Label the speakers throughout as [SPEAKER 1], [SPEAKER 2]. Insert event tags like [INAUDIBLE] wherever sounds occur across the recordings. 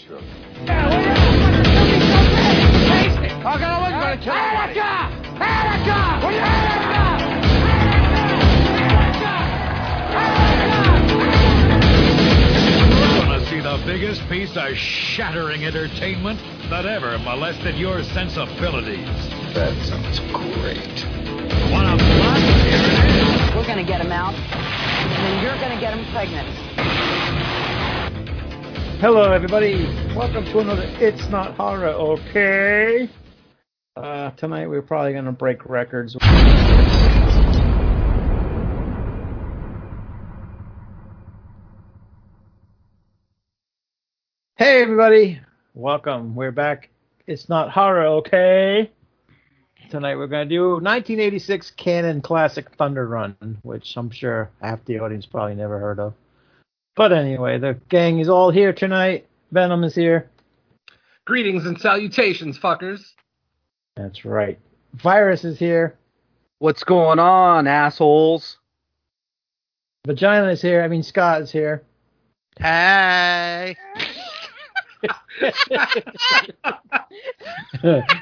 [SPEAKER 1] stroke.
[SPEAKER 2] Gonna see the biggest piece of shattering entertainment that ever molested your sensibilities.
[SPEAKER 1] That sounds great.
[SPEAKER 2] Wanna plot? Here it is.
[SPEAKER 3] We're going to get him out, and then you're going to get him pregnant.
[SPEAKER 4] Hello, everybody. Welcome to another It's Not Horror, okay? Uh, tonight we're probably going to break records. Hey, everybody. Welcome. We're back. It's Not Horror, okay? Tonight we're going to do 1986 canon classic Thunder Run, which I'm sure half the audience probably never heard of. But anyway, the gang is all here tonight. Venom is here.
[SPEAKER 5] Greetings and salutations, fuckers.
[SPEAKER 4] That's right. Virus is here.
[SPEAKER 6] What's going on,
[SPEAKER 5] [LAUGHS]
[SPEAKER 6] assholes? [LAUGHS]
[SPEAKER 4] Vagina is here. I mean, Scott is here.
[SPEAKER 6] Hey.
[SPEAKER 4] [LAUGHS]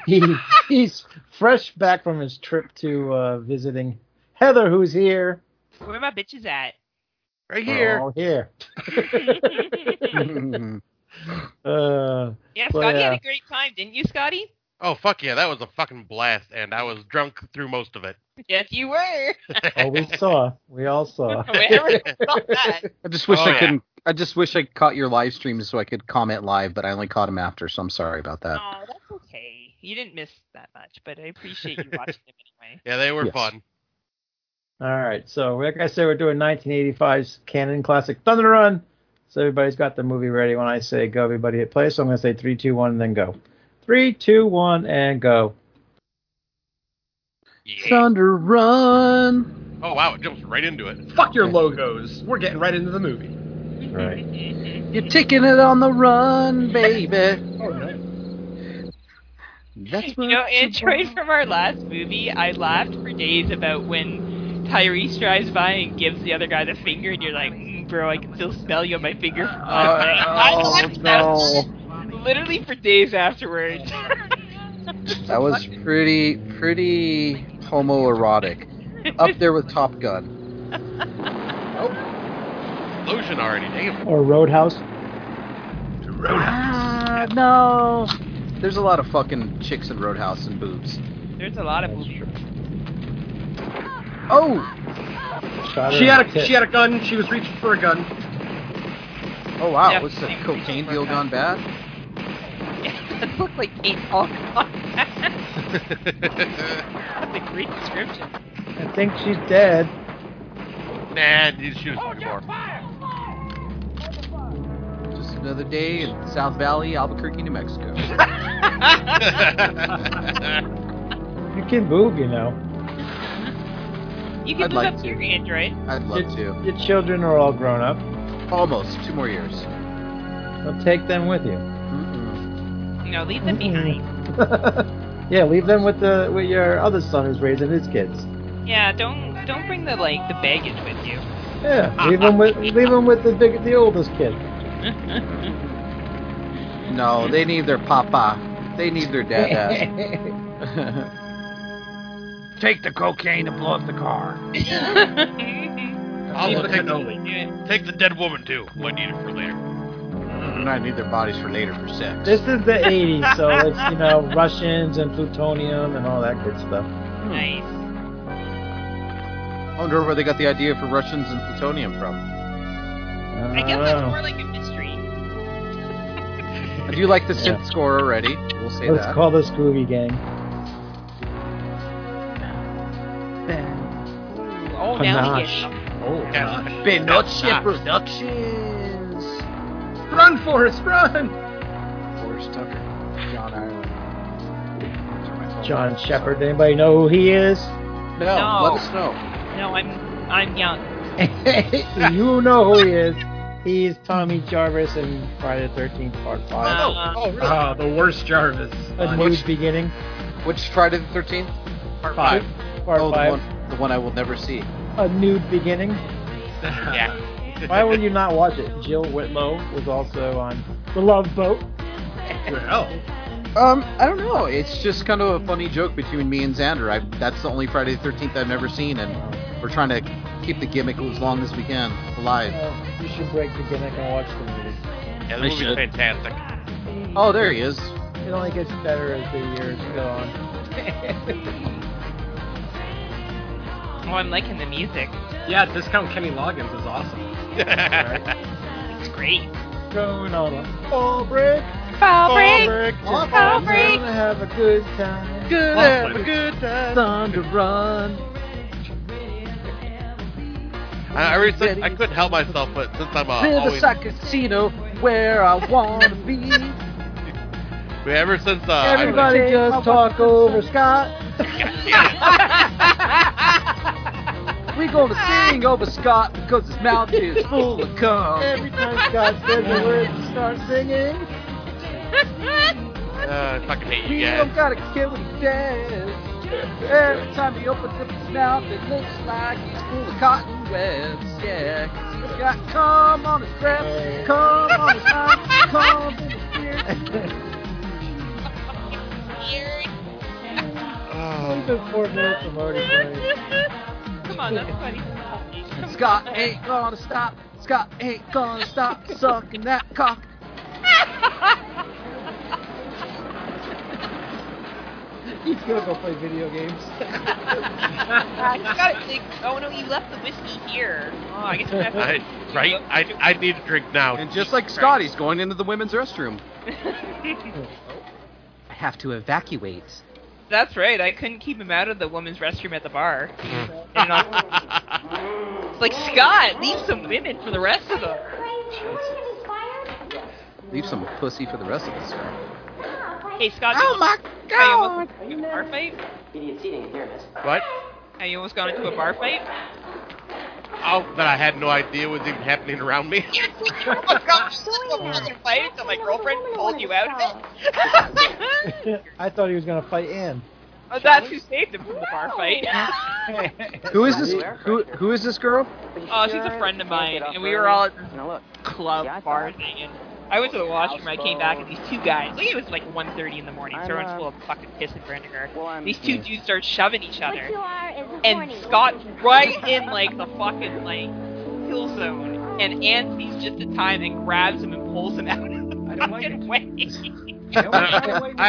[SPEAKER 4] he, he's fresh back from his trip to uh, visiting Heather, who's here.
[SPEAKER 7] Where my bitches [LAUGHS] at?
[SPEAKER 6] Right
[SPEAKER 4] We're
[SPEAKER 6] here.
[SPEAKER 4] all here.
[SPEAKER 6] Oh,
[SPEAKER 4] uh,
[SPEAKER 7] Yeah,
[SPEAKER 4] Well,
[SPEAKER 7] Scotty
[SPEAKER 4] yeah.
[SPEAKER 7] had a great time, didn't you, Scotty?
[SPEAKER 8] Oh fuck yeah, that was a fucking blast, and I was drunk through most of it.
[SPEAKER 7] Yes, you were. [LAUGHS]
[SPEAKER 4] oh, we saw. We all
[SPEAKER 6] [LAUGHS]
[SPEAKER 4] saw.
[SPEAKER 7] We never thought that.
[SPEAKER 6] I just wish
[SPEAKER 8] Oh,
[SPEAKER 6] I
[SPEAKER 8] yeah.
[SPEAKER 6] couldn't. I just wish I caught your live stream so I could comment live, but I only caught him after, so I'm sorry about that.
[SPEAKER 7] Oh, that's okay. You didn't miss that much, but I appreciate you watching them anyway.
[SPEAKER 8] Yeah, they were
[SPEAKER 6] Yes.
[SPEAKER 8] fun.
[SPEAKER 4] All right, so like I said, we're doing 1985's canon classic Thunder Run. So everybody's got the movie ready. When I say go, everybody hit play. So I'm going to say three, two, one, and then go. Three, two, one, and go.
[SPEAKER 8] Yeah.
[SPEAKER 6] Thunder Run.
[SPEAKER 8] Oh wow, it jumps right into it.
[SPEAKER 5] Fuck your logos. We're getting right into the movie.
[SPEAKER 4] Right.
[SPEAKER 6] You're taking it on the run, baby. That's
[SPEAKER 7] You
[SPEAKER 6] what
[SPEAKER 7] know,
[SPEAKER 6] it's
[SPEAKER 7] Android [LAUGHS]
[SPEAKER 6] about.
[SPEAKER 7] from our last movie, I laughed for days about when Tyrese drives by and gives the other guy the finger, and you're like, mm, bro, I can still smell you on my finger. from last night." [LAUGHS] I
[SPEAKER 6] Uh, Oh,
[SPEAKER 7] laughed
[SPEAKER 6] no.
[SPEAKER 7] out literally for days afterwards. [LAUGHS]
[SPEAKER 6] That was pretty, pretty homoerotic. Up there with Top Gun. Oh,
[SPEAKER 8] Lotion already, damn.
[SPEAKER 4] Or Roadhouse.
[SPEAKER 6] Ah, no. There's a lot of fucking chicks in Roadhouse and boobs.
[SPEAKER 7] There's a lot of movies. [LAUGHS]
[SPEAKER 6] Oh,
[SPEAKER 4] Shot her
[SPEAKER 5] She
[SPEAKER 4] in
[SPEAKER 5] had
[SPEAKER 4] the
[SPEAKER 5] a
[SPEAKER 4] tit.
[SPEAKER 5] she had a gun. She was reaching for
[SPEAKER 8] [LAUGHS]
[SPEAKER 5] a gun.
[SPEAKER 6] oh wow.
[SPEAKER 7] Yeah,
[SPEAKER 6] What's the
[SPEAKER 7] same-
[SPEAKER 6] cocaine
[SPEAKER 7] same
[SPEAKER 6] deal
[SPEAKER 7] workout.
[SPEAKER 6] gone bad?
[SPEAKER 7] It looked like eight all [LAUGHS] That's a great description.
[SPEAKER 6] [LAUGHS]
[SPEAKER 4] I think she's dead.
[SPEAKER 8] nah, you shoot fucking
[SPEAKER 5] [LAUGHS]
[SPEAKER 8] more.
[SPEAKER 6] Just another day in South Valley, Albuquerque, New Mexico.
[SPEAKER 4] You can move, you know.
[SPEAKER 7] You can
[SPEAKER 6] I'd
[SPEAKER 7] move
[SPEAKER 6] like
[SPEAKER 7] up
[SPEAKER 6] to.
[SPEAKER 7] to your Android.
[SPEAKER 6] I'd love to.
[SPEAKER 4] Your children are all grown up.
[SPEAKER 6] Almost two more years.
[SPEAKER 4] Well, take them with you. [LAUGHS]
[SPEAKER 6] Mm-mm.
[SPEAKER 7] No, leave them
[SPEAKER 6] Mm-hmm.
[SPEAKER 7] behind.
[SPEAKER 4] yeah, leave them with the with your other son who's raising his kids.
[SPEAKER 7] Yeah, don't don't bring the like the baggage with you.
[SPEAKER 4] Yeah, leave
[SPEAKER 5] [LAUGHS]
[SPEAKER 4] them with leave them with the big the oldest kid.
[SPEAKER 6] [LAUGHS] No, they need their papa. They need their [LAUGHS] dad.
[SPEAKER 5] Take the cocaine and blow up the car.
[SPEAKER 8] I'll
[SPEAKER 5] Leave
[SPEAKER 8] take
[SPEAKER 5] the
[SPEAKER 8] the, take the dead woman too. Might need it for later.
[SPEAKER 6] I need their bodies for later for sex.
[SPEAKER 4] [LAUGHS] This is the 80s, so it's, you know, Russians and plutonium and all that good stuff.
[SPEAKER 7] nice.
[SPEAKER 6] I wonder where they got the idea for Russians and plutonium from.
[SPEAKER 7] I guess that's
[SPEAKER 4] Uh,
[SPEAKER 7] more like a mystery.
[SPEAKER 6] I do like the synth
[SPEAKER 4] Yeah.
[SPEAKER 6] score already. We'll say
[SPEAKER 4] Let's
[SPEAKER 6] that.
[SPEAKER 4] call this Groovy Gang.
[SPEAKER 7] Oh, now we get
[SPEAKER 4] Panache.
[SPEAKER 7] something.
[SPEAKER 8] [LAUGHS]
[SPEAKER 5] Oh, gosh.
[SPEAKER 6] Binoche Productions.
[SPEAKER 5] Run, Forrest, run!
[SPEAKER 6] Forrest Tucker. John Ireland. Turn my phone
[SPEAKER 4] John
[SPEAKER 6] off.
[SPEAKER 4] Shepard. Anybody know who he is?
[SPEAKER 6] No,
[SPEAKER 7] No.
[SPEAKER 6] let us know.
[SPEAKER 7] No, I'm I'm young.
[SPEAKER 4] you know who he is. He's Tommy Jarvis in Friday the 13th, Part 5.
[SPEAKER 8] Oh,
[SPEAKER 7] Uh,
[SPEAKER 8] oh really?
[SPEAKER 5] Ah, the worst Jarvis.
[SPEAKER 4] A new beginning.
[SPEAKER 6] Which Friday the 13th?
[SPEAKER 5] Part five.
[SPEAKER 4] Part
[SPEAKER 6] oh,
[SPEAKER 4] 5.
[SPEAKER 6] The, one, the one I will never see.
[SPEAKER 4] A nude beginning.
[SPEAKER 8] yeah. [LAUGHS]
[SPEAKER 5] [LAUGHS]
[SPEAKER 4] Why would you not watch it? Jill Whitlow was also on
[SPEAKER 9] The love boat.
[SPEAKER 10] Well,
[SPEAKER 6] Um, I don't know. It's just kind of a funny joke between me and Xander. I, that's the only Friday the 13th I've ever seen, and we're trying to keep the gimmick as long as we can alive.
[SPEAKER 4] Uh, you should break the gimmick and watch the movie.
[SPEAKER 5] Yeah, the
[SPEAKER 6] I
[SPEAKER 5] movie's
[SPEAKER 6] should.
[SPEAKER 5] fantastic.
[SPEAKER 6] Oh, there he is.
[SPEAKER 4] It only gets better as the years go on.
[SPEAKER 7] Oh, I'm liking the music.
[SPEAKER 10] yeah, discount Kenny Loggins is awesome.
[SPEAKER 7] It's great.
[SPEAKER 4] Going on a fall break.
[SPEAKER 7] Fall break.
[SPEAKER 4] Fall
[SPEAKER 7] break.
[SPEAKER 4] Gonna have a good time.
[SPEAKER 6] Good,
[SPEAKER 10] have a
[SPEAKER 6] good time.
[SPEAKER 4] Time to run.
[SPEAKER 5] I, I, really, said- I couldn't help myself, but since I'm uh, always,
[SPEAKER 6] Riverside Casino, where I wanna
[SPEAKER 5] [LAUGHS]
[SPEAKER 6] be.
[SPEAKER 5] ever since uh, I was- [LAUGHS]
[SPEAKER 4] Everybody just talk over Scott.
[SPEAKER 5] Uh,
[SPEAKER 6] We gonna sing over Scott because his
[SPEAKER 5] [LAUGHS]
[SPEAKER 6] mouth is full of cum.
[SPEAKER 4] Every time Scott says a word, you start singing.
[SPEAKER 5] uh, I fucking hate you
[SPEAKER 6] He
[SPEAKER 5] guys.
[SPEAKER 6] don't gotta kill his dad. Every time he opens up his mouth, it looks like he's full of cotton webs. Yeah, 'cause he's got cum on his breath, cum on his mouth, cum in his beard.
[SPEAKER 4] It's been four minutes of already playing.
[SPEAKER 7] [LAUGHS] Come on, that's funny.
[SPEAKER 6] Scott
[SPEAKER 7] [LAUGHS]
[SPEAKER 6] ain't gonna stop. Scott ain't gonna stop sucking that cock.
[SPEAKER 4] He's gonna go play video games.
[SPEAKER 7] I just got it. like, Oh no, you left the whiskey here. Oh, I guess we have to.
[SPEAKER 5] I, right? I, I need a drink now.
[SPEAKER 6] he's going into the women's restroom. I have to evacuate.
[SPEAKER 7] That's right. I couldn't keep him out of the woman's restroom at the bar. And I- it's like Scott, leave some women for the rest of them.
[SPEAKER 6] Leave some pussy for the rest of us.
[SPEAKER 7] Hey Scott. Oh my God! a bar fight?
[SPEAKER 5] what?
[SPEAKER 7] Have you almost gone into a bar fight?
[SPEAKER 5] Oh, that I had no idea was even happening around me.
[SPEAKER 7] oh my gosh, a fight until my girlfriend pulled you out of it. [LAUGHS]
[SPEAKER 4] I thought he was gonna fight Anne.
[SPEAKER 7] Oh, that's who saved him from the bar fight.
[SPEAKER 6] Who is this? Who, who is this girl?
[SPEAKER 7] Oh, she's a friend of mine, and we were all at this club bar thing. And I went to the washroom, I came back, and these two guys, like it was like 1.30 in the morning, so everyone's full of fucking piss and vinegar. These two dudes start shoving each other, and Scott right in like the fucking like kill zone, and Ann sees just in time and grabs him and pulls him out of the fucking way.
[SPEAKER 5] [LAUGHS] I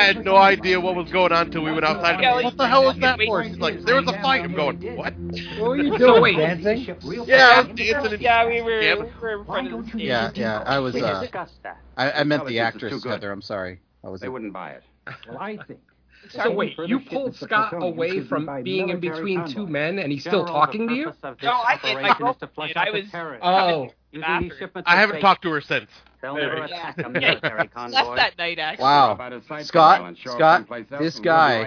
[SPEAKER 5] had no idea what was going on until we went outside.
[SPEAKER 7] Yeah, like-
[SPEAKER 5] what the hell was that for? She's like, there was a fight. I'm going, what?
[SPEAKER 4] What were [LAUGHS] you doing?
[SPEAKER 10] So wait.
[SPEAKER 4] dancing?
[SPEAKER 5] Yeah, it's, it's an
[SPEAKER 7] Yeah, we were,
[SPEAKER 5] Yeah,
[SPEAKER 7] we were in front of the stage.
[SPEAKER 6] Yeah, yeah. I was. Uh, I, I meant the actress,
[SPEAKER 11] too good.
[SPEAKER 6] Heather. I'm sorry. I was.
[SPEAKER 11] They wouldn't buy it.
[SPEAKER 10] So wait, you pulled Scott away from being in between two men, and he's still talking to you?
[SPEAKER 7] No, I did. My girlfriend did. I was.
[SPEAKER 10] Oh,
[SPEAKER 5] I haven't talked to her since.
[SPEAKER 7] Yeah, yeah. Left that night, actually.
[SPEAKER 6] Wow. Oh, Scott, Scott, this guy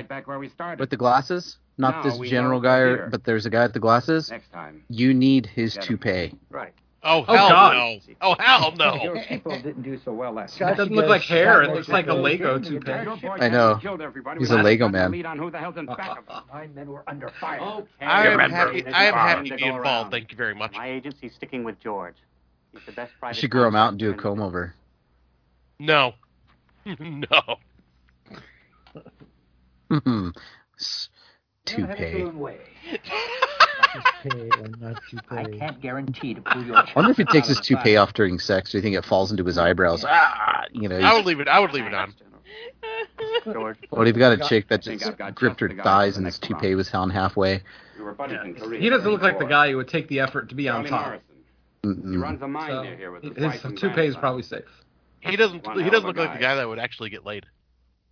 [SPEAKER 6] with the glasses, not
[SPEAKER 11] No,
[SPEAKER 6] this
[SPEAKER 11] we
[SPEAKER 6] general
[SPEAKER 11] know
[SPEAKER 6] guy,
[SPEAKER 11] from
[SPEAKER 6] or-
[SPEAKER 11] here.
[SPEAKER 6] but there's a guy with the glasses.
[SPEAKER 11] Next time.
[SPEAKER 2] [LAUGHS]
[SPEAKER 6] You need his
[SPEAKER 11] Get him.
[SPEAKER 6] toupee.
[SPEAKER 11] Right.
[SPEAKER 5] Oh,
[SPEAKER 10] Oh,
[SPEAKER 5] hell
[SPEAKER 10] God.
[SPEAKER 5] no. Oh, hell no.
[SPEAKER 11] people didn't do so well last
[SPEAKER 4] Scott
[SPEAKER 10] It doesn't
[SPEAKER 4] should
[SPEAKER 10] look
[SPEAKER 4] get
[SPEAKER 10] like
[SPEAKER 4] a
[SPEAKER 10] hair,
[SPEAKER 4] shot
[SPEAKER 10] it looks like a Lego toupee.
[SPEAKER 6] I know. He's a Lego man.
[SPEAKER 11] Nine men were under fire.
[SPEAKER 5] I am
[SPEAKER 11] Remember.
[SPEAKER 5] happy. I am happy to be
[SPEAKER 11] Go
[SPEAKER 5] involved.
[SPEAKER 11] around.
[SPEAKER 5] Thank you very much.
[SPEAKER 3] My agency's sticking with George. He's the best
[SPEAKER 6] You
[SPEAKER 3] private.
[SPEAKER 6] should grow him out and do a comb over. [LAUGHS]
[SPEAKER 5] No. [LAUGHS] no.
[SPEAKER 6] Mhm. S- toupee.
[SPEAKER 4] toupee and not toupee.
[SPEAKER 3] I can't guarantee to pull your.
[SPEAKER 6] [LAUGHS] I wonder if he takes his toupee off during sex. Do you think it falls into his eyebrows? Ah, you know.
[SPEAKER 5] I
[SPEAKER 6] he's-
[SPEAKER 5] would leave it. I would leave it on.
[SPEAKER 3] George,
[SPEAKER 6] What if you got a chick that
[SPEAKER 11] think
[SPEAKER 6] just
[SPEAKER 11] I've got
[SPEAKER 6] gripped her
[SPEAKER 11] just the guy
[SPEAKER 6] thighs
[SPEAKER 11] for the
[SPEAKER 6] and his
[SPEAKER 11] next round.
[SPEAKER 6] toupee was down halfway?
[SPEAKER 11] We were buddies in Korea
[SPEAKER 10] He doesn't look like the
[SPEAKER 11] before.
[SPEAKER 10] guy who would take the effort to be on
[SPEAKER 11] Johnny
[SPEAKER 10] top.
[SPEAKER 11] Morrison. He
[SPEAKER 6] Mm-mm.
[SPEAKER 11] runs a mine
[SPEAKER 10] So
[SPEAKER 11] near here with the
[SPEAKER 10] his
[SPEAKER 11] price and
[SPEAKER 10] toupee is
[SPEAKER 11] grandson.
[SPEAKER 10] probably safe.
[SPEAKER 5] He doesn't.
[SPEAKER 11] One
[SPEAKER 5] He
[SPEAKER 11] hell
[SPEAKER 5] doesn't
[SPEAKER 11] of
[SPEAKER 5] look
[SPEAKER 11] a
[SPEAKER 5] like the
[SPEAKER 11] guy.
[SPEAKER 5] guy that would actually get laid.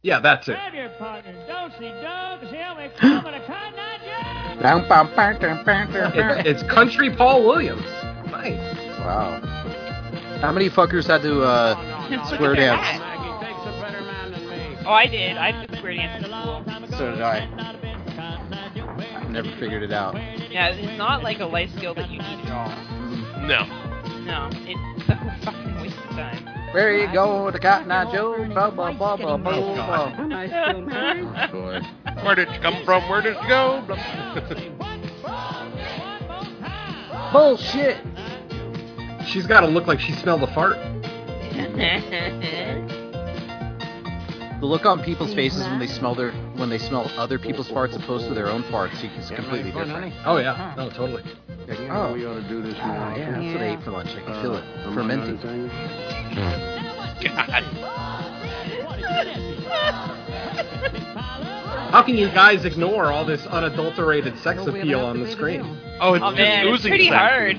[SPEAKER 10] Yeah, that's it.
[SPEAKER 9] Grab your partner. Dosey dogs. Hell, they're coming. A con not
[SPEAKER 6] Bam, bam, bam, bam, bam, bam,
[SPEAKER 10] [LAUGHS]
[SPEAKER 6] bam.
[SPEAKER 10] It's, it's country Paul Williams. Nice.
[SPEAKER 6] Wow. How many fuckers had to uh,
[SPEAKER 7] [LAUGHS]
[SPEAKER 6] swear dance?
[SPEAKER 7] Oh, I did. I did square dance.
[SPEAKER 6] So did I. I never figured it out.
[SPEAKER 7] Yeah, it's not like a life skill that you need at all.
[SPEAKER 5] No.
[SPEAKER 7] No, it's a [LAUGHS] fucking waste of time.
[SPEAKER 6] Where you go with the cotton eye Joe? Blah, blah, blah, blah, blah, blah.
[SPEAKER 7] I
[SPEAKER 6] Boy.
[SPEAKER 5] Where did you come from? Where did you go? [LAUGHS]
[SPEAKER 6] Bullshit!
[SPEAKER 10] She's got to look like she smelled a fart.
[SPEAKER 6] The look on people's faces when they smell their when they smell other people's farts opposed to their own farts is completely different.
[SPEAKER 11] Uh-huh.
[SPEAKER 10] Oh yeah, no, totally.
[SPEAKER 6] Oh, we ought to do this now. Yeah, that's what I ate for lunch. I can feel it
[SPEAKER 2] Uh,
[SPEAKER 6] fermenting.
[SPEAKER 10] How can you guys ignore all this unadulterated sex appeal on the screen? [LAUGHS]
[SPEAKER 5] Oh, it's
[SPEAKER 10] Oh,
[SPEAKER 5] just
[SPEAKER 10] man, it's
[SPEAKER 5] oozing
[SPEAKER 10] pretty
[SPEAKER 5] sex.
[SPEAKER 10] hard.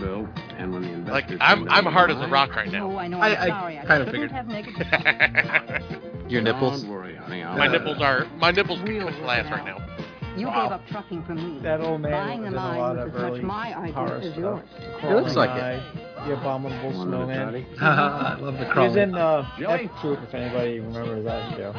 [SPEAKER 5] Like I'm, I'm hard as a rock right now. [LAUGHS]
[SPEAKER 12] Oh, I know.
[SPEAKER 5] I-
[SPEAKER 12] I'm
[SPEAKER 5] I
[SPEAKER 12] sorry. I
[SPEAKER 5] kinda
[SPEAKER 12] couldn't
[SPEAKER 5] figured.
[SPEAKER 12] Have
[SPEAKER 10] [LAUGHS]
[SPEAKER 12] naked...
[SPEAKER 6] Your nipples.
[SPEAKER 5] My nipples are, my nipples kick my glass right now. [LAUGHS]
[SPEAKER 12] You gave up trucking for me.
[SPEAKER 4] That old man
[SPEAKER 12] Buying the
[SPEAKER 4] did a
[SPEAKER 12] mine
[SPEAKER 4] lot
[SPEAKER 12] was
[SPEAKER 4] of
[SPEAKER 12] as
[SPEAKER 4] early
[SPEAKER 12] much my
[SPEAKER 4] horror
[SPEAKER 12] idea as
[SPEAKER 4] stuff.
[SPEAKER 12] yours.
[SPEAKER 6] It looks like
[SPEAKER 4] Crawling Eye, The abominable snowman.
[SPEAKER 10] I love the
[SPEAKER 4] He was
[SPEAKER 10] crawling.
[SPEAKER 4] in uh, F Troop, if anybody remembers that show.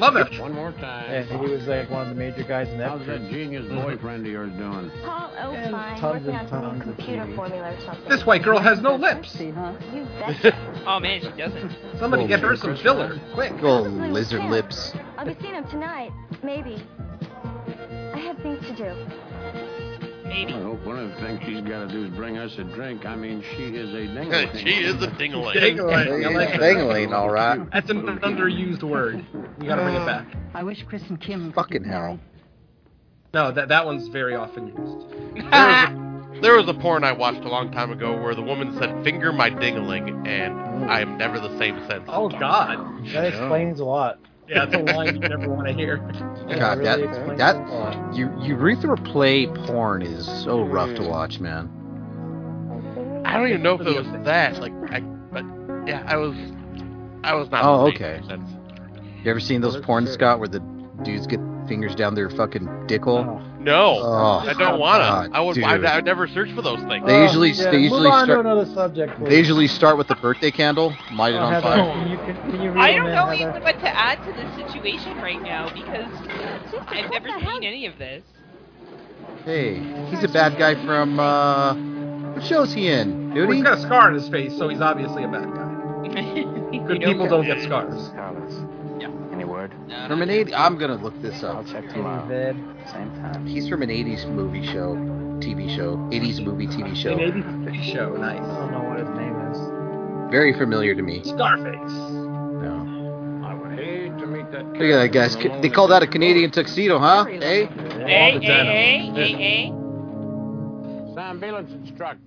[SPEAKER 10] Love it.
[SPEAKER 2] One more time.
[SPEAKER 4] Yeah, he was like one of the major guys in F
[SPEAKER 2] How's
[SPEAKER 4] Troop.
[SPEAKER 2] that genius boyfriend of yours doing?
[SPEAKER 13] Paul O'Fine
[SPEAKER 4] tons
[SPEAKER 13] working
[SPEAKER 4] and
[SPEAKER 13] on some
[SPEAKER 4] tons
[SPEAKER 13] new
[SPEAKER 4] of
[SPEAKER 13] computer
[SPEAKER 4] TV.
[SPEAKER 13] formula or something.
[SPEAKER 10] This white girl has no lips.
[SPEAKER 13] You betcha.
[SPEAKER 7] oh man, she doesn't.
[SPEAKER 10] Somebody get her some filler, quick.
[SPEAKER 6] Little lizard lips.
[SPEAKER 13] I'll be seeing him tonight, maybe. I have things to do.
[SPEAKER 2] I hope one of the things she's got to do is bring us a drink. I mean, she is
[SPEAKER 5] [LAUGHS]
[SPEAKER 2] a dingle.
[SPEAKER 5] She is a dingaling.
[SPEAKER 6] Ding-a-ling, I [LAUGHS] like that. Ding-a-ling, all right.
[SPEAKER 10] That's an underused word. You gotta bring it back.
[SPEAKER 12] I wish Chris and Kim.
[SPEAKER 6] Fucking hell.
[SPEAKER 10] No, that that one's very often used.
[SPEAKER 7] [LAUGHS]
[SPEAKER 5] There was a porn I watched a long time ago where the woman said, "Finger my dingaling," and I am never the same since.
[SPEAKER 10] Oh God.
[SPEAKER 4] That explains a lot.
[SPEAKER 10] Yeah, that's a line you never want to hear.
[SPEAKER 6] God, that that you urethra play porn is so rough to watch, man.
[SPEAKER 5] I don't even know if it was that. Like, I, but yeah, I was, I was not.
[SPEAKER 6] Oh,
[SPEAKER 5] the same
[SPEAKER 6] okay.
[SPEAKER 5] since.
[SPEAKER 6] You ever seen those porn, Scott, where the dudes get fingers down their fucking dickhole?
[SPEAKER 5] No,
[SPEAKER 6] Oh,
[SPEAKER 5] I don't wanna.
[SPEAKER 6] God,
[SPEAKER 5] I would. I,
[SPEAKER 6] dude.
[SPEAKER 5] would- I would never search for those
[SPEAKER 4] Oh,
[SPEAKER 5] things.
[SPEAKER 6] They usually, they
[SPEAKER 4] Move
[SPEAKER 6] usually
[SPEAKER 4] on to
[SPEAKER 6] start.
[SPEAKER 4] another subject.
[SPEAKER 6] They usually start with the birthday candle, light it
[SPEAKER 4] Oh,
[SPEAKER 6] on
[SPEAKER 4] Heather,
[SPEAKER 6] fire.
[SPEAKER 4] Can you, can, can you read
[SPEAKER 7] I don't
[SPEAKER 4] them,
[SPEAKER 7] know
[SPEAKER 4] Heather?
[SPEAKER 7] even what to add to this situation right now because I've never seen any of [LAUGHS] this.
[SPEAKER 6] Hey, he's a bad guy from uh, what show is he in?
[SPEAKER 10] Well,
[SPEAKER 6] Duty.
[SPEAKER 10] he's got a scar on his face, so he's obviously a bad guy. Good people don't get scars.
[SPEAKER 3] Any word?
[SPEAKER 6] From an 80 I'm gonna look this up. I'll check
[SPEAKER 3] tomorrow.
[SPEAKER 6] Same time. He's from an 80s movie show, TV show, 80s movie TV
[SPEAKER 10] An
[SPEAKER 6] show.
[SPEAKER 10] 80s show, nice. I don't know what his name is.
[SPEAKER 6] Very familiar to me.
[SPEAKER 10] Scarface.
[SPEAKER 6] No.
[SPEAKER 2] I would hate to meet that.
[SPEAKER 6] Look at that, guys. Ca- They call that a Canadian tuxedo, huh?
[SPEAKER 7] Hey,
[SPEAKER 6] Hey.
[SPEAKER 7] hey, hey, hey, hey.
[SPEAKER 2] Sam Beelan's struck.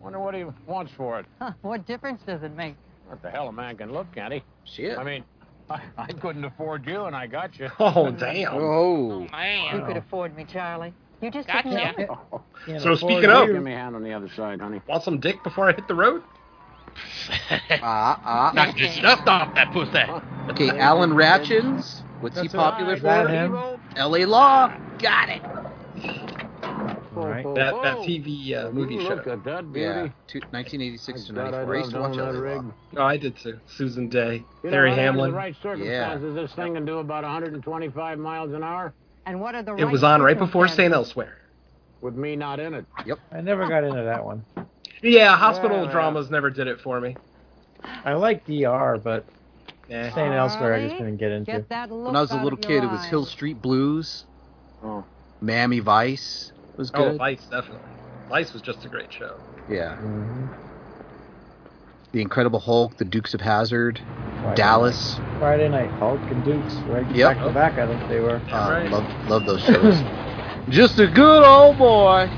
[SPEAKER 2] Wonder what he wants for it.
[SPEAKER 12] what difference does it make?
[SPEAKER 2] What the hell, a man can look, can he?
[SPEAKER 6] Shit.
[SPEAKER 2] I mean, I, I couldn't afford you, and I got you.
[SPEAKER 10] [LAUGHS] Oh, damn.
[SPEAKER 6] Oh.
[SPEAKER 12] You could afford me, Charlie. You just
[SPEAKER 7] Gotcha.
[SPEAKER 12] didn't know. it.
[SPEAKER 10] So speaking of,
[SPEAKER 2] Give me a hand on the other side, honey.
[SPEAKER 10] want some dick before I hit the road?
[SPEAKER 6] Ah, ah.
[SPEAKER 5] Knock the dust off that pussy.
[SPEAKER 6] Okay, Alan Ratchins. What's he popular
[SPEAKER 4] Is that
[SPEAKER 6] for?
[SPEAKER 4] him?
[SPEAKER 6] L.A. Law. Got it.
[SPEAKER 4] Right.
[SPEAKER 2] Oh,
[SPEAKER 10] That that TV uh, movie show.
[SPEAKER 2] Look at that
[SPEAKER 6] Yeah.
[SPEAKER 2] beauty.
[SPEAKER 6] Two, 1986 to
[SPEAKER 2] God, I'd
[SPEAKER 6] 94. I used to
[SPEAKER 2] love
[SPEAKER 6] watch
[SPEAKER 2] to own
[SPEAKER 6] L.A.
[SPEAKER 2] that
[SPEAKER 6] Law.
[SPEAKER 2] rig.
[SPEAKER 10] Oh, I did too. Susan Day,
[SPEAKER 2] You know,
[SPEAKER 10] Barry
[SPEAKER 2] under
[SPEAKER 10] Hamlin.
[SPEAKER 2] The right circumstances, this thing can do about 125 miles an hour
[SPEAKER 12] And what are the
[SPEAKER 10] It
[SPEAKER 12] right
[SPEAKER 10] was on right before
[SPEAKER 12] circumstances?
[SPEAKER 10] St. Elsewhere.
[SPEAKER 2] with me not in it.
[SPEAKER 4] I never got into that one.
[SPEAKER 10] Yeah, hospital
[SPEAKER 2] Yeah.
[SPEAKER 10] dramas never did it for me. Eh.
[SPEAKER 4] I like DR, but
[SPEAKER 10] Yeah.
[SPEAKER 4] staying elsewhere I just didn't get into.
[SPEAKER 12] Get that look
[SPEAKER 6] When I was a
[SPEAKER 12] out
[SPEAKER 6] little
[SPEAKER 12] of
[SPEAKER 6] kid,
[SPEAKER 12] your
[SPEAKER 6] it was
[SPEAKER 12] eye.
[SPEAKER 6] Hill Street Blues.
[SPEAKER 2] Oh.
[SPEAKER 6] Mammy Vice was
[SPEAKER 10] Oh,
[SPEAKER 6] good.
[SPEAKER 10] Vice definitely. Vice was just a great show.
[SPEAKER 6] Yeah.
[SPEAKER 4] Mhm.
[SPEAKER 6] The Incredible Hulk, The Dukes of Hazard,
[SPEAKER 4] Friday
[SPEAKER 6] Dallas.
[SPEAKER 4] night- Friday Night, Hulk and Dukes, right
[SPEAKER 6] Yep.
[SPEAKER 4] back to back. I think they were.
[SPEAKER 6] Uh,
[SPEAKER 10] Right.
[SPEAKER 6] Love love those shows. Just a good old boy.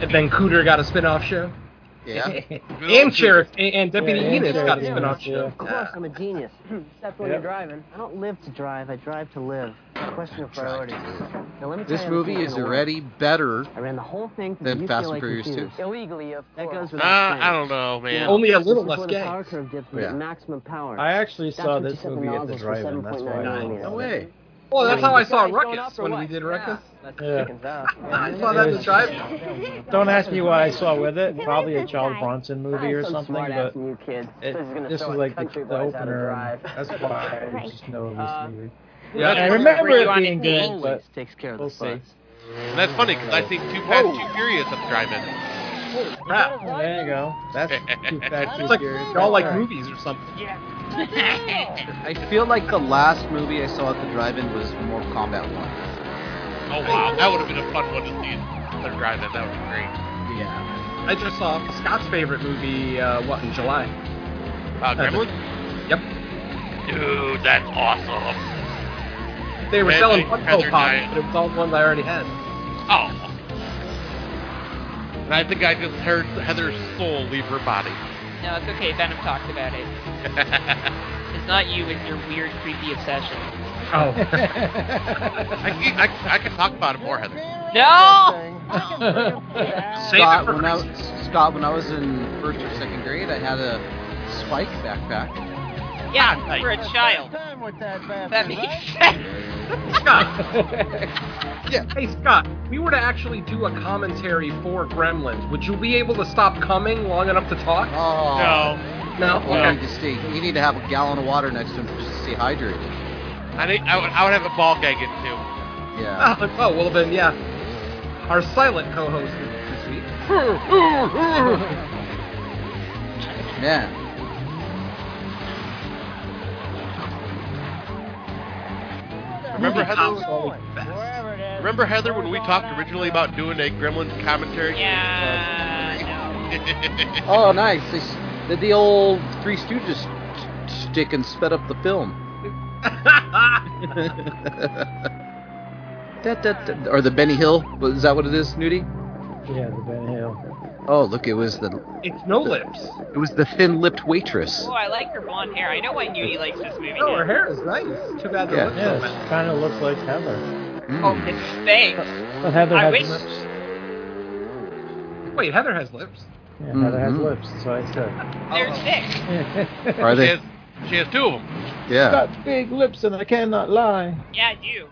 [SPEAKER 10] And then Cooter got a spin-off show. [LAUGHS]
[SPEAKER 6] Yeah.
[SPEAKER 10] and Sheriff and, and Deputy
[SPEAKER 4] Yeah, and
[SPEAKER 10] Enos got a
[SPEAKER 4] Sheriff Enos,
[SPEAKER 10] spin-off show.
[SPEAKER 4] yeah.
[SPEAKER 3] Of course, I'm a genius. [LAUGHS] Except when
[SPEAKER 4] Yep.
[SPEAKER 3] you're driving. I don't live to drive. I drive to live. Question of priority. Now, let me
[SPEAKER 6] This
[SPEAKER 3] tell you
[SPEAKER 6] movie
[SPEAKER 3] how this
[SPEAKER 6] is
[SPEAKER 3] thing
[SPEAKER 6] already better.
[SPEAKER 3] I ran the whole thing through
[SPEAKER 6] Then
[SPEAKER 3] the
[SPEAKER 6] Fast
[SPEAKER 3] UCLA
[SPEAKER 6] and Furious
[SPEAKER 3] computers.
[SPEAKER 6] too.
[SPEAKER 3] Illegally, of course. That goes
[SPEAKER 5] Uh,
[SPEAKER 3] without saying.
[SPEAKER 5] I don't know,
[SPEAKER 3] You
[SPEAKER 5] man.
[SPEAKER 3] know,
[SPEAKER 10] Only a little
[SPEAKER 3] this is
[SPEAKER 10] less
[SPEAKER 3] where the
[SPEAKER 10] gay.
[SPEAKER 3] power curve dips
[SPEAKER 6] Yeah.
[SPEAKER 3] at maximum power.
[SPEAKER 4] I actually
[SPEAKER 3] That's
[SPEAKER 4] saw
[SPEAKER 3] what
[SPEAKER 4] this
[SPEAKER 3] you set the
[SPEAKER 4] movie at the
[SPEAKER 3] nozzles for
[SPEAKER 4] drive-in. That's why. I
[SPEAKER 3] 7.99
[SPEAKER 4] didn't
[SPEAKER 6] No
[SPEAKER 4] know.
[SPEAKER 6] way.
[SPEAKER 10] Well, that's how I saw
[SPEAKER 3] Guys going
[SPEAKER 10] Ruckus
[SPEAKER 3] up or
[SPEAKER 10] when we
[SPEAKER 3] what?
[SPEAKER 10] did Ruckus.
[SPEAKER 4] Yeah.
[SPEAKER 10] I saw that in the drive.
[SPEAKER 4] Don't ask me what I saw with it.
[SPEAKER 13] Who is
[SPEAKER 4] Probably a
[SPEAKER 13] this
[SPEAKER 4] Charles
[SPEAKER 13] guy?
[SPEAKER 4] Bronson movie or something, but
[SPEAKER 3] new kid.
[SPEAKER 4] it,
[SPEAKER 3] this is gonna
[SPEAKER 4] this
[SPEAKER 3] throw
[SPEAKER 4] was
[SPEAKER 3] a
[SPEAKER 4] like the,
[SPEAKER 3] country
[SPEAKER 4] the
[SPEAKER 3] boys out of
[SPEAKER 4] opener.
[SPEAKER 3] drive.
[SPEAKER 4] That's
[SPEAKER 3] [LAUGHS]
[SPEAKER 4] why I just know
[SPEAKER 3] Uh,
[SPEAKER 4] this movie.
[SPEAKER 10] Yeah.
[SPEAKER 4] I remember it being good, but
[SPEAKER 3] takes care of
[SPEAKER 4] we'll
[SPEAKER 3] the
[SPEAKER 4] see.
[SPEAKER 3] fun.
[SPEAKER 5] And that's funny because I see two Fast, Two Furious at the drive-in.
[SPEAKER 10] Crap.
[SPEAKER 4] There you go. That's too fat, too
[SPEAKER 10] It's like
[SPEAKER 4] furious.
[SPEAKER 10] y'all like
[SPEAKER 4] All right.
[SPEAKER 10] movies or something.
[SPEAKER 6] I feel like the last movie I saw at the drive-in was Mortal Kombat One.
[SPEAKER 5] Oh wow, that would have been a fun one to see at the drive-in. That would be great.
[SPEAKER 6] Yeah.
[SPEAKER 10] I just saw Scott's favorite movie. Uh, what in July?
[SPEAKER 5] Uh, Gremlins?
[SPEAKER 10] Yep.
[SPEAKER 5] Dude, that's awesome.
[SPEAKER 10] They were
[SPEAKER 5] Red
[SPEAKER 10] selling
[SPEAKER 5] Knight,
[SPEAKER 10] Funko
[SPEAKER 5] Hazard
[SPEAKER 10] Pops,
[SPEAKER 5] Knight.
[SPEAKER 10] but it was all the ones I already had.
[SPEAKER 5] Oh. And I think I just heard Heather's soul leave her body.
[SPEAKER 7] [LAUGHS]
[SPEAKER 5] [LAUGHS]
[SPEAKER 7] No, it's okay. Venom talked about it. It's not you. It's your weird, creepy obsession.
[SPEAKER 5] Oh. I, can- I, I can talk about it more, Heather.
[SPEAKER 7] No.
[SPEAKER 5] Oh.
[SPEAKER 10] Save
[SPEAKER 6] Scott,
[SPEAKER 10] it for
[SPEAKER 6] when I, Scott, when I was in first or second grade, I had a spike backpack.
[SPEAKER 7] Yeah, you were a child. That makes sense.
[SPEAKER 10] Scott. [LAUGHS] yeah. Hey Scott, if we were to actually do a commentary for Gremlins, would you be able to stop coming long enough to talk? No.
[SPEAKER 6] Well,
[SPEAKER 10] Okay.
[SPEAKER 6] you, just need, you need to have a gallon of water next to him just to stay hydrated.
[SPEAKER 5] I, think I, would, I would have a ball gag in too.
[SPEAKER 6] Yeah.
[SPEAKER 10] Oh, oh, well then, yeah. Our silent co-host this week.
[SPEAKER 6] Man.
[SPEAKER 5] Remember Heather?
[SPEAKER 14] Wherever it is.
[SPEAKER 5] Remember Heather when we talked originally about doing a Gremlins commentary?
[SPEAKER 7] [LAUGHS] Yeah.
[SPEAKER 5] [LAUGHS]
[SPEAKER 6] Oh, nice. They s- did the old Three Stooges st- stick and sped up the film. Da, da, da- or the Benny Hill? Is that what it is, Nudie?
[SPEAKER 4] Yeah, the Ben Hill.
[SPEAKER 6] Oh, look, it was the
[SPEAKER 10] [LAUGHS] It's no lips.
[SPEAKER 6] it was the thin-lipped waitress.
[SPEAKER 7] Oh, I like her blonde hair. I know why Nudie likes this movie.
[SPEAKER 10] Oh,
[SPEAKER 7] now.
[SPEAKER 10] her hair is nice. Too bad the
[SPEAKER 6] Yeah.
[SPEAKER 10] lips
[SPEAKER 4] Yeah,
[SPEAKER 10] don't match.
[SPEAKER 4] it kind of looks like Heather.
[SPEAKER 6] Mm.
[SPEAKER 7] Oh, thanks.
[SPEAKER 4] But Heather
[SPEAKER 7] I
[SPEAKER 4] has
[SPEAKER 7] wish-
[SPEAKER 4] lips.
[SPEAKER 10] Wait, Heather has lips.
[SPEAKER 4] Yeah, Heather has
[SPEAKER 3] Mm-hmm.
[SPEAKER 6] Mhm.
[SPEAKER 4] lips. That's what I said.
[SPEAKER 7] They're thick.
[SPEAKER 4] [LAUGHS]
[SPEAKER 6] Are
[SPEAKER 5] She
[SPEAKER 6] they?
[SPEAKER 5] has, she has two of them.
[SPEAKER 6] Yeah.
[SPEAKER 4] Got big lips and I cannot lie.
[SPEAKER 7] Yeah, I do.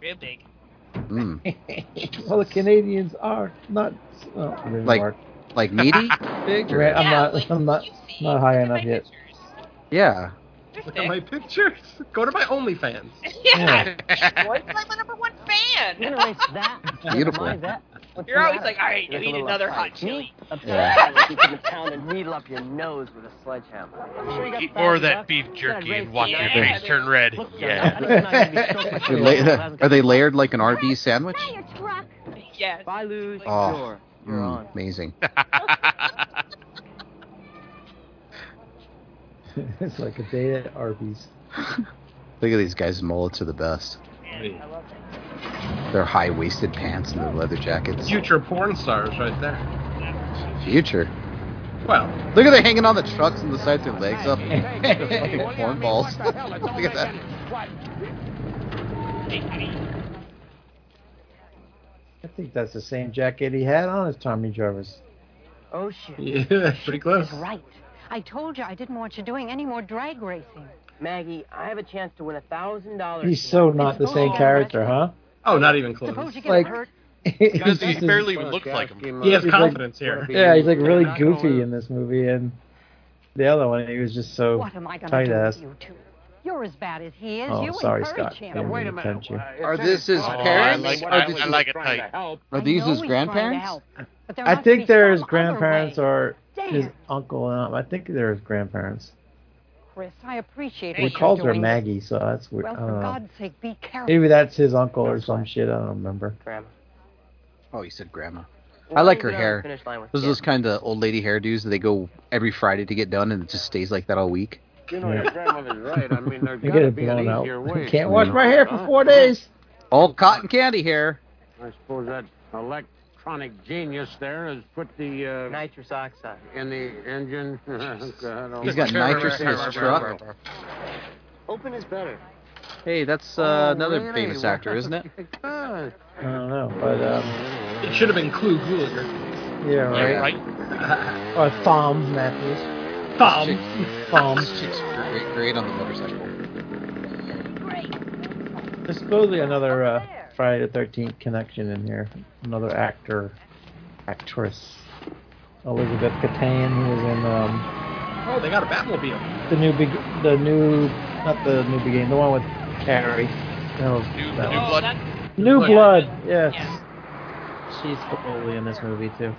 [SPEAKER 7] Real big.
[SPEAKER 6] Mm.
[SPEAKER 4] Well, the Canadians are not oh, it didn't
[SPEAKER 6] Like-
[SPEAKER 4] work.
[SPEAKER 6] Like meaty? Big?
[SPEAKER 4] Right, I'm
[SPEAKER 7] yeah,
[SPEAKER 4] not.
[SPEAKER 7] like,
[SPEAKER 4] I'm not.
[SPEAKER 7] you've seen-
[SPEAKER 4] Not high
[SPEAKER 7] look at my
[SPEAKER 4] enough yet.
[SPEAKER 7] pictures.
[SPEAKER 6] Yeah.
[SPEAKER 7] They're
[SPEAKER 10] Look
[SPEAKER 7] thick.
[SPEAKER 10] at my pictures. Go to my OnlyFans.
[SPEAKER 7] [LAUGHS] yeah.
[SPEAKER 5] Yeah.
[SPEAKER 7] Boy, I'm my number one fan. [LAUGHS]
[SPEAKER 15] Anyways, that.
[SPEAKER 6] Beautiful.
[SPEAKER 15] Mind that. What's
[SPEAKER 7] You're
[SPEAKER 15] the
[SPEAKER 7] always
[SPEAKER 15] matter?
[SPEAKER 7] like, all right,
[SPEAKER 15] You
[SPEAKER 7] you
[SPEAKER 15] look a
[SPEAKER 7] eat
[SPEAKER 15] little
[SPEAKER 7] another
[SPEAKER 15] uptight.
[SPEAKER 7] hot chili.
[SPEAKER 15] Upset
[SPEAKER 11] [LAUGHS]
[SPEAKER 15] like you took a pound of needle up your nose with a sledgehammer. I'm sure you got
[SPEAKER 5] Eat
[SPEAKER 15] fat
[SPEAKER 5] more of
[SPEAKER 15] enough.
[SPEAKER 5] that beef
[SPEAKER 15] You got
[SPEAKER 5] jerky and
[SPEAKER 15] raised
[SPEAKER 5] watch
[SPEAKER 15] your
[SPEAKER 5] your
[SPEAKER 7] Yeah.
[SPEAKER 5] face turn red.
[SPEAKER 15] Look,
[SPEAKER 5] Yeah.
[SPEAKER 15] I know it's not gonna be so much
[SPEAKER 11] [LAUGHS]
[SPEAKER 6] They're la-
[SPEAKER 15] fun.
[SPEAKER 6] [LAUGHS] are they layered like an RB sandwich?
[SPEAKER 16] Not your truck.
[SPEAKER 7] Yes.
[SPEAKER 15] If I lose,
[SPEAKER 6] Oh.
[SPEAKER 15] you're, you're on.
[SPEAKER 6] Mm, amazing.
[SPEAKER 4] [LAUGHS] it's like a day at Arby's.
[SPEAKER 6] Look at these guys' mullets are the best.
[SPEAKER 7] Man, I love that.
[SPEAKER 6] Their high-waisted pants and their leather jackets.
[SPEAKER 10] Future porn stars right there.
[SPEAKER 6] Future.
[SPEAKER 10] Well,
[SPEAKER 6] Look at they hanging on the trucks and the sides of their legs up. Fucking cornballs. [LAUGHS] Look at that.
[SPEAKER 4] I think that's the same jacket he had on as Tommy Jarvis.
[SPEAKER 15] Oh shit.
[SPEAKER 10] yeah, pretty close.
[SPEAKER 3] That's right. I told you I didn't want you doing any more drag racing.
[SPEAKER 15] Maggie, I have a chance to win a thousand dollars.
[SPEAKER 4] Oh. He's so not the same character, huh?
[SPEAKER 10] Oh, not even close.
[SPEAKER 3] Suppose you get
[SPEAKER 4] Like-
[SPEAKER 3] hurt.
[SPEAKER 5] [LAUGHS] Because he
[SPEAKER 4] He's just-
[SPEAKER 5] barely even looks like him.
[SPEAKER 10] He has confidence here.
[SPEAKER 4] [LAUGHS] yeah, he's like really goofy in this movie, and the other one he was just so
[SPEAKER 3] What am I going
[SPEAKER 4] tight
[SPEAKER 3] to do
[SPEAKER 4] ass.
[SPEAKER 3] with you two? You're as bad as he is.
[SPEAKER 4] Oh,
[SPEAKER 3] you
[SPEAKER 4] sorry,
[SPEAKER 3] encourage
[SPEAKER 4] Scott.
[SPEAKER 3] him.
[SPEAKER 4] Didn't mean to tempt you.
[SPEAKER 6] Are this his
[SPEAKER 5] Oh, I
[SPEAKER 6] parents?
[SPEAKER 5] like,
[SPEAKER 6] Are
[SPEAKER 5] I,
[SPEAKER 6] this
[SPEAKER 5] I
[SPEAKER 6] his-
[SPEAKER 5] like it tight.
[SPEAKER 6] Are these
[SPEAKER 3] I know he's trying
[SPEAKER 6] his
[SPEAKER 3] to
[SPEAKER 6] grandparents?
[SPEAKER 3] help, but there
[SPEAKER 4] I
[SPEAKER 3] must
[SPEAKER 4] think
[SPEAKER 3] be
[SPEAKER 4] they're his
[SPEAKER 3] some other
[SPEAKER 4] grandparents
[SPEAKER 3] way.
[SPEAKER 4] or his
[SPEAKER 3] Damn.
[SPEAKER 4] uncle and aunt. I think they're his grandparents.
[SPEAKER 3] Chris, I appreciate
[SPEAKER 4] We
[SPEAKER 3] what you're
[SPEAKER 4] called her
[SPEAKER 3] doing.
[SPEAKER 4] Maggie, uh, so that's weird.
[SPEAKER 3] Well,
[SPEAKER 4] I don't
[SPEAKER 3] for
[SPEAKER 4] know.
[SPEAKER 3] God's sake, be careful.
[SPEAKER 4] Maybe that's his uncle or some shit. I don't remember.
[SPEAKER 15] Grandma.
[SPEAKER 6] Oh, he said grandma. I like her
[SPEAKER 15] Well,
[SPEAKER 6] hair.
[SPEAKER 15] finish line with
[SPEAKER 6] Those are
[SPEAKER 15] Kim.
[SPEAKER 6] those kind of old lady hairdos that they go every Friday to get done, and it just stays like that all week.
[SPEAKER 11] You know, your grandmother's right. I
[SPEAKER 4] [LAUGHS]
[SPEAKER 11] mean, there's
[SPEAKER 4] I
[SPEAKER 11] got
[SPEAKER 4] get
[SPEAKER 11] to
[SPEAKER 4] it
[SPEAKER 11] be an
[SPEAKER 4] blown out.
[SPEAKER 11] easier way.
[SPEAKER 4] Can't
[SPEAKER 11] to
[SPEAKER 4] wash
[SPEAKER 11] do
[SPEAKER 4] my
[SPEAKER 11] it,
[SPEAKER 4] hair for
[SPEAKER 11] huh?
[SPEAKER 4] four days.
[SPEAKER 6] All cotton candy hair.
[SPEAKER 11] I suppose that electronic genius there has put the
[SPEAKER 15] nitrous oxide.
[SPEAKER 11] uh, in the engine. [LAUGHS] God, oh,
[SPEAKER 6] He's [LAUGHS] got nitrous in his truck.
[SPEAKER 15] Open is better.
[SPEAKER 6] Hey, that's uh,
[SPEAKER 11] Oh,
[SPEAKER 6] another
[SPEAKER 11] really?
[SPEAKER 6] famous actor, isn't it?
[SPEAKER 11] God.
[SPEAKER 4] I don't know, but um,
[SPEAKER 10] It should have been Clue Gulager.
[SPEAKER 4] yeah,
[SPEAKER 5] Yeah,
[SPEAKER 4] right.
[SPEAKER 5] right?
[SPEAKER 4] [LAUGHS] Or Thom Matthews.
[SPEAKER 6] Um,
[SPEAKER 10] Thumb.
[SPEAKER 4] Thom.
[SPEAKER 6] Chick's great, great on the motorcycle. [LAUGHS]
[SPEAKER 4] There's supposedly another uh, Friday the 13th connection in here. Another actor, actress. Elizabeth Cattan, who was in um,
[SPEAKER 10] Oh, they got a
[SPEAKER 4] [LAUGHS]
[SPEAKER 10] Batmobile.
[SPEAKER 4] the new big, the new, not the new beginning, the one with Carrie. No,
[SPEAKER 5] New,
[SPEAKER 4] that
[SPEAKER 5] new
[SPEAKER 4] one.
[SPEAKER 7] Oh,
[SPEAKER 5] blood.
[SPEAKER 7] that's-
[SPEAKER 4] New
[SPEAKER 10] Blood.
[SPEAKER 4] Blood. Yes.
[SPEAKER 7] Yeah.
[SPEAKER 4] She's supposedly in this movie too.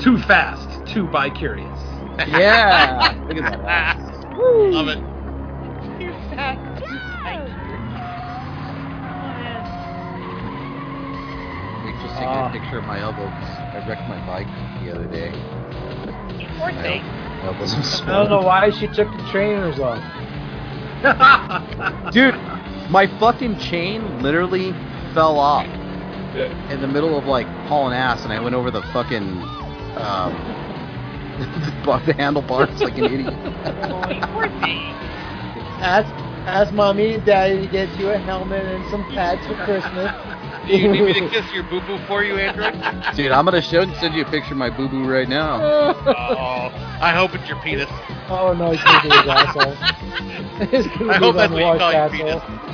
[SPEAKER 10] too fast, too bi [LAUGHS] curious.
[SPEAKER 6] Yeah. Look at that.
[SPEAKER 5] Love it.
[SPEAKER 7] [LAUGHS] You're fat.
[SPEAKER 6] posting a picture of my elbow. 'cause I wrecked my bike the other day.
[SPEAKER 7] Poor thing.
[SPEAKER 6] My elbows are
[SPEAKER 4] I don't know why she took the trainers off.
[SPEAKER 6] Dude, my fucking chain literally fell off in the middle of like hauling ass, and I went over the fucking um, [LAUGHS] the handlebars like an idiot.
[SPEAKER 4] Ask, ask mommy and daddy to get you a helmet and some pads for Christmas.
[SPEAKER 5] Do [LAUGHS] you need me
[SPEAKER 4] [LAUGHS]
[SPEAKER 5] to kiss your boo boo for you,
[SPEAKER 6] [LAUGHS]
[SPEAKER 5] Andrew?
[SPEAKER 6] Dude, I'm gonna show send you a picture of my boo boo right now.
[SPEAKER 5] oh, I hope it's your penis.
[SPEAKER 4] Oh no, he's gonna
[SPEAKER 5] [LAUGHS]
[SPEAKER 4] be his asshole. [LAUGHS] He's gonna
[SPEAKER 5] I
[SPEAKER 4] be
[SPEAKER 5] hope
[SPEAKER 4] his
[SPEAKER 5] that's what you
[SPEAKER 4] unwashed
[SPEAKER 5] call your
[SPEAKER 4] asshole.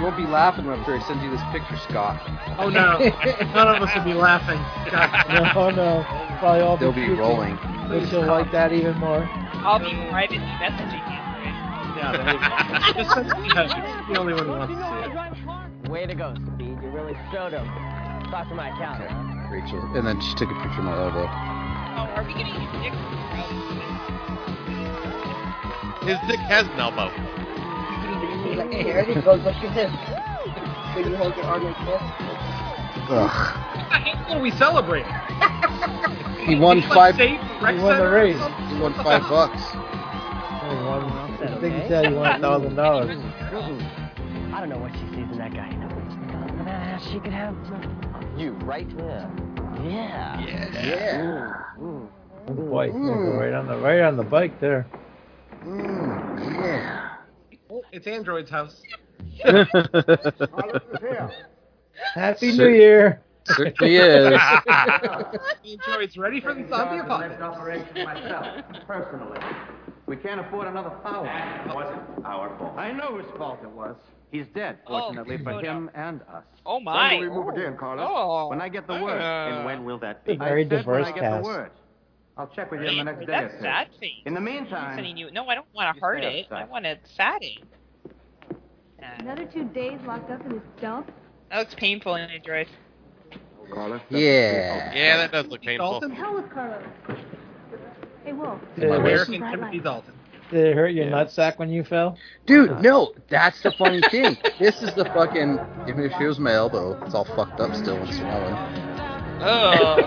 [SPEAKER 17] You'll be laughing when Fury sends you this picture, Scott.
[SPEAKER 10] Oh no, none of us would be laughing. God.
[SPEAKER 4] No,
[SPEAKER 5] [LAUGHS]
[SPEAKER 4] no, probably all
[SPEAKER 17] They'll be
[SPEAKER 4] puking,
[SPEAKER 17] rolling.
[SPEAKER 4] But she'll like that even more.
[SPEAKER 7] I'll be privately messaging you.
[SPEAKER 10] Yeah, there you go. Just send me that. It's the only one who wants to see
[SPEAKER 18] Way to go, Speed. You really showed him. Talk to my account.
[SPEAKER 6] Rachel, and then she took a picture of my elbow.
[SPEAKER 7] Oh, are we getting dicks?
[SPEAKER 5] His dick has an elbow.
[SPEAKER 19] There he goes. Look at this. When you hold your arm like this.
[SPEAKER 6] Ugh.
[SPEAKER 10] it. Well, we celebrate.
[SPEAKER 6] He won five.
[SPEAKER 10] State rec
[SPEAKER 4] He won the
[SPEAKER 10] center or
[SPEAKER 4] race.
[SPEAKER 10] something?
[SPEAKER 6] He won five bucks.
[SPEAKER 4] He won- I think he said he won a [LAUGHS] thousand
[SPEAKER 7] Oh,
[SPEAKER 4] dollars.
[SPEAKER 18] I don't know what she sees in that guy. Uh, she could have you, right? Yeah. Yeah.
[SPEAKER 6] Yeah.
[SPEAKER 4] Oh boy, he's gonna go right on the right on the bike there.
[SPEAKER 10] Oh, It's Android's house.
[SPEAKER 4] Happy New Year.
[SPEAKER 6] Certainly is.
[SPEAKER 10] Android's ready for the zombie apocalypse.
[SPEAKER 17] Personally, we can't afford another foul. That wasn't our fault. I know whose fault it was. He's dead, fortunately for him and us.
[SPEAKER 7] Oh
[SPEAKER 17] When
[SPEAKER 7] my.
[SPEAKER 17] will we move again, Carlos?
[SPEAKER 7] Oh. Uh,
[SPEAKER 17] When I get the word. and when will that be?
[SPEAKER 4] A very
[SPEAKER 17] I said when
[SPEAKER 4] diverse
[SPEAKER 17] I get
[SPEAKER 4] cast.
[SPEAKER 17] the word. I'll check with you in the next day
[SPEAKER 7] That's
[SPEAKER 17] or two.
[SPEAKER 7] sad face.
[SPEAKER 17] In the
[SPEAKER 7] I'm sending
[SPEAKER 17] meantime,
[SPEAKER 7] you- No, I don't want to hurt
[SPEAKER 17] stay
[SPEAKER 7] it. I
[SPEAKER 17] outside.
[SPEAKER 7] want to fat it.
[SPEAKER 3] Another two days locked up in this dump.
[SPEAKER 7] That looks painful, Android.
[SPEAKER 17] Carlos.
[SPEAKER 6] [LAUGHS] Yeah.
[SPEAKER 5] Yeah, that does look painful.
[SPEAKER 3] hell with Carlos. Hey, Wolf.
[SPEAKER 4] Did it hurt,
[SPEAKER 10] American Timothy Dalton.
[SPEAKER 4] did it hurt your nutsack when you fell?
[SPEAKER 6] Dude, no, that's the funny thing. This is the fucking. Even if it was my elbow, it's all fucked up still and swollen.
[SPEAKER 5] Oh.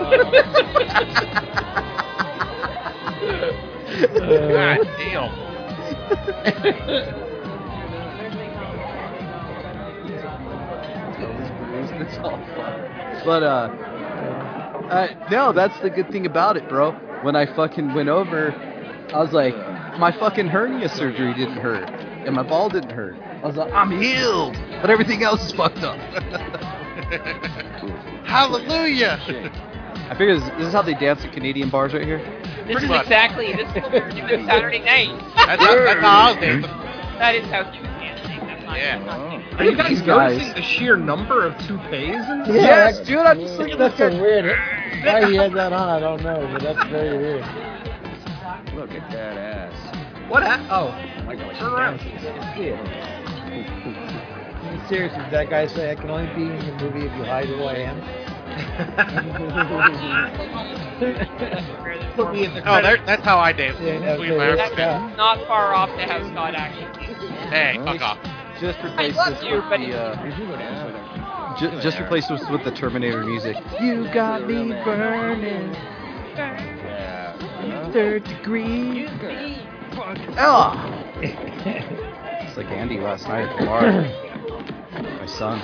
[SPEAKER 5] God damn.
[SPEAKER 6] It's all fucked. [LAUGHS] But uh, uh, no, that's the good thing about it, bro. When I fucking went over, I was like, my fucking hernia surgery didn't hurt, and my ball didn't hurt. I was like, I'm healed, but everything else is fucked up. [LAUGHS]
[SPEAKER 5] Hallelujah!
[SPEAKER 6] I figure this, this is how they dance at Canadian bars right here.
[SPEAKER 7] [LAUGHS] This is exactly this is what we were doing
[SPEAKER 17] [LAUGHS]
[SPEAKER 7] Saturday night.
[SPEAKER 5] That's how, that's how I was dancing.
[SPEAKER 7] [LAUGHS] That is how she was dancing. That's not yeah.
[SPEAKER 10] Are you guys
[SPEAKER 6] These guys.
[SPEAKER 10] noticing the sheer number of toupees? in this?
[SPEAKER 6] [LAUGHS] Yes, dude, I'm just looking at
[SPEAKER 4] That's
[SPEAKER 6] this
[SPEAKER 4] a
[SPEAKER 6] guy.
[SPEAKER 4] weird. Why he had that on, I don't know, but that's very weird.
[SPEAKER 17] Look at that ass.
[SPEAKER 10] What? A- oh, turn around.
[SPEAKER 4] I mean, seriously, did that guy say I can only be in your movie if you hide who I [LAUGHS]
[SPEAKER 17] Oh.
[SPEAKER 4] am?
[SPEAKER 10] Put me in the
[SPEAKER 5] Oh,
[SPEAKER 10] credit.
[SPEAKER 5] there, that's how I dance.
[SPEAKER 4] Yeah, no,
[SPEAKER 5] Sweet
[SPEAKER 4] okay,
[SPEAKER 5] my
[SPEAKER 4] that's
[SPEAKER 5] armpit.
[SPEAKER 7] Not far off the house God actually.
[SPEAKER 5] Hey, fuck off.
[SPEAKER 6] Just
[SPEAKER 7] I
[SPEAKER 6] replace
[SPEAKER 7] love
[SPEAKER 6] this
[SPEAKER 7] you,
[SPEAKER 6] with
[SPEAKER 7] but
[SPEAKER 6] the. Uh, ju- just replace this with the Terminator music. You got me burning. Third degree. Oh. it's like Andy last night at the bar.
[SPEAKER 7] [COUGHS]
[SPEAKER 6] My son.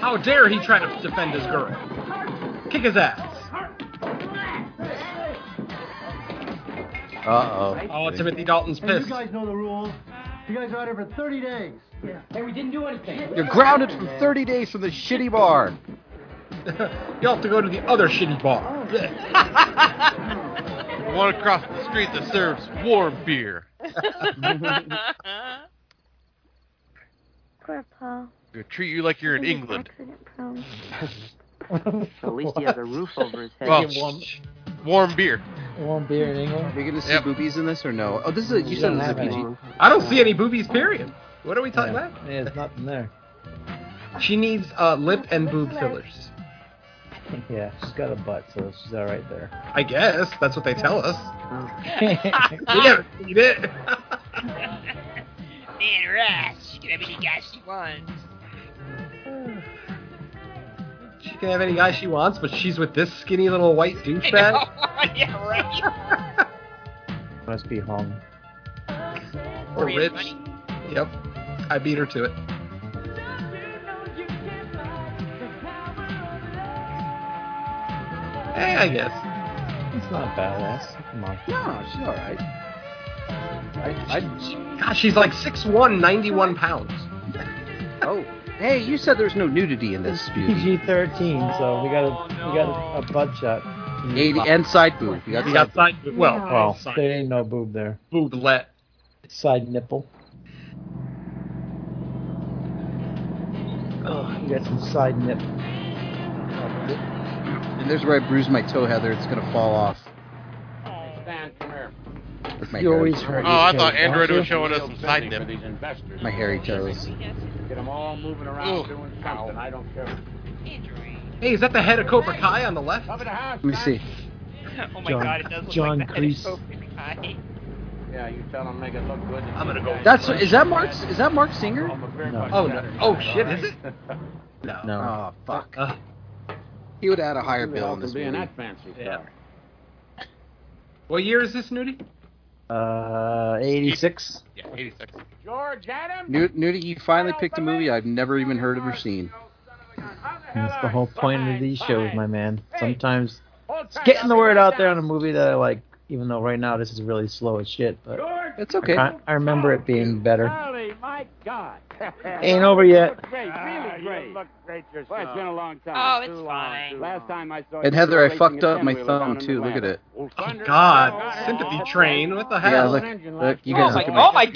[SPEAKER 10] How dare he try to defend his girl? Kick his ass.
[SPEAKER 6] Uh oh.
[SPEAKER 10] Oh, Timothy Dalton's pissed. [LAUGHS]
[SPEAKER 20] know the rules. You guys are out here for 30 days. Yeah. And we didn't do anything.
[SPEAKER 6] You're grounded for 30 days from the shitty bar.
[SPEAKER 10] You'll have to go to the other shitty bar.
[SPEAKER 7] Oh.
[SPEAKER 5] The one across the street that serves warm beer.
[SPEAKER 17] [LAUGHS]
[SPEAKER 7] [LAUGHS]
[SPEAKER 16] Poor Paul.
[SPEAKER 5] They treat you like you're in
[SPEAKER 16] He's
[SPEAKER 5] England.
[SPEAKER 16] Accident prone.
[SPEAKER 17] At least he
[SPEAKER 4] [LAUGHS]
[SPEAKER 17] has a roof over his head.
[SPEAKER 5] Well,
[SPEAKER 4] warm-
[SPEAKER 5] warm beer.
[SPEAKER 4] One beer in England.
[SPEAKER 6] Are we gonna see
[SPEAKER 5] Yep.
[SPEAKER 6] boobies in this or no? Oh, this is a, you
[SPEAKER 4] We
[SPEAKER 6] said
[SPEAKER 4] don't
[SPEAKER 6] it was a
[SPEAKER 4] have any.
[SPEAKER 6] PG.
[SPEAKER 10] I don't see any boobies, period. What are we talking
[SPEAKER 4] Yeah, there's nothing there.
[SPEAKER 10] about? She needs uh, lip and boob fillers.
[SPEAKER 4] Yeah, she's got a butt, so she's all right there.
[SPEAKER 10] I guess. That's what they tell us. We
[SPEAKER 7] [LAUGHS]
[SPEAKER 10] haven't seen it. [LAUGHS]
[SPEAKER 7] Man, Rush, she can have any guy she wants.
[SPEAKER 10] She can have any guy she wants, but she's with this skinny little white
[SPEAKER 7] [LAUGHS]
[SPEAKER 10] douchebag.
[SPEAKER 7] yeah, right.
[SPEAKER 4] Must be home.
[SPEAKER 10] Or rich. Yep. I beat her to it. Eh, I guess.
[SPEAKER 4] It's not badass. Come on.
[SPEAKER 10] No, she's all right. I, I, gosh, she's like 6'1", 91 pounds.
[SPEAKER 21] Oh, hey, you said there's no nudity in this beauty.
[SPEAKER 4] PG thirteen, so we got a we got a, a butt shot.
[SPEAKER 21] 80 and side boob. You got side
[SPEAKER 10] You got
[SPEAKER 21] boob.
[SPEAKER 10] side boob. Well,
[SPEAKER 4] well, um, there ain't no boob there.
[SPEAKER 10] Booblet.
[SPEAKER 4] Side nipple. Oh, you got some side nipple.
[SPEAKER 6] And there's where I bruised my toe, Heather. It's gonna fall off.
[SPEAKER 11] Stan, come here.
[SPEAKER 6] With my
[SPEAKER 4] You
[SPEAKER 6] hairy
[SPEAKER 4] always
[SPEAKER 6] toes.
[SPEAKER 4] hurt
[SPEAKER 5] Oh, I thought Android was showing us some side nip.
[SPEAKER 6] My hairy toes.
[SPEAKER 11] Get them all moving around doing something. I don't care.
[SPEAKER 10] Hey, is that the head of Cobra Kai on the left?
[SPEAKER 11] Cover the house.
[SPEAKER 6] Let me see.
[SPEAKER 7] [LAUGHS] oh my
[SPEAKER 6] John-
[SPEAKER 7] god, it does look
[SPEAKER 6] John
[SPEAKER 7] like the
[SPEAKER 6] Kreese.
[SPEAKER 7] head of Cobra Kai.
[SPEAKER 11] Yeah, you tell them make it look good.
[SPEAKER 5] Oh.
[SPEAKER 10] I'm gonna go.
[SPEAKER 6] That's is that Mark's? Is that Mark Singer?
[SPEAKER 11] No.
[SPEAKER 10] Oh no! Oh shit! Is it? No.
[SPEAKER 6] No. Oh fuck.
[SPEAKER 10] Uh,
[SPEAKER 6] He would add a higher
[SPEAKER 11] Who the
[SPEAKER 6] bill
[SPEAKER 11] hell
[SPEAKER 6] on
[SPEAKER 11] can
[SPEAKER 6] this
[SPEAKER 11] be
[SPEAKER 6] movie.
[SPEAKER 11] in that fancy car?
[SPEAKER 10] What year is this, Nudie?
[SPEAKER 4] Uh, eighty six.
[SPEAKER 5] Yeah, 86.
[SPEAKER 11] George Adams.
[SPEAKER 6] Newt, Nudie, you finally picked a movie I've never even heard of or seen.
[SPEAKER 4] That's the whole point of these shows, my man. Sometimes it's getting the word out there on a movie that I like, even though right now this is really slow as shit. But
[SPEAKER 6] It's okay.
[SPEAKER 4] I, I remember it being better.
[SPEAKER 22] Holy, my God.
[SPEAKER 4] Ain't over yet.
[SPEAKER 11] Great, really great. Ah, You look great yourself. Well, it's been a long time.
[SPEAKER 7] Oh, it's
[SPEAKER 11] Too long,
[SPEAKER 7] fine.
[SPEAKER 11] too Last time I saw you.
[SPEAKER 6] And Heather, I
[SPEAKER 11] racing
[SPEAKER 6] fucked
[SPEAKER 11] a
[SPEAKER 6] up my
[SPEAKER 11] ten-wheeler down
[SPEAKER 6] thumb
[SPEAKER 11] in
[SPEAKER 6] too. Look at it.
[SPEAKER 10] Oh, God, sympathy train. What the hell?
[SPEAKER 6] Yeah, look, look. You guys
[SPEAKER 7] oh,
[SPEAKER 6] look
[SPEAKER 7] my,
[SPEAKER 6] at
[SPEAKER 7] oh
[SPEAKER 6] my.
[SPEAKER 7] my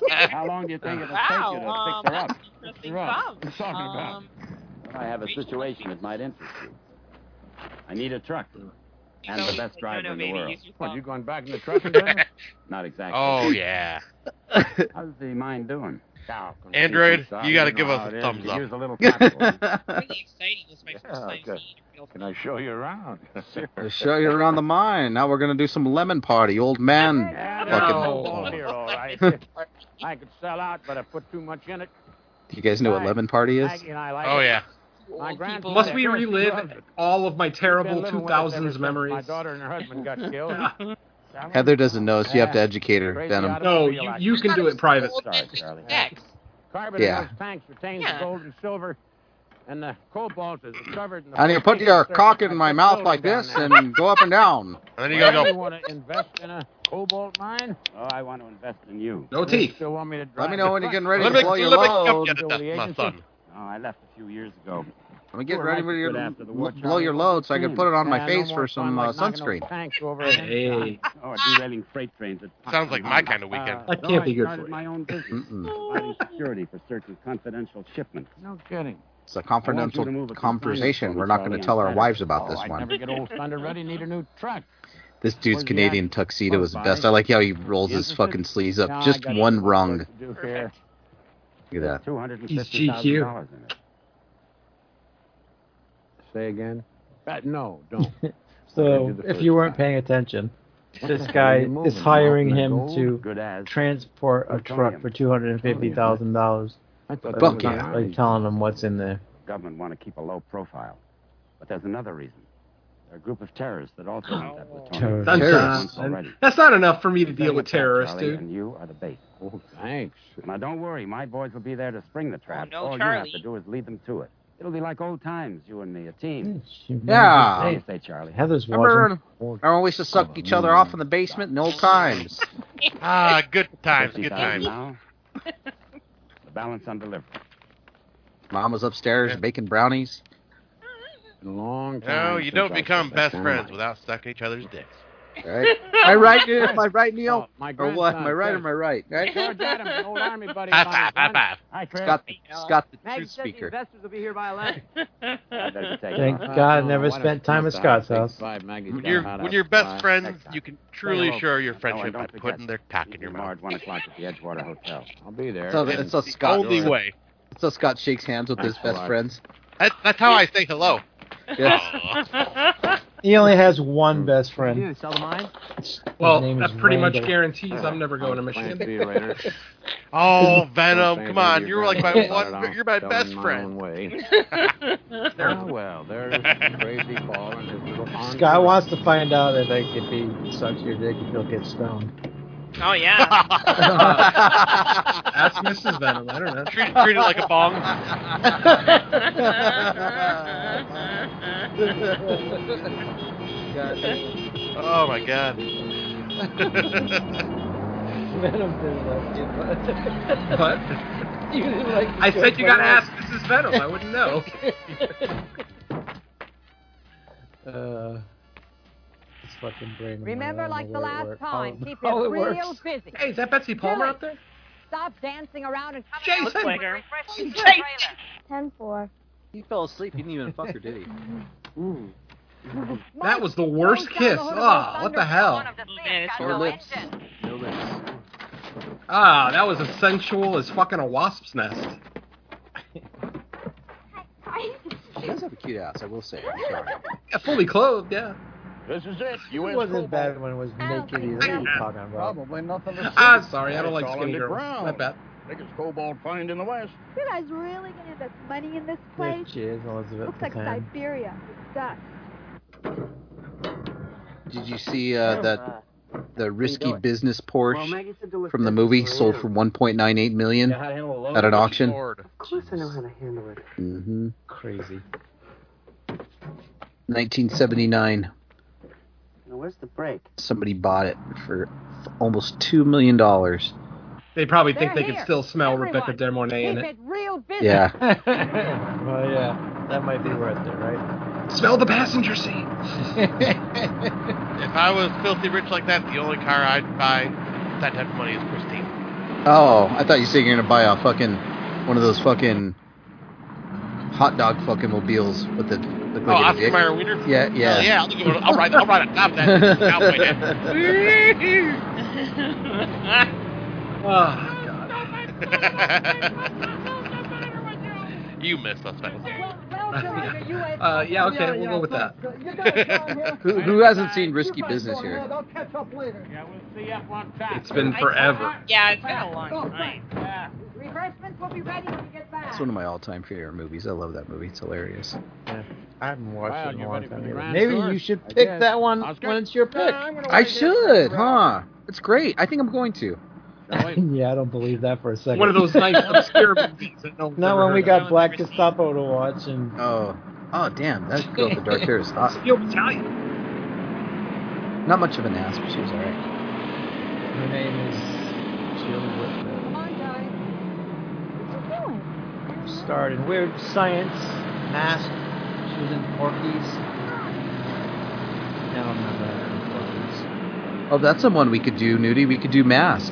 [SPEAKER 7] god! [LAUGHS]
[SPEAKER 11] How long do you think it'll take you to
[SPEAKER 7] wow, um,
[SPEAKER 11] fix her up?
[SPEAKER 7] that's interesting thumb.
[SPEAKER 11] What you talking about?
[SPEAKER 7] Um,
[SPEAKER 11] I have a situation that might interest you. I need a truck. And
[SPEAKER 7] know,
[SPEAKER 11] the best
[SPEAKER 7] like,
[SPEAKER 11] driver
[SPEAKER 7] no, no,
[SPEAKER 11] in the
[SPEAKER 7] baby,
[SPEAKER 11] world.
[SPEAKER 7] use your
[SPEAKER 11] What,
[SPEAKER 7] phone.
[SPEAKER 11] you going back in the truck again? [LAUGHS] Not exactly.
[SPEAKER 5] Oh,
[SPEAKER 6] [LAUGHS]
[SPEAKER 5] yeah.
[SPEAKER 11] [LAUGHS] How's the mind doing? Now,
[SPEAKER 5] Android,
[SPEAKER 11] computer,
[SPEAKER 5] you gotta
[SPEAKER 11] know
[SPEAKER 5] give us
[SPEAKER 11] how
[SPEAKER 5] a
[SPEAKER 11] it is.
[SPEAKER 5] thumbs
[SPEAKER 11] You
[SPEAKER 5] up.
[SPEAKER 11] Use
[SPEAKER 5] [LAUGHS]
[SPEAKER 11] a little
[SPEAKER 6] [LAUGHS]
[SPEAKER 11] capital. [LAUGHS]
[SPEAKER 7] really exciting. This is my first
[SPEAKER 11] Yeah,
[SPEAKER 7] time
[SPEAKER 11] good.
[SPEAKER 7] seeing a real
[SPEAKER 11] Can I show you around? [LAUGHS]
[SPEAKER 6] I'll show you around the mine. Now we're gonna do some lemon party, old man.
[SPEAKER 11] Yeah,
[SPEAKER 6] Fucking-
[SPEAKER 11] no. here, all
[SPEAKER 5] [LAUGHS]
[SPEAKER 11] right. I could sell out, but I put too much in it.
[SPEAKER 6] Do you guys know what lemon party is?
[SPEAKER 11] Maggie and I like
[SPEAKER 5] Oh,
[SPEAKER 11] it.
[SPEAKER 5] yeah.
[SPEAKER 11] My grandson-
[SPEAKER 10] Must we
[SPEAKER 11] Sure, she loves
[SPEAKER 10] relive
[SPEAKER 11] it.
[SPEAKER 10] all of my terrible
[SPEAKER 11] Been living with us ever
[SPEAKER 10] 2000s
[SPEAKER 11] since My
[SPEAKER 10] memories?
[SPEAKER 11] daughter and her husband
[SPEAKER 10] [LAUGHS]
[SPEAKER 11] got killed.
[SPEAKER 6] Heather doesn't know, so you have to educate her.
[SPEAKER 11] Crazy
[SPEAKER 6] Denham.
[SPEAKER 11] automobile
[SPEAKER 10] No, you,
[SPEAKER 11] accident.
[SPEAKER 10] you can do it private.
[SPEAKER 11] Sorry, Charlie. [LAUGHS]
[SPEAKER 7] sex.
[SPEAKER 11] Carbon
[SPEAKER 6] Yeah.
[SPEAKER 11] in those tanks retains
[SPEAKER 7] Yeah.
[SPEAKER 11] the gold and silver, and the cobalt is covered in the.
[SPEAKER 6] And you put your cock in my mouth like this and go up and down.
[SPEAKER 5] And then you
[SPEAKER 11] you
[SPEAKER 5] gotta go.
[SPEAKER 11] want to invest in a cobalt mine? Oh, I want to invest in you.
[SPEAKER 10] No
[SPEAKER 11] You
[SPEAKER 10] teeth.
[SPEAKER 11] Still want me to drive
[SPEAKER 6] Let me know when you're getting ready to
[SPEAKER 5] Let me,
[SPEAKER 6] blow your
[SPEAKER 5] let me come
[SPEAKER 6] load.
[SPEAKER 5] get it, that's my son.
[SPEAKER 11] Oh, I left a few years ago.
[SPEAKER 6] Let me get
[SPEAKER 11] You were
[SPEAKER 6] ready
[SPEAKER 11] right good
[SPEAKER 6] to
[SPEAKER 11] after the war,
[SPEAKER 6] blow your
[SPEAKER 11] Charlie.
[SPEAKER 6] load so I can put it on
[SPEAKER 11] Hmm.
[SPEAKER 6] my
[SPEAKER 11] Yeah, no
[SPEAKER 6] face
[SPEAKER 11] more
[SPEAKER 6] for
[SPEAKER 11] fun
[SPEAKER 6] some
[SPEAKER 11] like
[SPEAKER 6] uh,
[SPEAKER 11] knocking those
[SPEAKER 6] sunscreen.
[SPEAKER 11] Tanks over
[SPEAKER 10] Hey.
[SPEAKER 11] Or derailing freight trains. At
[SPEAKER 5] Sounds like my kind of weekend.
[SPEAKER 10] That
[SPEAKER 11] so
[SPEAKER 10] can't
[SPEAKER 11] Uh, I
[SPEAKER 10] be good
[SPEAKER 11] started
[SPEAKER 10] for you.
[SPEAKER 11] my own business,
[SPEAKER 6] Mm-mm.
[SPEAKER 11] providing security for certain confidential shipments. No kidding.
[SPEAKER 6] It's a
[SPEAKER 11] I want you to move
[SPEAKER 6] confidential
[SPEAKER 11] a
[SPEAKER 6] conversation.
[SPEAKER 11] consignment
[SPEAKER 6] We're not
[SPEAKER 11] for
[SPEAKER 6] going
[SPEAKER 11] me
[SPEAKER 6] to
[SPEAKER 11] on
[SPEAKER 6] tell our
[SPEAKER 11] Saturday.
[SPEAKER 6] wives about
[SPEAKER 11] Oh,
[SPEAKER 6] this
[SPEAKER 11] I'd
[SPEAKER 6] one.
[SPEAKER 11] never get old thunder ready. Need a new truck.
[SPEAKER 6] This dude's
[SPEAKER 11] Where's the
[SPEAKER 6] Canadian
[SPEAKER 11] act-
[SPEAKER 6] tuxedo is the
[SPEAKER 11] Bye.
[SPEAKER 6] best. I like how he rolls
[SPEAKER 11] You
[SPEAKER 6] his
[SPEAKER 11] interested?
[SPEAKER 6] fucking sleeves
[SPEAKER 11] No,
[SPEAKER 6] up.
[SPEAKER 11] I
[SPEAKER 6] Just
[SPEAKER 11] got
[SPEAKER 6] one
[SPEAKER 11] enough
[SPEAKER 6] rung.
[SPEAKER 11] work to do here.
[SPEAKER 6] Look at
[SPEAKER 11] Two hundred and
[SPEAKER 10] He's
[SPEAKER 11] fifty thousand dollars
[SPEAKER 10] GQ.
[SPEAKER 11] in it. Say again. Uh, no, [LAUGHS] don't.
[SPEAKER 4] So if you weren't paying attention, this guy is hiring him to
[SPEAKER 11] Good as.
[SPEAKER 4] transport a truck for two hundred and fifty thousand dollars.
[SPEAKER 11] That's what
[SPEAKER 6] Fuck
[SPEAKER 11] the
[SPEAKER 6] yeah.
[SPEAKER 4] Like telling him what's in there.
[SPEAKER 11] Government want to keep a low profile, but there's another reason. They're a group of terrorists that also want that plutonium.
[SPEAKER 4] Oh. Terrorists.
[SPEAKER 10] Dun, dun,
[SPEAKER 11] Once already.
[SPEAKER 10] dun. That's not enough for me to
[SPEAKER 11] You
[SPEAKER 10] deal
[SPEAKER 11] said
[SPEAKER 10] with
[SPEAKER 11] what's up,
[SPEAKER 10] terrorists,
[SPEAKER 11] Charlie,
[SPEAKER 10] dude.
[SPEAKER 11] And you are the bait. Oh, thanks. Now don't worry, my boys will be there to spring the trap.
[SPEAKER 7] Oh, no,
[SPEAKER 11] All you have
[SPEAKER 7] Charlie.
[SPEAKER 11] to do is lead them to it. It'll be like old times, you and me, a
[SPEAKER 7] Mm.
[SPEAKER 11] team.
[SPEAKER 6] Yeah.
[SPEAKER 11] Hey, say, Charlie.
[SPEAKER 4] Heather's watching.
[SPEAKER 6] Remember when we used to suck each other off in the basement in old times?
[SPEAKER 5] Ah, good times, good
[SPEAKER 11] 50,000
[SPEAKER 5] times.
[SPEAKER 11] now. The balance on delivery.
[SPEAKER 6] Mom was upstairs baking brownies.
[SPEAKER 11] Been a long time.
[SPEAKER 5] No, you
[SPEAKER 11] since
[SPEAKER 5] don't
[SPEAKER 11] I
[SPEAKER 5] become
[SPEAKER 11] said that
[SPEAKER 5] best
[SPEAKER 11] kind of
[SPEAKER 5] friends
[SPEAKER 11] life.
[SPEAKER 5] without sucking each other's dicks.
[SPEAKER 11] [LAUGHS]
[SPEAKER 6] Right? Am I right, Neil? Am I right, Neil?
[SPEAKER 11] Oh, my
[SPEAKER 6] Or what?
[SPEAKER 11] grandson,
[SPEAKER 6] Am I right or am I right?
[SPEAKER 11] [LAUGHS]
[SPEAKER 6] Right?
[SPEAKER 11] George Adams,
[SPEAKER 5] [LAUGHS]
[SPEAKER 11] an old army buddy.
[SPEAKER 5] High
[SPEAKER 11] of mine.
[SPEAKER 5] five, high [LAUGHS] five.
[SPEAKER 11] Hi, Chris.
[SPEAKER 6] It's got,
[SPEAKER 18] Uh,
[SPEAKER 6] it's got the truth speaker.
[SPEAKER 23] investors will be here by 11.
[SPEAKER 4] Thank God I never spent time at Scott's house.
[SPEAKER 5] When you're when you're best friends, you can truly assure your friendship
[SPEAKER 11] don't
[SPEAKER 5] by
[SPEAKER 11] forget.
[SPEAKER 5] putting their cock in your mouth.
[SPEAKER 11] Tomorrow at 1 o'clock at the Edgewater Hotel. I'll be there.
[SPEAKER 6] So,
[SPEAKER 11] and-
[SPEAKER 6] Oh, so Scott,
[SPEAKER 5] Only way.
[SPEAKER 6] so Scott
[SPEAKER 18] [LAUGHS]
[SPEAKER 6] shakes hands with his best friends. [LAUGHS]
[SPEAKER 5] That, that's how I say hello.
[SPEAKER 6] Yeah.
[SPEAKER 5] Aw.
[SPEAKER 4] He only has one best friend.
[SPEAKER 10] Dude, sell the mine?
[SPEAKER 4] His
[SPEAKER 10] Well,
[SPEAKER 4] name
[SPEAKER 10] that
[SPEAKER 4] is
[SPEAKER 10] pretty much
[SPEAKER 4] Randall.
[SPEAKER 10] guarantees I'm never going to Michigan.
[SPEAKER 4] See you
[SPEAKER 6] [LAUGHS]
[SPEAKER 4] later.
[SPEAKER 5] Oh, Venom, come on. You're like my
[SPEAKER 10] Yeah.
[SPEAKER 5] one, you're my
[SPEAKER 11] Going
[SPEAKER 5] best
[SPEAKER 11] my own
[SPEAKER 5] friend. [LAUGHS]
[SPEAKER 11] way.
[SPEAKER 10] Ah,
[SPEAKER 11] well, there's crazy Paul and his little
[SPEAKER 4] Scott wants to find out if like if he sucks your dick, if he'll get [LAUGHS] stoned.
[SPEAKER 7] Oh
[SPEAKER 11] [LAUGHS]
[SPEAKER 7] yeah.
[SPEAKER 10] Ask Mrs. Venom. I don't know.
[SPEAKER 5] Treat, treat it like
[SPEAKER 6] [LAUGHS]
[SPEAKER 5] a bong. Oh my god.
[SPEAKER 4] Venom didn't like you, but
[SPEAKER 10] What?
[SPEAKER 4] [LAUGHS] you didn't like the
[SPEAKER 10] I said
[SPEAKER 4] joke,
[SPEAKER 10] you gotta
[SPEAKER 4] but-
[SPEAKER 10] ask Mrs. Venom. I wouldn't know. [LAUGHS]
[SPEAKER 4] Uh, it's fucking brain.
[SPEAKER 3] Remember, like the last time,
[SPEAKER 4] [LAUGHS]
[SPEAKER 3] keep
[SPEAKER 4] All
[SPEAKER 3] it
[SPEAKER 4] it
[SPEAKER 3] real
[SPEAKER 4] works.
[SPEAKER 3] busy.
[SPEAKER 10] Hey, is that Betsy Palmer up there?
[SPEAKER 3] Stop dancing around and come
[SPEAKER 10] Jason!
[SPEAKER 3] out with
[SPEAKER 10] Looks like
[SPEAKER 3] a
[SPEAKER 10] her.
[SPEAKER 3] refreshing trailer.
[SPEAKER 16] Ten four.
[SPEAKER 24] He fell asleep. He didn't even fuck her, did he? Ooh.
[SPEAKER 10] That was the worst kiss. Ah, what the hell?
[SPEAKER 24] Or lips.
[SPEAKER 16] [LAUGHS]
[SPEAKER 24] No lips.
[SPEAKER 10] Ah, that was as sensual as fucking a wasp's nest.
[SPEAKER 24] She does have a cute ass, I will say. I'm sorry.
[SPEAKER 10] Yeah, fully clothed, yeah.
[SPEAKER 11] [LAUGHS] This is it.
[SPEAKER 4] It wasn't bad when it was naked either. What are you talking about?
[SPEAKER 11] Probably nothing to see.
[SPEAKER 10] Ah, sorry, I don't
[SPEAKER 11] It's
[SPEAKER 10] like
[SPEAKER 11] all
[SPEAKER 10] skinny girls.
[SPEAKER 11] underground.
[SPEAKER 10] My bad.
[SPEAKER 11] Biggest cobalt find in the West.
[SPEAKER 16] You guys really gonna invest money in this
[SPEAKER 4] There
[SPEAKER 16] place?
[SPEAKER 4] she is, Elizabeth.
[SPEAKER 16] Looks like
[SPEAKER 4] Petan.
[SPEAKER 16] Siberia. Dust.
[SPEAKER 6] Did you see uh, that the risky business
[SPEAKER 18] Well,
[SPEAKER 6] Porsche
[SPEAKER 18] Maggie said to look
[SPEAKER 6] from the
[SPEAKER 18] at
[SPEAKER 6] movie
[SPEAKER 18] it.
[SPEAKER 6] sold for 1.98 million
[SPEAKER 18] Yeah, how to handle a loan.
[SPEAKER 6] at
[SPEAKER 5] [LAUGHS]
[SPEAKER 6] an auction?
[SPEAKER 18] Of course I know how to handle it.
[SPEAKER 6] Mm-hmm.
[SPEAKER 4] Crazy.
[SPEAKER 6] 1979.
[SPEAKER 18] Now, where's the break?
[SPEAKER 6] Somebody bought it for almost two million dollars.
[SPEAKER 10] They probably think
[SPEAKER 3] They're
[SPEAKER 10] they can
[SPEAKER 3] here.
[SPEAKER 10] still smell Rebecca
[SPEAKER 3] Everyone.
[SPEAKER 10] De Mornay in [LAUGHS]
[SPEAKER 3] Keep
[SPEAKER 10] it.
[SPEAKER 3] it real busy.
[SPEAKER 16] [LAUGHS]
[SPEAKER 6] Yeah.
[SPEAKER 4] [LAUGHS] well, yeah, that might be worth it, right?
[SPEAKER 10] Smell the passenger seat.
[SPEAKER 5] If I was filthy rich like that, the only car I'd buy with that type of money is Christine.
[SPEAKER 6] Oh, I thought you said you're gonna buy a fucking one of those fucking hot dog fucking mobiles with the. Look
[SPEAKER 5] Oh,
[SPEAKER 6] like a
[SPEAKER 5] Oscar
[SPEAKER 6] dick.
[SPEAKER 5] Mayer Wiener?
[SPEAKER 6] Yeah, yeah.
[SPEAKER 5] Oh, yeah, I'll, give it- I'll ride. I'll ride atop Oh,
[SPEAKER 6] [LAUGHS]
[SPEAKER 5] that cowboy
[SPEAKER 10] Ah,
[SPEAKER 6] [LAUGHS]
[SPEAKER 5] hat. [LAUGHS] You missed us, man.
[SPEAKER 10] Uh, yeah, okay, we'll go with that.
[SPEAKER 6] Who, who hasn't seen Risky Business here?
[SPEAKER 20] I'll catch up later. Yeah, we'll see you up on
[SPEAKER 11] [LAUGHS]
[SPEAKER 20] time.
[SPEAKER 6] It's been forever.
[SPEAKER 7] yeah, it's been a long
[SPEAKER 11] Oh,
[SPEAKER 7] time.
[SPEAKER 3] Refreshments will be ready when you get back.
[SPEAKER 6] It's one of my all-time favorite movies. I love that movie. It's hilarious.
[SPEAKER 4] I haven't watched
[SPEAKER 6] Wow,
[SPEAKER 4] it in
[SPEAKER 6] you're
[SPEAKER 4] a
[SPEAKER 6] ready
[SPEAKER 4] long time.
[SPEAKER 6] for the
[SPEAKER 4] either.
[SPEAKER 6] grand
[SPEAKER 4] Maybe
[SPEAKER 6] tour?
[SPEAKER 4] you should
[SPEAKER 6] I
[SPEAKER 4] pick
[SPEAKER 6] guess.
[SPEAKER 4] that one
[SPEAKER 6] Oscar?
[SPEAKER 4] when it's your pick.
[SPEAKER 6] I should, huh? It's great. I think I'm going to.
[SPEAKER 4] [LAUGHS] yeah, I don't believe that for a second.
[SPEAKER 10] One of those nice obscure movies that no
[SPEAKER 4] [LAUGHS]
[SPEAKER 10] one's
[SPEAKER 4] Not
[SPEAKER 10] ever
[SPEAKER 4] when we
[SPEAKER 10] heard of.
[SPEAKER 4] got
[SPEAKER 6] [LAUGHS]
[SPEAKER 4] Black Gestapo to watch and
[SPEAKER 6] oh, oh damn, that girl with the dark hair is hot.
[SPEAKER 10] Steel Battalion.
[SPEAKER 6] Not much of an ass, but she was alright.
[SPEAKER 4] Her name is Jill Whitman. Starred in Weird Science, Mask. She was in Porky's. I don't remember her
[SPEAKER 6] Oh, that's someone we could do, Nudie. We could do Mask.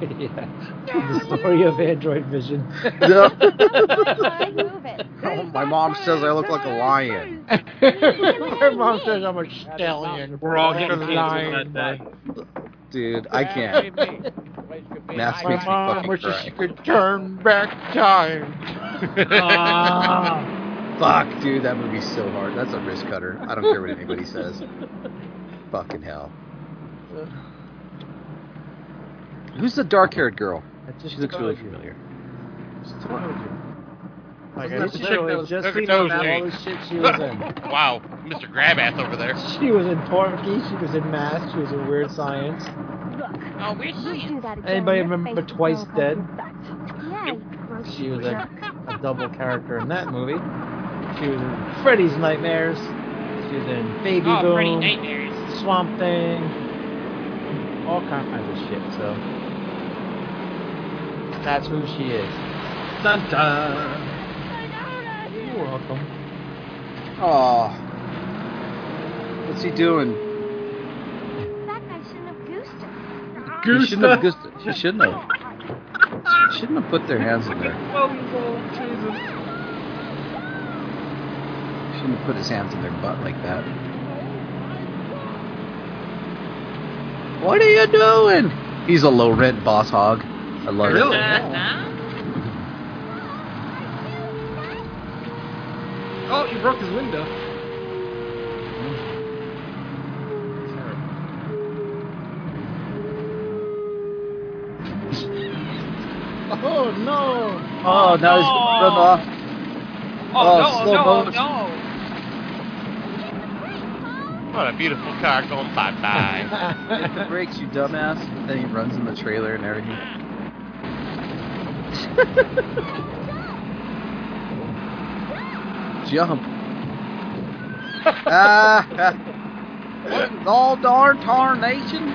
[SPEAKER 6] [LAUGHS]
[SPEAKER 4] in Porky's. yeah. The [LAUGHS] story of Android Vision.
[SPEAKER 6] [LAUGHS] No.
[SPEAKER 10] [LAUGHS]
[SPEAKER 16] Move it.
[SPEAKER 6] Oh, my mom says I look like a lion.
[SPEAKER 4] her mom says I'm a stallion.
[SPEAKER 10] We're all getting
[SPEAKER 4] I'm a
[SPEAKER 10] canceled
[SPEAKER 4] lion.
[SPEAKER 10] that day.
[SPEAKER 6] Dude, I can't. Mask
[SPEAKER 4] My
[SPEAKER 6] makes me
[SPEAKER 4] mom
[SPEAKER 6] fucking
[SPEAKER 4] wishes
[SPEAKER 6] cry.
[SPEAKER 4] she could turn back time. [LAUGHS]
[SPEAKER 6] Fuck, dude, that movie's so hard. That's a wrist cutter. I don't care what anybody says. Fucking hell. Who's the dark-haired girl? She looks really familiar.
[SPEAKER 4] Like
[SPEAKER 5] Wasn't
[SPEAKER 4] I
[SPEAKER 5] that the chick
[SPEAKER 4] literally
[SPEAKER 5] that was
[SPEAKER 4] just
[SPEAKER 5] cooking
[SPEAKER 4] seen all
[SPEAKER 5] toes
[SPEAKER 4] the
[SPEAKER 5] league?
[SPEAKER 4] shit she was in.
[SPEAKER 5] wow, Mr. Grabass over there.
[SPEAKER 4] She was in Porky, she was in Mass, she was in Weird Science.
[SPEAKER 7] Oh, weird science.
[SPEAKER 4] Anybody remember Twice Dead?
[SPEAKER 16] Yeah.
[SPEAKER 4] She was a, a double character in that movie. She was in Freddy's Nightmares. She was in Baby
[SPEAKER 7] oh, pretty
[SPEAKER 4] Boom,
[SPEAKER 7] nightmares.
[SPEAKER 4] Swamp Thing, all kinds of shit. So that's who she is.
[SPEAKER 10] Dun, dun.
[SPEAKER 4] You're welcome.
[SPEAKER 6] Aw. What's he doing?
[SPEAKER 16] That guy shouldn't have goosed us.
[SPEAKER 6] She shouldn't have. Just, she shouldn't have. Shouldn't have put their hands in there. Shouldn't have put his hands in their butt like that. What are you doing? He's a low rent boss hog. I
[SPEAKER 7] [LAUGHS]
[SPEAKER 6] love
[SPEAKER 10] Really?
[SPEAKER 6] it.
[SPEAKER 10] Oh, you broke his window.
[SPEAKER 4] Oh no! [LAUGHS]
[SPEAKER 6] Oh, now he's gonna run off.
[SPEAKER 7] Oh,
[SPEAKER 6] Oh,
[SPEAKER 7] no,
[SPEAKER 6] slow
[SPEAKER 7] no,
[SPEAKER 6] motion.
[SPEAKER 7] no.
[SPEAKER 5] What a beautiful car going bye
[SPEAKER 11] [LAUGHS]
[SPEAKER 5] bye.
[SPEAKER 6] Hit the brakes, you dumbass. Then he runs in the trailer and everything. [LAUGHS] Jump. Ah, [LAUGHS] what in the all darn tarnation?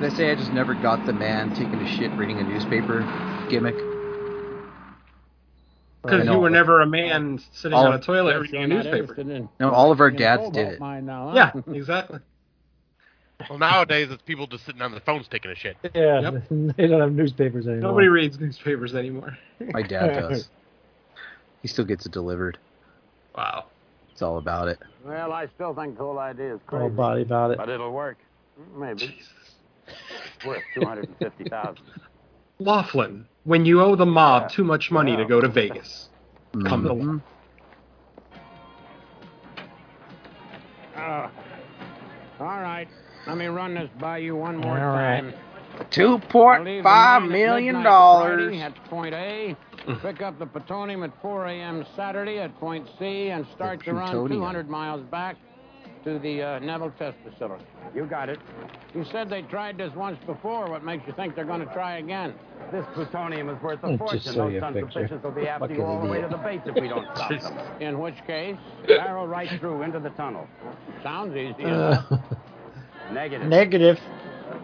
[SPEAKER 6] They say I just never got the man taking a shit reading a newspaper gimmick. I
[SPEAKER 10] Because
[SPEAKER 6] know.
[SPEAKER 10] you were never a man sitting
[SPEAKER 6] All-
[SPEAKER 10] on a toilet reading a newspaper.
[SPEAKER 6] No, all of our dads did it.
[SPEAKER 10] Yeah, exactly.
[SPEAKER 5] well, nowadays it's people just sitting on their phones taking a shit.
[SPEAKER 4] Yeah, [LAUGHS] they don't have newspapers anymore.
[SPEAKER 10] Nobody reads newspapers anymore.
[SPEAKER 6] My dad does. He still gets it delivered.
[SPEAKER 10] Wow.
[SPEAKER 6] It's all about it.
[SPEAKER 11] Well, I still think the whole idea is
[SPEAKER 4] All
[SPEAKER 11] crazy.
[SPEAKER 4] body about it.
[SPEAKER 11] But it'll work. Maybe. It's worth [LAUGHS] 250000
[SPEAKER 10] Laughlin, when you owe the mob too much money to go to Vegas, come to
[SPEAKER 6] Mhm.
[SPEAKER 11] Uh, all right. Let me run this by you one more
[SPEAKER 6] All right.
[SPEAKER 11] time.
[SPEAKER 6] Two
[SPEAKER 11] Leave
[SPEAKER 6] point
[SPEAKER 11] the
[SPEAKER 6] five
[SPEAKER 11] mine at
[SPEAKER 6] million
[SPEAKER 11] midnight
[SPEAKER 6] dollars.
[SPEAKER 11] Friday at point A. Pick up the plutonium at 4 a.m. Saturday at point C and start your run
[SPEAKER 6] plutonium.
[SPEAKER 11] 200 miles back to the uh, Neville Test Facility. You got it. You said they tried this once before. What makes you think they're going to try again? This plutonium is worth
[SPEAKER 4] I just saw your picture. [LAUGHS]
[SPEAKER 11] In which case, barrel right through into the tunnel. Sounds easy.
[SPEAKER 4] Uh, [LAUGHS]
[SPEAKER 11] enough. Negative.
[SPEAKER 4] negative.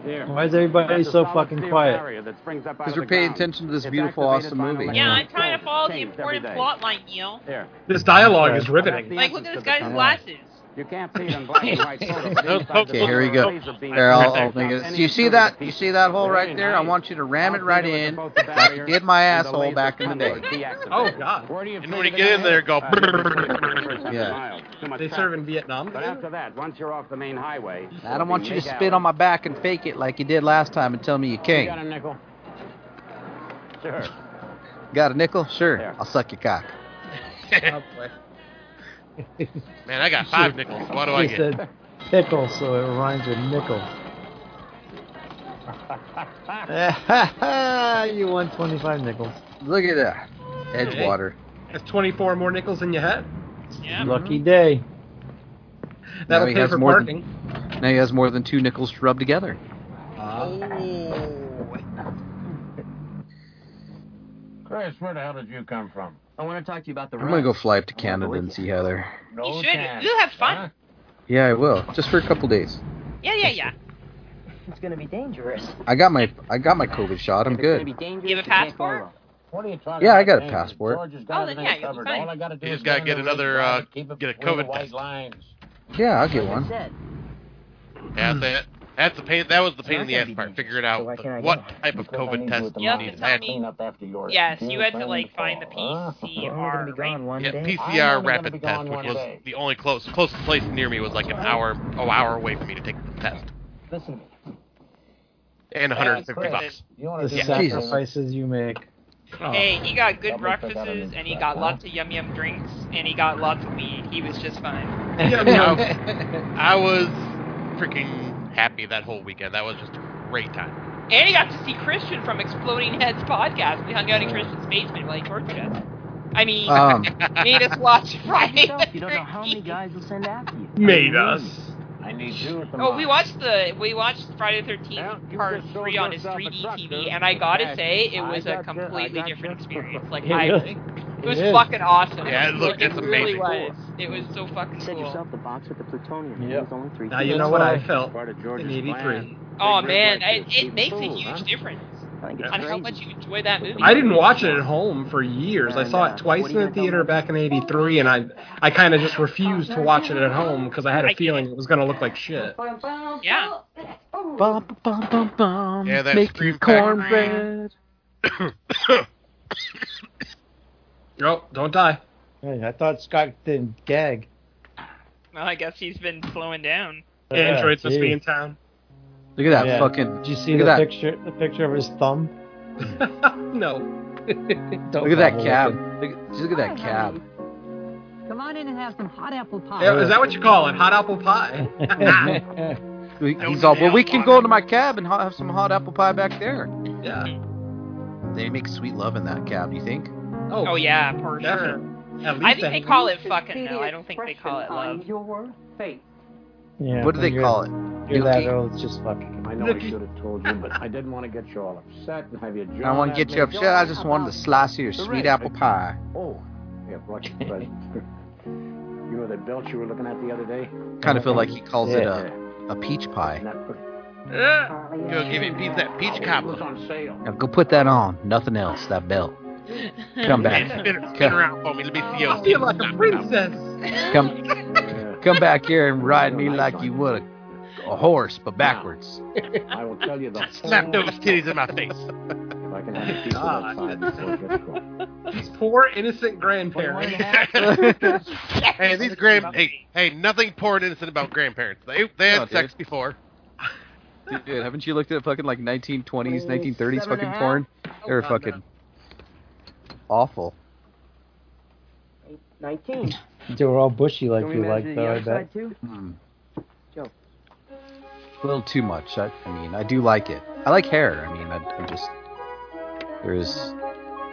[SPEAKER 11] Here.
[SPEAKER 4] Why is everybody
[SPEAKER 11] That's a
[SPEAKER 4] so
[SPEAKER 11] solid
[SPEAKER 4] fucking
[SPEAKER 11] steel
[SPEAKER 4] quiet?
[SPEAKER 11] barrier that springs up out
[SPEAKER 6] Because
[SPEAKER 11] of
[SPEAKER 6] you're
[SPEAKER 11] the
[SPEAKER 6] paying
[SPEAKER 11] ground.
[SPEAKER 6] attention to this
[SPEAKER 11] It's
[SPEAKER 6] beautiful,
[SPEAKER 11] activated
[SPEAKER 6] awesome
[SPEAKER 11] by an
[SPEAKER 6] movie.
[SPEAKER 7] Yeah, I'm trying to follow the
[SPEAKER 11] Changed every
[SPEAKER 7] important
[SPEAKER 11] day.
[SPEAKER 7] plot line, Neil.
[SPEAKER 11] There.
[SPEAKER 10] This dialogue is
[SPEAKER 11] That's the
[SPEAKER 10] riveting.
[SPEAKER 7] Like, look at
[SPEAKER 11] entrance to
[SPEAKER 7] this
[SPEAKER 11] the
[SPEAKER 7] guy's
[SPEAKER 11] tunnel.
[SPEAKER 7] glasses.
[SPEAKER 11] You can't see it on black and white photos. but inside the
[SPEAKER 6] Okay, here we go.
[SPEAKER 11] laser beam
[SPEAKER 6] There, I'll, I'll
[SPEAKER 11] projects
[SPEAKER 6] make
[SPEAKER 11] out
[SPEAKER 6] it.
[SPEAKER 11] any
[SPEAKER 6] You see
[SPEAKER 11] intruder
[SPEAKER 6] that?
[SPEAKER 11] that
[SPEAKER 6] You see that hole
[SPEAKER 11] Very
[SPEAKER 6] right there? I
[SPEAKER 11] nice.
[SPEAKER 6] want you to ram it right in.
[SPEAKER 11] both
[SPEAKER 6] Like
[SPEAKER 11] the
[SPEAKER 6] I
[SPEAKER 11] barrier
[SPEAKER 6] did my
[SPEAKER 11] and the
[SPEAKER 6] asshole
[SPEAKER 11] laser
[SPEAKER 6] back in the
[SPEAKER 11] tunnel
[SPEAKER 6] day.
[SPEAKER 11] is deactivated.
[SPEAKER 10] Oh, God.
[SPEAKER 11] Where do you
[SPEAKER 5] And
[SPEAKER 11] figure
[SPEAKER 5] when you
[SPEAKER 11] the
[SPEAKER 5] get in
[SPEAKER 11] guy
[SPEAKER 5] there,
[SPEAKER 11] is?
[SPEAKER 5] go.
[SPEAKER 11] Uh,
[SPEAKER 6] Yeah.
[SPEAKER 11] miles. Too much
[SPEAKER 10] They
[SPEAKER 11] traffic.
[SPEAKER 10] serve in Vietnam.
[SPEAKER 11] But after that, once you're off the main highway,
[SPEAKER 6] I don't want you to
[SPEAKER 11] make
[SPEAKER 6] spit
[SPEAKER 11] out.
[SPEAKER 6] on my back and fake it like you did last time and tell me you
[SPEAKER 11] You got
[SPEAKER 6] can't.
[SPEAKER 11] a nickel? Sure.
[SPEAKER 6] Got a nickel? Sure. I'll suck your cock.
[SPEAKER 10] Oh,
[SPEAKER 5] Man, I got five nickels. What do I
[SPEAKER 4] He
[SPEAKER 5] get?
[SPEAKER 4] said pickle, so it rhymes with nickel. [LAUGHS] you won 25 nickels.
[SPEAKER 6] Look at that. Edgewater.
[SPEAKER 10] That's 24 more nickels than you had.
[SPEAKER 7] Yeah.
[SPEAKER 4] Lucky day.
[SPEAKER 6] Now
[SPEAKER 10] That'll
[SPEAKER 6] he
[SPEAKER 10] pay
[SPEAKER 6] has
[SPEAKER 10] for
[SPEAKER 6] more
[SPEAKER 10] parking.
[SPEAKER 6] than, now he has more than two nickels to rub together.
[SPEAKER 11] Chris, where the hell did you come from?
[SPEAKER 18] I want to talk to you about the
[SPEAKER 6] I'm gonna
[SPEAKER 18] road.
[SPEAKER 6] go fly up to Canada and see how they're.
[SPEAKER 7] You should. You'll have fun.
[SPEAKER 6] Yeah, I will. Just for a couple days.
[SPEAKER 7] Yeah, yeah, yeah.
[SPEAKER 18] It's going to be dangerous.
[SPEAKER 6] I got my I got my COVID shot. I'm
[SPEAKER 18] It's going to
[SPEAKER 6] good.
[SPEAKER 18] be dangerous.
[SPEAKER 7] You have a passport?
[SPEAKER 11] What are you talking
[SPEAKER 6] Yeah, I
[SPEAKER 11] about,
[SPEAKER 6] got a
[SPEAKER 11] man?
[SPEAKER 6] passport.
[SPEAKER 11] George has
[SPEAKER 7] Oh,
[SPEAKER 11] got
[SPEAKER 7] then
[SPEAKER 11] everything
[SPEAKER 7] yeah, you'll be
[SPEAKER 11] covered.
[SPEAKER 7] fine.
[SPEAKER 11] All I gotta do
[SPEAKER 5] You
[SPEAKER 11] is
[SPEAKER 5] just gotta
[SPEAKER 11] get
[SPEAKER 5] get
[SPEAKER 11] in the
[SPEAKER 5] another,
[SPEAKER 11] red
[SPEAKER 5] uh,
[SPEAKER 11] line, keep it
[SPEAKER 5] get a
[SPEAKER 11] between the
[SPEAKER 5] COVID
[SPEAKER 11] white
[SPEAKER 5] test.
[SPEAKER 11] lines.
[SPEAKER 6] Yeah, I'll
[SPEAKER 18] That's
[SPEAKER 6] get
[SPEAKER 18] what I
[SPEAKER 6] one.
[SPEAKER 18] said.
[SPEAKER 5] Yeah, that's it. That's the pain. That was the pain in the
[SPEAKER 18] not
[SPEAKER 5] ass
[SPEAKER 18] gonna
[SPEAKER 5] part.
[SPEAKER 18] be
[SPEAKER 5] Figuring out
[SPEAKER 18] why can't I
[SPEAKER 5] what
[SPEAKER 18] go?
[SPEAKER 5] type of
[SPEAKER 11] Because I
[SPEAKER 5] COVID
[SPEAKER 11] need
[SPEAKER 5] test
[SPEAKER 11] at the
[SPEAKER 7] You
[SPEAKER 5] you
[SPEAKER 7] have
[SPEAKER 11] mine.
[SPEAKER 7] to
[SPEAKER 5] needed.
[SPEAKER 7] tell
[SPEAKER 5] Had-
[SPEAKER 7] me.
[SPEAKER 11] Clean up after yours.
[SPEAKER 7] Yes, you had to,
[SPEAKER 11] plan
[SPEAKER 7] like,
[SPEAKER 11] before,
[SPEAKER 7] find the
[SPEAKER 11] huh?
[SPEAKER 18] We're only going to
[SPEAKER 7] PCR,
[SPEAKER 18] be gone
[SPEAKER 7] right?
[SPEAKER 18] one
[SPEAKER 5] Yeah,
[SPEAKER 18] day.
[SPEAKER 11] I'm
[SPEAKER 5] PCR
[SPEAKER 11] only gonna be
[SPEAKER 5] rapid test,
[SPEAKER 11] gone
[SPEAKER 5] which
[SPEAKER 11] one
[SPEAKER 5] was
[SPEAKER 11] day.
[SPEAKER 5] the only close closest place near me was like an hour, an hour away from me to take the test,
[SPEAKER 11] Listen to me.
[SPEAKER 5] and 150
[SPEAKER 11] Chris.
[SPEAKER 5] bucks.
[SPEAKER 11] You wanna
[SPEAKER 4] The
[SPEAKER 11] do something?
[SPEAKER 4] sacrifices you make.
[SPEAKER 7] Hey, he got good
[SPEAKER 11] That looks like I don't
[SPEAKER 7] breakfasts, and he
[SPEAKER 11] expect,
[SPEAKER 7] got
[SPEAKER 11] huh?
[SPEAKER 7] lots of yum yum drinks, and he got lots of weed. He was just fine.
[SPEAKER 5] [LAUGHS]
[SPEAKER 11] [LAUGHS]
[SPEAKER 5] I was freaking happy that whole weekend. That was just a great time.
[SPEAKER 7] And he got to see Christian from Exploding Heads podcast. We hung out in Christian's basement while he tortured us. I mean,
[SPEAKER 6] Um,
[SPEAKER 7] [LAUGHS] made us watch Friday
[SPEAKER 18] Yourself,
[SPEAKER 7] the
[SPEAKER 18] [LAUGHS] you don't know how
[SPEAKER 6] [LAUGHS]
[SPEAKER 18] many guys will send after you.
[SPEAKER 10] Made us.
[SPEAKER 11] I need you at the
[SPEAKER 7] Oh,
[SPEAKER 11] mine.
[SPEAKER 7] we watched the we watched Friday the Thirteenth
[SPEAKER 11] you
[SPEAKER 7] Part
[SPEAKER 11] just sold
[SPEAKER 7] Three on his
[SPEAKER 11] yourself a
[SPEAKER 7] 3D
[SPEAKER 11] truck, dude.
[SPEAKER 7] TV, and I gotta
[SPEAKER 11] Hey,
[SPEAKER 7] say, it
[SPEAKER 11] I
[SPEAKER 7] was a
[SPEAKER 11] got you, I
[SPEAKER 7] completely
[SPEAKER 11] got you.
[SPEAKER 7] different experience. Like
[SPEAKER 4] It
[SPEAKER 7] I,
[SPEAKER 4] is.
[SPEAKER 7] it was
[SPEAKER 4] It is.
[SPEAKER 7] fucking awesome.
[SPEAKER 5] Yeah, it looked- it's
[SPEAKER 7] really
[SPEAKER 5] amazing.
[SPEAKER 7] was. It was so fucking
[SPEAKER 18] You said
[SPEAKER 7] cool.
[SPEAKER 18] yourself the box with the plutonium.
[SPEAKER 4] Yep.
[SPEAKER 18] It was only three.
[SPEAKER 10] Now you
[SPEAKER 18] kilos.
[SPEAKER 10] know what I felt
[SPEAKER 11] Part of
[SPEAKER 10] in
[SPEAKER 11] George's
[SPEAKER 10] 83.
[SPEAKER 7] Oh man,
[SPEAKER 11] Big red
[SPEAKER 7] it,
[SPEAKER 11] lights,
[SPEAKER 7] it makes a
[SPEAKER 11] cool, huh?
[SPEAKER 7] huge difference
[SPEAKER 18] I think it's
[SPEAKER 7] on how
[SPEAKER 18] crazy.
[SPEAKER 7] much you enjoy that movie.
[SPEAKER 10] I didn't watch it at home for years. I
[SPEAKER 18] And,
[SPEAKER 10] saw
[SPEAKER 18] uh,
[SPEAKER 10] it twice
[SPEAKER 18] what are
[SPEAKER 10] in
[SPEAKER 18] you
[SPEAKER 10] the
[SPEAKER 18] gonna tell
[SPEAKER 10] theater
[SPEAKER 18] me?
[SPEAKER 10] back in 83, and I I kind of just refused to watch it at home because I had
[SPEAKER 7] I
[SPEAKER 10] a
[SPEAKER 7] get
[SPEAKER 10] feeling it was going to look like shit.
[SPEAKER 7] Yeah,
[SPEAKER 19] Oh,
[SPEAKER 6] Bum, bum, bum, bum.
[SPEAKER 5] Yeah, that
[SPEAKER 6] Make
[SPEAKER 5] scream
[SPEAKER 6] your
[SPEAKER 5] pack.
[SPEAKER 6] cornbread.
[SPEAKER 10] Oh, don't die.
[SPEAKER 4] Hey, I thought Scott didn't gag.
[SPEAKER 7] well, I guess he's been slowing down.
[SPEAKER 4] Yeah,
[SPEAKER 10] Androids must be
[SPEAKER 4] gee.
[SPEAKER 10] in [LAUGHS] town.
[SPEAKER 6] Look at that
[SPEAKER 4] Yeah.
[SPEAKER 6] fucking.
[SPEAKER 4] Did you see
[SPEAKER 6] look
[SPEAKER 4] the
[SPEAKER 6] at that.
[SPEAKER 4] picture? The picture of his thumb.
[SPEAKER 10] no.
[SPEAKER 4] Don't
[SPEAKER 6] Look at that
[SPEAKER 4] bother
[SPEAKER 6] cab. Look, just look at
[SPEAKER 19] oh,
[SPEAKER 6] that cab.
[SPEAKER 3] Come on in and have some hot apple
[SPEAKER 18] [LAUGHS]
[SPEAKER 3] pie.
[SPEAKER 10] Yeah, Is that what you call it? Hot apple pie? [LAUGHS]
[SPEAKER 6] [LAUGHS]
[SPEAKER 4] looking.
[SPEAKER 6] He's all, well, we can go to my cab and ha- have some hot apple pie back there. Yeah. They make sweet love in that cab, you think?
[SPEAKER 7] Oh, yeah, for [LAUGHS] sure.
[SPEAKER 6] At
[SPEAKER 7] I
[SPEAKER 6] least
[SPEAKER 7] think
[SPEAKER 6] that-
[SPEAKER 7] they call it fucking though. I don't think they call it love.
[SPEAKER 18] Your face.
[SPEAKER 4] Yeah,
[SPEAKER 6] What do
[SPEAKER 4] when
[SPEAKER 6] they
[SPEAKER 4] you're-
[SPEAKER 6] call it?
[SPEAKER 4] You're that
[SPEAKER 6] Nookie?
[SPEAKER 4] old, it's just fucking.
[SPEAKER 11] I know I should have told you, but I didn't want to get you all upset and have you.
[SPEAKER 6] I don't want to get you upset. I just wanted to slice of your sweet apple pie.
[SPEAKER 11] Oh, yeah, brought you a present.
[SPEAKER 6] [LAUGHS]
[SPEAKER 11] you know that belt you were looking at the other day?
[SPEAKER 6] Kind of feel like he calls it a, a peach pie.
[SPEAKER 5] Go give him pizza that peach cobbler.
[SPEAKER 6] [LAUGHS] Now go put that on. Nothing else. That belt. Come back.
[SPEAKER 5] Spin, spin
[SPEAKER 6] Come-
[SPEAKER 5] around for me. Let me see your.
[SPEAKER 10] I feel like a princess.
[SPEAKER 6] Come, come back here and ride me like you would a, a horse, but backwards.
[SPEAKER 11] I will tell
[SPEAKER 7] [LAUGHS]
[SPEAKER 11] you the.
[SPEAKER 5] Slap those titties in my face.
[SPEAKER 11] If I can have a piece of
[SPEAKER 7] Ah.
[SPEAKER 11] that pie before it gets cold. [LAUGHS]
[SPEAKER 10] [LAUGHS] These poor
[SPEAKER 4] [LAUGHS]
[SPEAKER 10] innocent grandparents.
[SPEAKER 6] [LAUGHS]
[SPEAKER 5] hey, these grand. Hey, hey, nothing poor and innocent about grandparents. They they had
[SPEAKER 6] No, Oh, dude.
[SPEAKER 5] sex before.
[SPEAKER 6] Dude, haven't you looked at fucking like 1920s, 1930s
[SPEAKER 5] Seven and a
[SPEAKER 6] fucking
[SPEAKER 5] half.
[SPEAKER 6] porn? They were
[SPEAKER 5] Oh, God,
[SPEAKER 6] fucking awful.
[SPEAKER 19] 19.
[SPEAKER 4] They were all bushy like
[SPEAKER 19] Can we
[SPEAKER 4] you
[SPEAKER 19] measure
[SPEAKER 4] like,
[SPEAKER 19] the
[SPEAKER 4] though, I
[SPEAKER 19] other
[SPEAKER 4] bet.
[SPEAKER 19] side too? Joe.
[SPEAKER 6] A little too much. I, I mean, I do like it. I like hair. I mean, I, I just there's.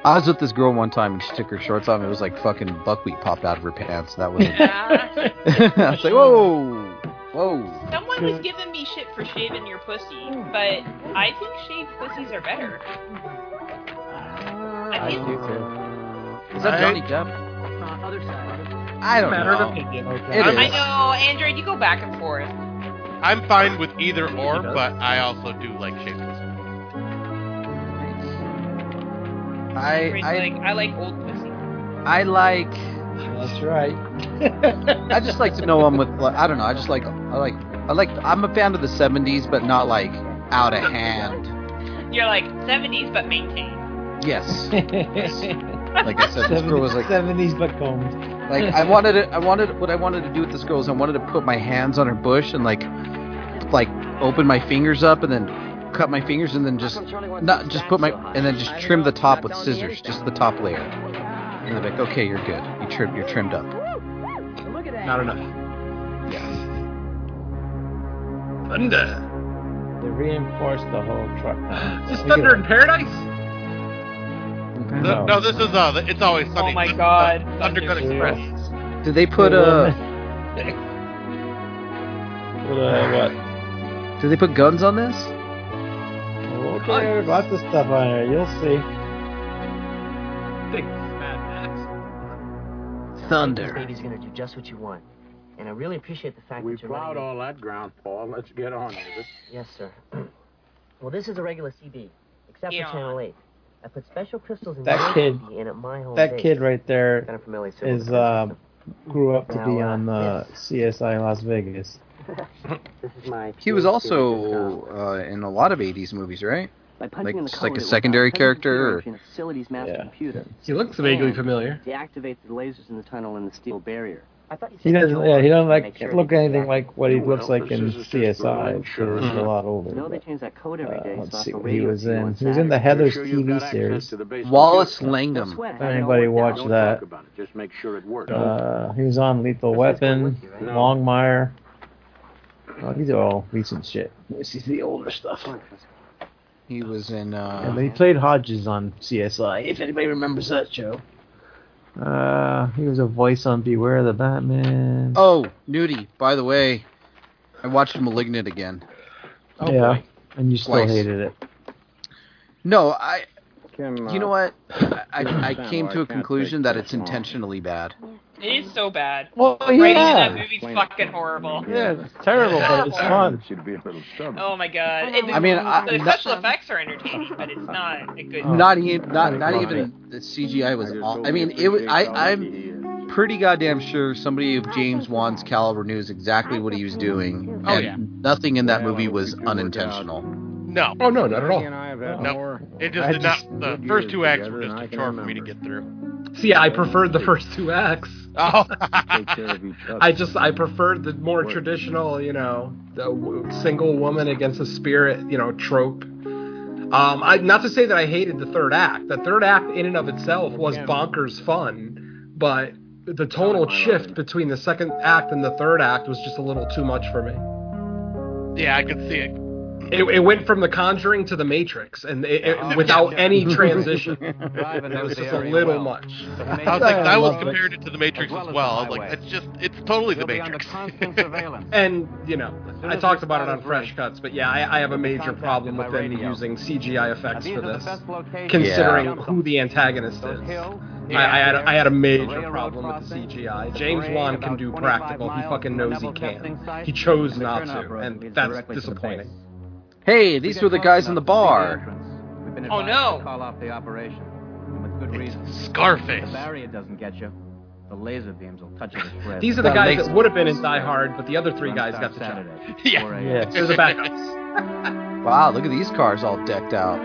[SPEAKER 6] I was with this girl one time and she took her shorts off and it was like fucking buckwheat popped out of her pants. That was. [LAUGHS]
[SPEAKER 5] [LAUGHS]
[SPEAKER 6] I was like, whoa, whoa.
[SPEAKER 7] Someone was giving me shit for shaving your pussy, but I think shaved pussies are better.
[SPEAKER 11] Uh,
[SPEAKER 7] I think
[SPEAKER 6] Is that
[SPEAKER 5] I-
[SPEAKER 6] Johnny Depp?
[SPEAKER 5] Uh,
[SPEAKER 19] other side.
[SPEAKER 6] I don't
[SPEAKER 5] Matter of
[SPEAKER 6] know.
[SPEAKER 5] opinion.
[SPEAKER 6] It is.
[SPEAKER 7] I know, Andrea, you go back and forth.
[SPEAKER 5] I'm fine with either or, but I also do like shapeless.
[SPEAKER 6] I
[SPEAKER 7] Andrea's
[SPEAKER 6] I
[SPEAKER 7] like, I like old pussy.
[SPEAKER 6] I like.
[SPEAKER 4] That's right.
[SPEAKER 6] I just like to know I'm with. Like, I don't know. I just like. I like. I like. I'm a fan of the '70s, but not like out of hand.
[SPEAKER 7] You're like 70s but maintained.
[SPEAKER 6] Yes.
[SPEAKER 4] [LAUGHS]
[SPEAKER 6] Like I said, this girl was like.
[SPEAKER 4] 70s but combed.
[SPEAKER 6] Like I wanted to, I wanted what I wanted to do with this girl is I wanted to put my hands on her bush and like, like open my fingers up and then cut my fingers and then just not just put my and then just trim the top with scissors, just the top layer. And they're like, okay, you're good. You trim, you're trimmed up.
[SPEAKER 19] Look at that.
[SPEAKER 10] Not enough. Thunder.
[SPEAKER 4] They reinforced the whole
[SPEAKER 6] [GASPS]
[SPEAKER 4] truck.
[SPEAKER 10] Is Thunder in Paradise?
[SPEAKER 5] No, no, this is uh, it's always sunny.
[SPEAKER 7] Oh my god.
[SPEAKER 5] Undercut Express.
[SPEAKER 6] Did they put uh? Did they put guns on this?
[SPEAKER 4] Okay, lots of stuff on here. You'll see.
[SPEAKER 10] Big Mad
[SPEAKER 6] Thunder.
[SPEAKER 18] Baby's gonna do just what you want, and I really appreciate the fact
[SPEAKER 11] We
[SPEAKER 18] that you're letting
[SPEAKER 11] plowed
[SPEAKER 18] me-
[SPEAKER 11] all that ground, Paul. Let's get on with it.
[SPEAKER 18] Yes, sir. [CLEARS THROAT] well, this is a regular CD, except
[SPEAKER 7] Yeah.
[SPEAKER 18] for Channel 8. I put special crystals in
[SPEAKER 4] That
[SPEAKER 18] your
[SPEAKER 4] kid-
[SPEAKER 18] CD and at my home
[SPEAKER 4] That
[SPEAKER 18] base.
[SPEAKER 4] kid right there
[SPEAKER 18] Kind of familiar. so-
[SPEAKER 4] is uh, grew up to be on uh, CSI Las Vegas.
[SPEAKER 18] This is my.
[SPEAKER 6] He was also uh, in a lot of '80s movies, right?
[SPEAKER 18] By
[SPEAKER 6] Like like a secondary character. Or,
[SPEAKER 18] facility's master computer.
[SPEAKER 6] He looks
[SPEAKER 18] vaguely
[SPEAKER 6] familiar.
[SPEAKER 18] Deactivate the lasers in the tunnel and the steel barrier. I thought you
[SPEAKER 4] He
[SPEAKER 18] said
[SPEAKER 4] doesn't.
[SPEAKER 18] Joel
[SPEAKER 4] Yeah, he
[SPEAKER 18] Hodgson
[SPEAKER 4] don't
[SPEAKER 18] would
[SPEAKER 4] like
[SPEAKER 18] make sure
[SPEAKER 4] look
[SPEAKER 18] that-
[SPEAKER 4] anything like what he
[SPEAKER 18] Well,
[SPEAKER 4] looks like in CSI. He's a lot older.
[SPEAKER 18] No, they
[SPEAKER 4] but,
[SPEAKER 18] change that code every day.
[SPEAKER 4] uh,
[SPEAKER 18] so I
[SPEAKER 4] let's see
[SPEAKER 18] have a
[SPEAKER 4] what he
[SPEAKER 18] radio
[SPEAKER 4] was
[SPEAKER 18] signal
[SPEAKER 4] in.
[SPEAKER 18] on
[SPEAKER 4] He was in the
[SPEAKER 18] Saturday.
[SPEAKER 4] Heather's TV series.
[SPEAKER 6] Wallace Langham.
[SPEAKER 4] If anybody watched that,
[SPEAKER 11] Just make sure it works.
[SPEAKER 4] uh, he was on Lethal Weapon, Longmire. Oh, these are all recent shit. This is the older stuff.
[SPEAKER 6] He was in. Uh,
[SPEAKER 4] And he played Hodges on CSI, if anybody remembers that show. Uh, he was a voice on Beware the Batman.
[SPEAKER 6] Oh, Nudie, by the way, I watched Malignant again.
[SPEAKER 4] yeah, and you still
[SPEAKER 6] Twice.
[SPEAKER 4] hated it.
[SPEAKER 6] No, I. You
[SPEAKER 11] uh,
[SPEAKER 6] know what? I, I,
[SPEAKER 11] Sam,
[SPEAKER 6] I came
[SPEAKER 11] I
[SPEAKER 6] to a
[SPEAKER 11] can't
[SPEAKER 6] conclusion
[SPEAKER 11] take
[SPEAKER 6] that
[SPEAKER 11] this
[SPEAKER 6] it's intentionally bad.
[SPEAKER 7] It is so bad.
[SPEAKER 4] Well,
[SPEAKER 6] Oh,
[SPEAKER 7] The Rating in
[SPEAKER 4] yeah.
[SPEAKER 7] that movie's fucking horrible.
[SPEAKER 4] Yeah, it's terrible, but it's fun.
[SPEAKER 11] Should be a little stubborn.
[SPEAKER 7] Oh my god. It-
[SPEAKER 6] I mean, I-
[SPEAKER 7] the
[SPEAKER 6] not-
[SPEAKER 7] special effects are entertaining, but it's not a good.
[SPEAKER 6] Not even not
[SPEAKER 11] Oh,
[SPEAKER 6] not
[SPEAKER 11] fuck
[SPEAKER 6] even the CGI was. Aw- I mean, it was. I I'm pretty goddamn sure somebody of James Wan's caliber knew exactly what he was doing.
[SPEAKER 5] Oh,
[SPEAKER 6] and
[SPEAKER 5] yeah.
[SPEAKER 6] Nothing in that movie was unintentional.
[SPEAKER 5] No.
[SPEAKER 11] Oh, no, not at all.
[SPEAKER 5] No. It just
[SPEAKER 6] I
[SPEAKER 5] did
[SPEAKER 6] just-
[SPEAKER 5] not. The first two acts were just a chore for me to get
[SPEAKER 6] [LAUGHS]
[SPEAKER 5] through.
[SPEAKER 10] See, I preferred the first two acts.
[SPEAKER 5] Oh.
[SPEAKER 10] I just I preferred the more traditional, you know, the w- single woman against a spirit, you know, trope. Um, I, not to say that I hated the third act. The third act, in and of itself, was bonkers fun, but the tonal shift between the second act and the third act was just a little too much for me.
[SPEAKER 5] [LAUGHS] Yeah, I could see it.
[SPEAKER 10] It, it went from The Conjuring to The Matrix, and it, it- without any transition,
[SPEAKER 11] [LAUGHS]
[SPEAKER 10] it was just a little much.
[SPEAKER 5] I was like, I was compared it to The Matrix as well. I was like, it's just, it's totally The Matrix.
[SPEAKER 10] [LAUGHS] And you know, I talked about it on Fresh Cuts, but yeah, I, I have a major problem with them using CGI effects for this, considering who the antagonist is. I, I, had, I had a major problem with the CGI. James Wan can do practical. He fucking knows he can. He chose not to, and that's disappointing.
[SPEAKER 6] Hey, these were the guys in the bar.
[SPEAKER 7] Oh, no.
[SPEAKER 17] Call off the operation. And with good reason.
[SPEAKER 5] [LAUGHS] Scarface.
[SPEAKER 17] The barrier doesn't get you. The laser beams will touch you with red.
[SPEAKER 10] These are the guys that would have been in Die Hard, but the other three guys got the job.
[SPEAKER 5] Yeah.
[SPEAKER 6] Yeah.
[SPEAKER 10] They're
[SPEAKER 18] [LAUGHS]
[SPEAKER 10] the backups.
[SPEAKER 6] Wow, look at these cars all decked out.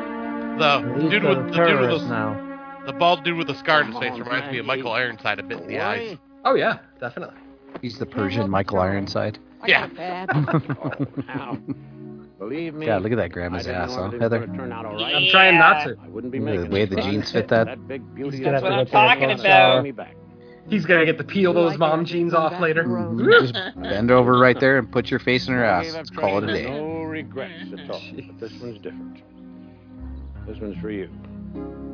[SPEAKER 5] The dude
[SPEAKER 6] are
[SPEAKER 5] with the dude with
[SPEAKER 6] terrorists
[SPEAKER 5] the, the bald dude with the scar on his face reminds me of Michael Ironside a bit in the
[SPEAKER 11] [LAUGHS]
[SPEAKER 5] eyes.
[SPEAKER 10] Oh yeah, definitely.
[SPEAKER 6] He's the Persian Michael Ironside.
[SPEAKER 5] Yeah.
[SPEAKER 6] [LAUGHS]
[SPEAKER 11] um, Believe me.
[SPEAKER 6] God, look at that grandma's
[SPEAKER 11] I didn't
[SPEAKER 6] ass,
[SPEAKER 11] know
[SPEAKER 6] huh,
[SPEAKER 11] it was
[SPEAKER 6] Heather?
[SPEAKER 11] gonna turn out all right.
[SPEAKER 10] I'm trying not to.
[SPEAKER 11] I wouldn't be
[SPEAKER 6] Look at
[SPEAKER 11] making
[SPEAKER 6] the way the
[SPEAKER 11] strides [LAUGHS]
[SPEAKER 6] jeans fit
[SPEAKER 11] if
[SPEAKER 6] that.
[SPEAKER 11] big beauty
[SPEAKER 6] gonna
[SPEAKER 11] of
[SPEAKER 6] have to look at
[SPEAKER 11] that girl
[SPEAKER 6] it
[SPEAKER 11] hadn't
[SPEAKER 6] about.
[SPEAKER 11] turned me back.
[SPEAKER 10] He's gonna get to peel those mom jeans off later.
[SPEAKER 6] Just bend over right there and put your face
[SPEAKER 11] [LAUGHS]
[SPEAKER 6] in her ass.
[SPEAKER 11] Gave up
[SPEAKER 6] Let's call it a
[SPEAKER 11] trying.
[SPEAKER 6] day.
[SPEAKER 11] No regrets at all. But this one's different. This one's for you.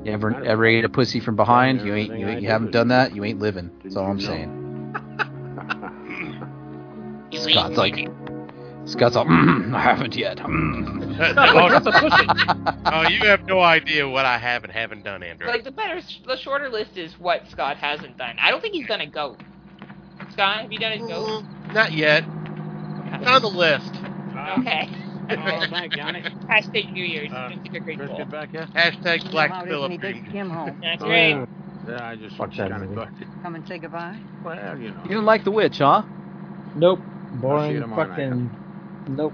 [SPEAKER 6] You ever ever ate a pussy from behind? You ain't you, ain't, you haven't done that. You ain't living. That's all I'm
[SPEAKER 11] [LAUGHS]
[SPEAKER 6] saying. Scott's like Scott's all. Mm, I haven't yet. Mm.
[SPEAKER 5] [LAUGHS] oh, you have no idea what I have and haven't done, Andrew.
[SPEAKER 7] Like the better, the shorter list is what Scott hasn't done. I don't think he's done a goat. Scott, have you done a goat?
[SPEAKER 5] Mm, Not yet. It's on the list.
[SPEAKER 7] Okay.
[SPEAKER 11] Oh, thank Johnny.
[SPEAKER 7] Hashtag New Year's.
[SPEAKER 10] Uh,
[SPEAKER 7] Don't take a great goal.
[SPEAKER 11] back here.
[SPEAKER 5] Hashtag Black
[SPEAKER 3] How it is when he
[SPEAKER 5] Phillip.
[SPEAKER 3] takes Kim home.
[SPEAKER 7] That's
[SPEAKER 6] [LAUGHS]
[SPEAKER 11] Oh,
[SPEAKER 7] right.
[SPEAKER 11] yeah. Yeah, I just
[SPEAKER 6] Fuck that
[SPEAKER 11] kinda
[SPEAKER 6] movie.
[SPEAKER 11] thought.
[SPEAKER 3] Come and say goodbye.
[SPEAKER 11] Well, you know.
[SPEAKER 6] You didn't like the witch, huh?
[SPEAKER 4] Nope.
[SPEAKER 11] I'll see you
[SPEAKER 4] Boring
[SPEAKER 11] tomorrow
[SPEAKER 4] fucking. Nope.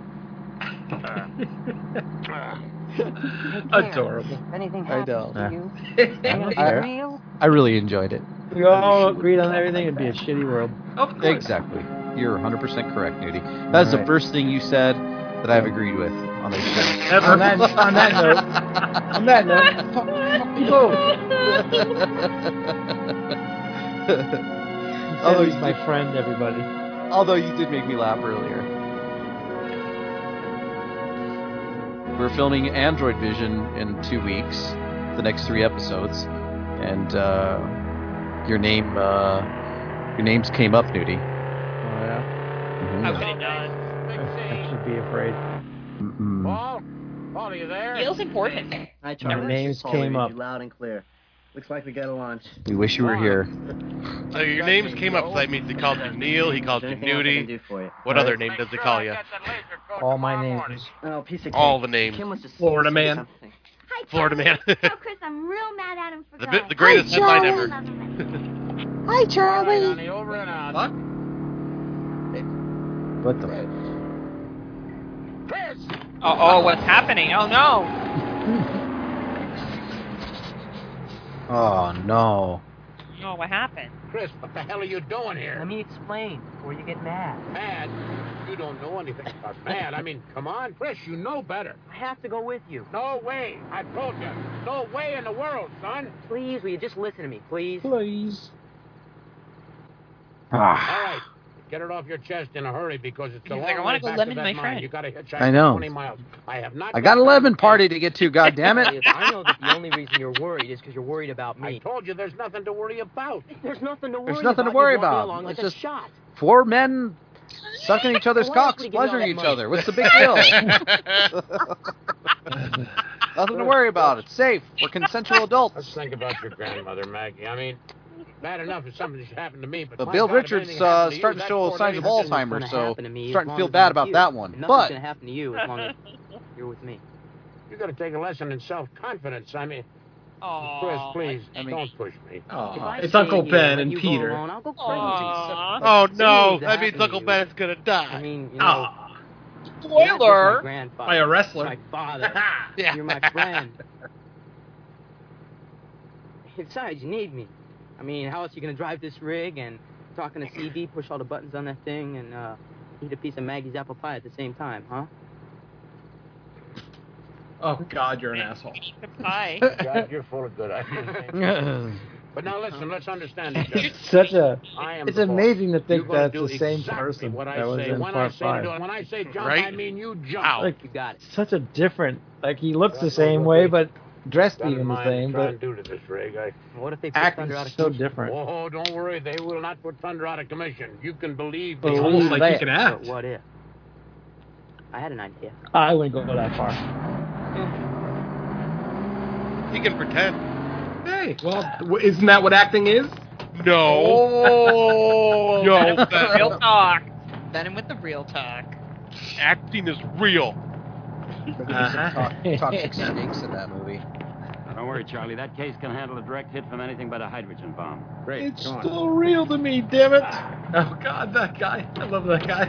[SPEAKER 10] Adorable.
[SPEAKER 3] If anything
[SPEAKER 6] I
[SPEAKER 3] happens
[SPEAKER 6] don't.
[SPEAKER 3] to you,
[SPEAKER 6] I don't
[SPEAKER 3] it's
[SPEAKER 6] care.
[SPEAKER 3] real.
[SPEAKER 6] I really enjoyed it.
[SPEAKER 4] We all agreed on everything. It'd be a shitty world.
[SPEAKER 10] Of course.
[SPEAKER 6] Exactly. You're 100% correct, Nudie. That's the
[SPEAKER 4] Alright.
[SPEAKER 6] first thing you said that I've agreed with on this show.
[SPEAKER 4] On that, on that note. On that note. fuck- [LAUGHS] fuck you both.
[SPEAKER 6] although,
[SPEAKER 4] Sandy's
[SPEAKER 6] you
[SPEAKER 4] my friend, everybody.
[SPEAKER 6] did, [LAUGHS] although you did make me laugh earlier. We're filming Android Vision in two weeks, the next three episodes, and uh, your name, uh, your names came up, Nudie.
[SPEAKER 4] Oh, yeah.
[SPEAKER 6] Mhm.
[SPEAKER 7] How could it not?
[SPEAKER 4] I, I should be afraid.
[SPEAKER 6] Mm-mm.
[SPEAKER 11] Paul, Paul, are you there?
[SPEAKER 7] Feels important.
[SPEAKER 15] Hi,
[SPEAKER 4] Our
[SPEAKER 15] Charlie.
[SPEAKER 4] names
[SPEAKER 15] Paul,
[SPEAKER 4] came
[SPEAKER 15] you
[SPEAKER 4] up.
[SPEAKER 15] Loud and clear. Looks like we got a launch.
[SPEAKER 6] We wish you were here.
[SPEAKER 5] So your names came up. So that means he called you Neil. He called you
[SPEAKER 15] Anything else I can
[SPEAKER 5] Nudie.
[SPEAKER 15] do for you?
[SPEAKER 5] What other name does he call you?
[SPEAKER 4] All my names.
[SPEAKER 15] Oh, piece of cake.
[SPEAKER 5] All the names.
[SPEAKER 15] Kim was just
[SPEAKER 10] Florida
[SPEAKER 15] saying
[SPEAKER 10] man.
[SPEAKER 15] something.
[SPEAKER 16] Hi,
[SPEAKER 5] Florida
[SPEAKER 16] Charlie.
[SPEAKER 5] man.
[SPEAKER 16] [LAUGHS] oh, Chris, I'm real mad at him for
[SPEAKER 5] The,
[SPEAKER 16] going.
[SPEAKER 5] bi- the greatest headline ever.
[SPEAKER 19] Hi, Charlie.
[SPEAKER 11] Johnny, over and out.
[SPEAKER 10] Fuck.
[SPEAKER 6] What the?
[SPEAKER 7] Oh, oh, what's happening? Oh no!
[SPEAKER 6] Oh no.
[SPEAKER 7] No, Oh, what happened?
[SPEAKER 11] Chris, what the hell are you doing
[SPEAKER 18] Let
[SPEAKER 11] here?
[SPEAKER 18] me explain before you get mad.
[SPEAKER 11] Mad? You don't know anything about
[SPEAKER 18] [LAUGHS]
[SPEAKER 11] mad. I mean, come on, Chris, you know better.
[SPEAKER 18] I have to go with you.
[SPEAKER 11] No way. I told you. No way in the world, son.
[SPEAKER 18] Please, will you just listen to me, please?
[SPEAKER 4] [LAUGHS] Please.
[SPEAKER 11] All
[SPEAKER 6] Ah.
[SPEAKER 11] right. Get it off your chest in a hurry because it's
[SPEAKER 7] He's
[SPEAKER 11] a long
[SPEAKER 7] like, "I
[SPEAKER 11] way
[SPEAKER 7] wanna go
[SPEAKER 11] back
[SPEAKER 7] lemon
[SPEAKER 11] to that
[SPEAKER 7] my
[SPEAKER 11] mine.
[SPEAKER 7] friend."
[SPEAKER 11] You gotta hitchhike
[SPEAKER 6] I know.
[SPEAKER 11] 20 miles. I have not.
[SPEAKER 6] I got a lemon party to get to. God damn it.
[SPEAKER 18] Because I know that the only
[SPEAKER 10] [LAUGHS]
[SPEAKER 18] reason you're worried is because you're worried about
[SPEAKER 11] I
[SPEAKER 18] me.
[SPEAKER 11] told you there's nothing to worry about.
[SPEAKER 18] There's nothing to worry
[SPEAKER 6] There's nothing to
[SPEAKER 18] about.
[SPEAKER 6] worry
[SPEAKER 18] You're walking
[SPEAKER 6] about.
[SPEAKER 18] Along
[SPEAKER 6] It's
[SPEAKER 18] like
[SPEAKER 6] just-
[SPEAKER 18] a shot.
[SPEAKER 6] Four men
[SPEAKER 18] [LAUGHS]
[SPEAKER 6] sucking each other's
[SPEAKER 18] Why else
[SPEAKER 6] cocks,
[SPEAKER 18] would he give me all
[SPEAKER 6] pleasuring
[SPEAKER 18] that
[SPEAKER 6] each
[SPEAKER 18] money? [LAUGHS]
[SPEAKER 6] other. What's the big deal? [LAUGHS] Nothing to worry about. It's safe. We're consensual [LAUGHS]
[SPEAKER 11] Let's
[SPEAKER 6] adults.
[SPEAKER 11] think about your grandmother, Maggie. I mean, bad enough if something should happen to me, but
[SPEAKER 6] But
[SPEAKER 11] my
[SPEAKER 6] Bill
[SPEAKER 11] God, if
[SPEAKER 6] Richards
[SPEAKER 11] anything
[SPEAKER 6] uh,
[SPEAKER 11] happened to you,
[SPEAKER 6] starting to
[SPEAKER 11] that
[SPEAKER 6] show
[SPEAKER 11] poor
[SPEAKER 6] signs of
[SPEAKER 18] Nothing's
[SPEAKER 11] lady's just-
[SPEAKER 18] gonna
[SPEAKER 6] Alzheimer's, so
[SPEAKER 18] happen to me as
[SPEAKER 6] starting to
[SPEAKER 18] long
[SPEAKER 6] feel
[SPEAKER 18] as
[SPEAKER 6] bad
[SPEAKER 18] I'm
[SPEAKER 6] about
[SPEAKER 18] here.
[SPEAKER 6] that one.
[SPEAKER 18] Nothing's
[SPEAKER 6] But
[SPEAKER 18] gonna happen to you as long as you're with me.
[SPEAKER 11] You gotta take a lesson in self-confidence. I mean,
[SPEAKER 7] Aww.
[SPEAKER 11] Chris, please,
[SPEAKER 6] I mean-
[SPEAKER 11] don't push me.
[SPEAKER 18] If I
[SPEAKER 10] Aw, it's
[SPEAKER 18] stay
[SPEAKER 10] Uncle
[SPEAKER 18] here
[SPEAKER 10] Ben
[SPEAKER 18] let
[SPEAKER 10] and
[SPEAKER 18] you go
[SPEAKER 10] Peter.
[SPEAKER 18] alone, I'll go crazy.
[SPEAKER 7] Aww.
[SPEAKER 5] Oh
[SPEAKER 18] no,
[SPEAKER 5] no,
[SPEAKER 18] that
[SPEAKER 5] that
[SPEAKER 18] means
[SPEAKER 5] means
[SPEAKER 18] Uncle
[SPEAKER 5] Uncle
[SPEAKER 18] Ben's
[SPEAKER 5] Ben's gonna
[SPEAKER 18] I
[SPEAKER 5] die.
[SPEAKER 18] mean, you know,
[SPEAKER 10] Ah,
[SPEAKER 18] you're not just my
[SPEAKER 7] Spoiler.
[SPEAKER 18] grandfather,
[SPEAKER 10] by a wrestler.
[SPEAKER 18] My
[SPEAKER 10] [LAUGHS]
[SPEAKER 18] father.
[SPEAKER 5] Yeah.
[SPEAKER 18] You're my friend. Besides, you need me. I mean, how else you gonna drive this rig and talking to CD, push all the buttons on that thing, and uh, eat a piece of Maggie's apple pie at the same time, huh?
[SPEAKER 10] Oh God, you're an asshole.
[SPEAKER 7] Hi.
[SPEAKER 6] [LAUGHS]
[SPEAKER 11] [LAUGHS]
[SPEAKER 10] [LAUGHS]
[SPEAKER 11] God, you're full of good ideas. But now listen, let's understand each other.
[SPEAKER 4] It's such a.
[SPEAKER 11] I am
[SPEAKER 4] It's
[SPEAKER 11] the boss.
[SPEAKER 4] amazing to
[SPEAKER 11] You're
[SPEAKER 4] think
[SPEAKER 11] gonna
[SPEAKER 4] that's
[SPEAKER 11] do
[SPEAKER 4] the same
[SPEAKER 11] exactly
[SPEAKER 4] person
[SPEAKER 11] What I
[SPEAKER 4] that was
[SPEAKER 11] say.
[SPEAKER 4] in
[SPEAKER 11] when I
[SPEAKER 4] part
[SPEAKER 11] say
[SPEAKER 4] five.
[SPEAKER 11] do it- when I say jump, I
[SPEAKER 4] Right?
[SPEAKER 11] mean you jump.
[SPEAKER 4] Like,
[SPEAKER 11] you got it.
[SPEAKER 4] Such a different. Like he looks the same way, but dressed
[SPEAKER 11] Got in
[SPEAKER 4] even the
[SPEAKER 11] mind
[SPEAKER 4] same.
[SPEAKER 11] what I'm
[SPEAKER 4] But
[SPEAKER 11] trying to do to this rig. I, what if they
[SPEAKER 4] put Acting's Thunder out of so commission? different.
[SPEAKER 11] Oh, don't worry, they will not put Thunder out of commission. You can believe.
[SPEAKER 4] But
[SPEAKER 11] me.
[SPEAKER 4] It's almost like he that- can act.
[SPEAKER 18] But what if? I had an idea.
[SPEAKER 4] I wouldn't go that far.
[SPEAKER 5] He can pretend.
[SPEAKER 10] Hey, well, w- isn't that what acting is?
[SPEAKER 6] Oh.
[SPEAKER 5] No.
[SPEAKER 6] [LAUGHS]
[SPEAKER 7] Venom with the real
[SPEAKER 5] no.
[SPEAKER 7] talk. Venom with the real talk.
[SPEAKER 5] Acting is real.
[SPEAKER 2] Uh-huh.
[SPEAKER 25] Toxic,
[SPEAKER 6] [LAUGHS]
[SPEAKER 25] toxic snakes in that movie.
[SPEAKER 2] Now, don't worry, Charlie. That case can handle a direct hit from anything but a hydrogen bomb. Great.
[SPEAKER 4] It's still real to me, damn it.
[SPEAKER 10] Oh God, that guy! I love that guy.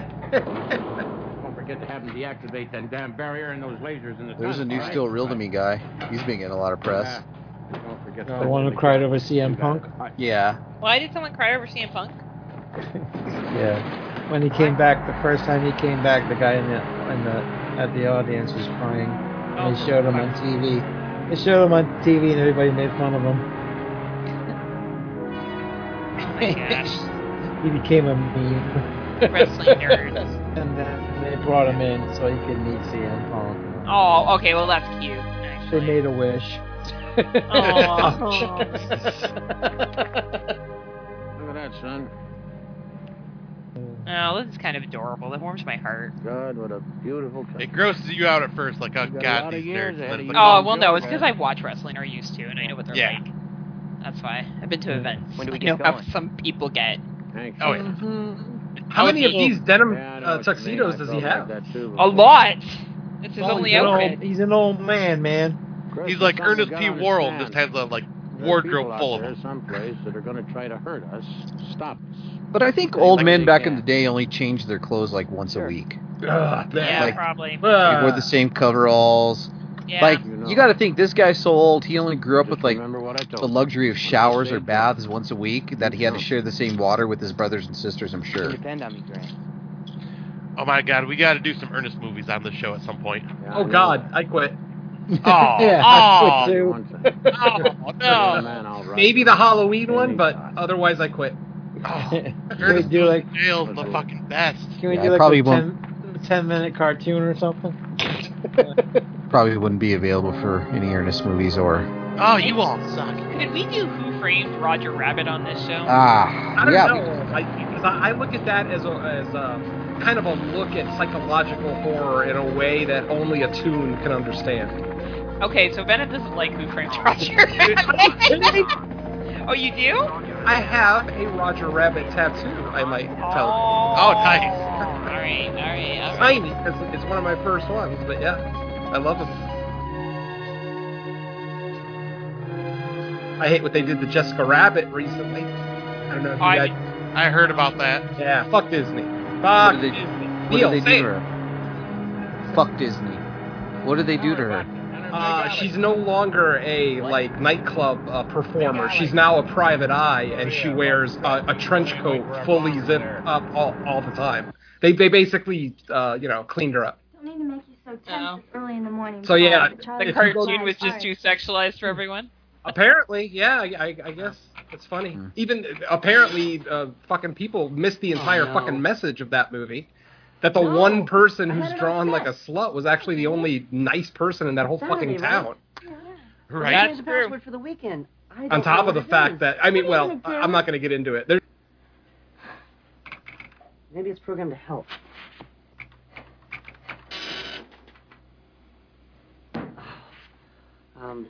[SPEAKER 25] Don't forget to have them deactivate that damn barrier and those lasers in the.
[SPEAKER 6] There's a
[SPEAKER 25] tunnel,
[SPEAKER 6] new
[SPEAKER 25] all right?
[SPEAKER 6] still real to me guy. He's been getting a lot of press.
[SPEAKER 25] Yeah. Don't forget.
[SPEAKER 6] No.
[SPEAKER 25] that.
[SPEAKER 4] The one who cried over CM Punk.
[SPEAKER 6] Yeah.
[SPEAKER 7] Why did someone cry over CM Punk?
[SPEAKER 4] Yeah. When he came back, the first time he came back, the guy in the in the at the audience was crying. And
[SPEAKER 11] Oh,
[SPEAKER 4] they showed him on TV. They showed him on TV, and everybody made fun of him.
[SPEAKER 7] Oh my gosh.
[SPEAKER 4] He became a meme.
[SPEAKER 7] Wrestling nerds.
[SPEAKER 4] And then they brought him in so he could meet CM Punk.
[SPEAKER 7] Oh, okay. Well, that's cute.
[SPEAKER 4] They made a wish.
[SPEAKER 3] [LAUGHS]
[SPEAKER 7] Oh, Aw.
[SPEAKER 11] Look at that, son.
[SPEAKER 7] Oh, this is kind of adorable. That warms my heart.
[SPEAKER 11] God, what a beautiful.
[SPEAKER 5] It grosses you out at first, like, oh, God, these nerds. and then it's like,
[SPEAKER 7] Oh, well, no, it's because I watch wrestling or used to, and I know what they're
[SPEAKER 5] Yeah.
[SPEAKER 7] like. That's why. I've been to events.
[SPEAKER 25] When do we
[SPEAKER 7] I
[SPEAKER 25] get
[SPEAKER 7] know how
[SPEAKER 25] going?
[SPEAKER 7] some people get.
[SPEAKER 5] Oh, yeah.
[SPEAKER 3] Mm-hmm.
[SPEAKER 10] How many of these denim
[SPEAKER 25] Yeah, I know
[SPEAKER 10] uh,
[SPEAKER 25] what you mean.
[SPEAKER 10] tuxedos
[SPEAKER 25] I
[SPEAKER 10] does he
[SPEAKER 25] felt like
[SPEAKER 10] have?
[SPEAKER 25] that too
[SPEAKER 7] A
[SPEAKER 25] before.
[SPEAKER 7] lot. It's his only
[SPEAKER 4] he's, an
[SPEAKER 7] outfit.
[SPEAKER 4] old, he's an old man, man.
[SPEAKER 6] Oh.
[SPEAKER 5] He's like Ernest P. Worrell, just has a, like, wardrobe full of them.
[SPEAKER 11] Someplace that are going to try to hurt us. Stop.
[SPEAKER 6] But I think old men back in the day only changed their clothes like once a week.
[SPEAKER 10] Ugh, Oh,
[SPEAKER 7] yeah,
[SPEAKER 6] Like-
[SPEAKER 7] probably.
[SPEAKER 10] Uh,
[SPEAKER 6] They wore the same coveralls.
[SPEAKER 7] Yeah.
[SPEAKER 6] Like you got to think this guy's so old. He only grew up with like the luxury of showers or baths once a week. That he had to share the same water with his brothers and sisters. I'm
[SPEAKER 18] You
[SPEAKER 6] sure.
[SPEAKER 18] can depend on me, Grant.
[SPEAKER 5] Oh, my God, we got to do some Ernest movies on the show at some
[SPEAKER 4] [LAUGHS]
[SPEAKER 5] point.
[SPEAKER 10] Oh God, I quit.
[SPEAKER 5] Oh,
[SPEAKER 4] yeah,
[SPEAKER 5] oh,
[SPEAKER 4] I would too.
[SPEAKER 5] [LAUGHS] oh, no.
[SPEAKER 10] Maybe the Halloween one, but otherwise I quit.
[SPEAKER 6] Oh.
[SPEAKER 4] [LAUGHS] Can we do like
[SPEAKER 5] Jail's the fucking best.
[SPEAKER 4] can we
[SPEAKER 6] Yeah, I
[SPEAKER 4] do like
[SPEAKER 6] probably
[SPEAKER 4] a
[SPEAKER 6] won't.
[SPEAKER 4] 10, 10 minute cartoon or something?
[SPEAKER 6] Probably wouldn't be available for any Ernest movies or
[SPEAKER 5] Oh, you all suck.
[SPEAKER 7] Could we do Who Framed Roger Rabbit on this show?
[SPEAKER 6] ah.
[SPEAKER 10] I don't
[SPEAKER 6] yeah.
[SPEAKER 10] know. I, because I, I look at that as a, as a kind of a look at psychological horror in a way that only a tune can understand.
[SPEAKER 7] Okay, so Venom doesn't like Who Framed Roger Rabbit. oh, you do?
[SPEAKER 10] I have a Roger Rabbit tattoo. I might tell.
[SPEAKER 5] Oh, nice.
[SPEAKER 7] All right, all right, all right.
[SPEAKER 10] Tiny. It's, it's one of my first ones, but yeah, I love them. I hate what they did to Jessica Rabbit recently. I don't know if you
[SPEAKER 5] I,
[SPEAKER 10] guys.
[SPEAKER 5] I heard about that.
[SPEAKER 10] Yeah, fuck Disney.
[SPEAKER 6] What
[SPEAKER 10] Fuck
[SPEAKER 6] did they,
[SPEAKER 10] Disney.
[SPEAKER 6] what
[SPEAKER 10] Neil,
[SPEAKER 6] did they
[SPEAKER 10] say
[SPEAKER 6] do
[SPEAKER 10] it.
[SPEAKER 6] to her? Fuck Disney. What did they do to her?
[SPEAKER 10] Uh, she's no longer a like nightclub uh, performer. She's now a private eye, and she wears a, a trench coat fully zipped up all, all the time. They they basically uh, you know cleaned her up.
[SPEAKER 16] Don't need to make you so tense
[SPEAKER 7] Oh.
[SPEAKER 16] It's early in the morning.
[SPEAKER 10] So, yeah,
[SPEAKER 16] Charlie,
[SPEAKER 7] The
[SPEAKER 10] If you go-
[SPEAKER 7] cartoon was just too sexualized for everyone.
[SPEAKER 10] Apparently, yeah, I, I- I guess it's funny. Even apparently, uh, fucking people missed the entire
[SPEAKER 18] no.
[SPEAKER 10] fucking message of that movie. That the
[SPEAKER 19] No.
[SPEAKER 10] one person
[SPEAKER 19] I
[SPEAKER 10] who's
[SPEAKER 19] had it
[SPEAKER 10] drawn like a
[SPEAKER 19] upset.
[SPEAKER 10] slut was actually the only nice person in that whole
[SPEAKER 19] Saturday,
[SPEAKER 10] fucking
[SPEAKER 19] right?
[SPEAKER 10] town. Right.
[SPEAKER 19] That's the password for the weekend. I don't
[SPEAKER 10] On top
[SPEAKER 19] know
[SPEAKER 10] of the
[SPEAKER 19] what it
[SPEAKER 10] fact
[SPEAKER 19] is.
[SPEAKER 10] that I mean,
[SPEAKER 19] What are
[SPEAKER 10] well,
[SPEAKER 19] you
[SPEAKER 10] I-
[SPEAKER 19] gonna
[SPEAKER 10] I'm
[SPEAKER 19] do?
[SPEAKER 10] not going to get into it. There's
[SPEAKER 19] Maybe it's programmed to help.
[SPEAKER 18] Oh, Um,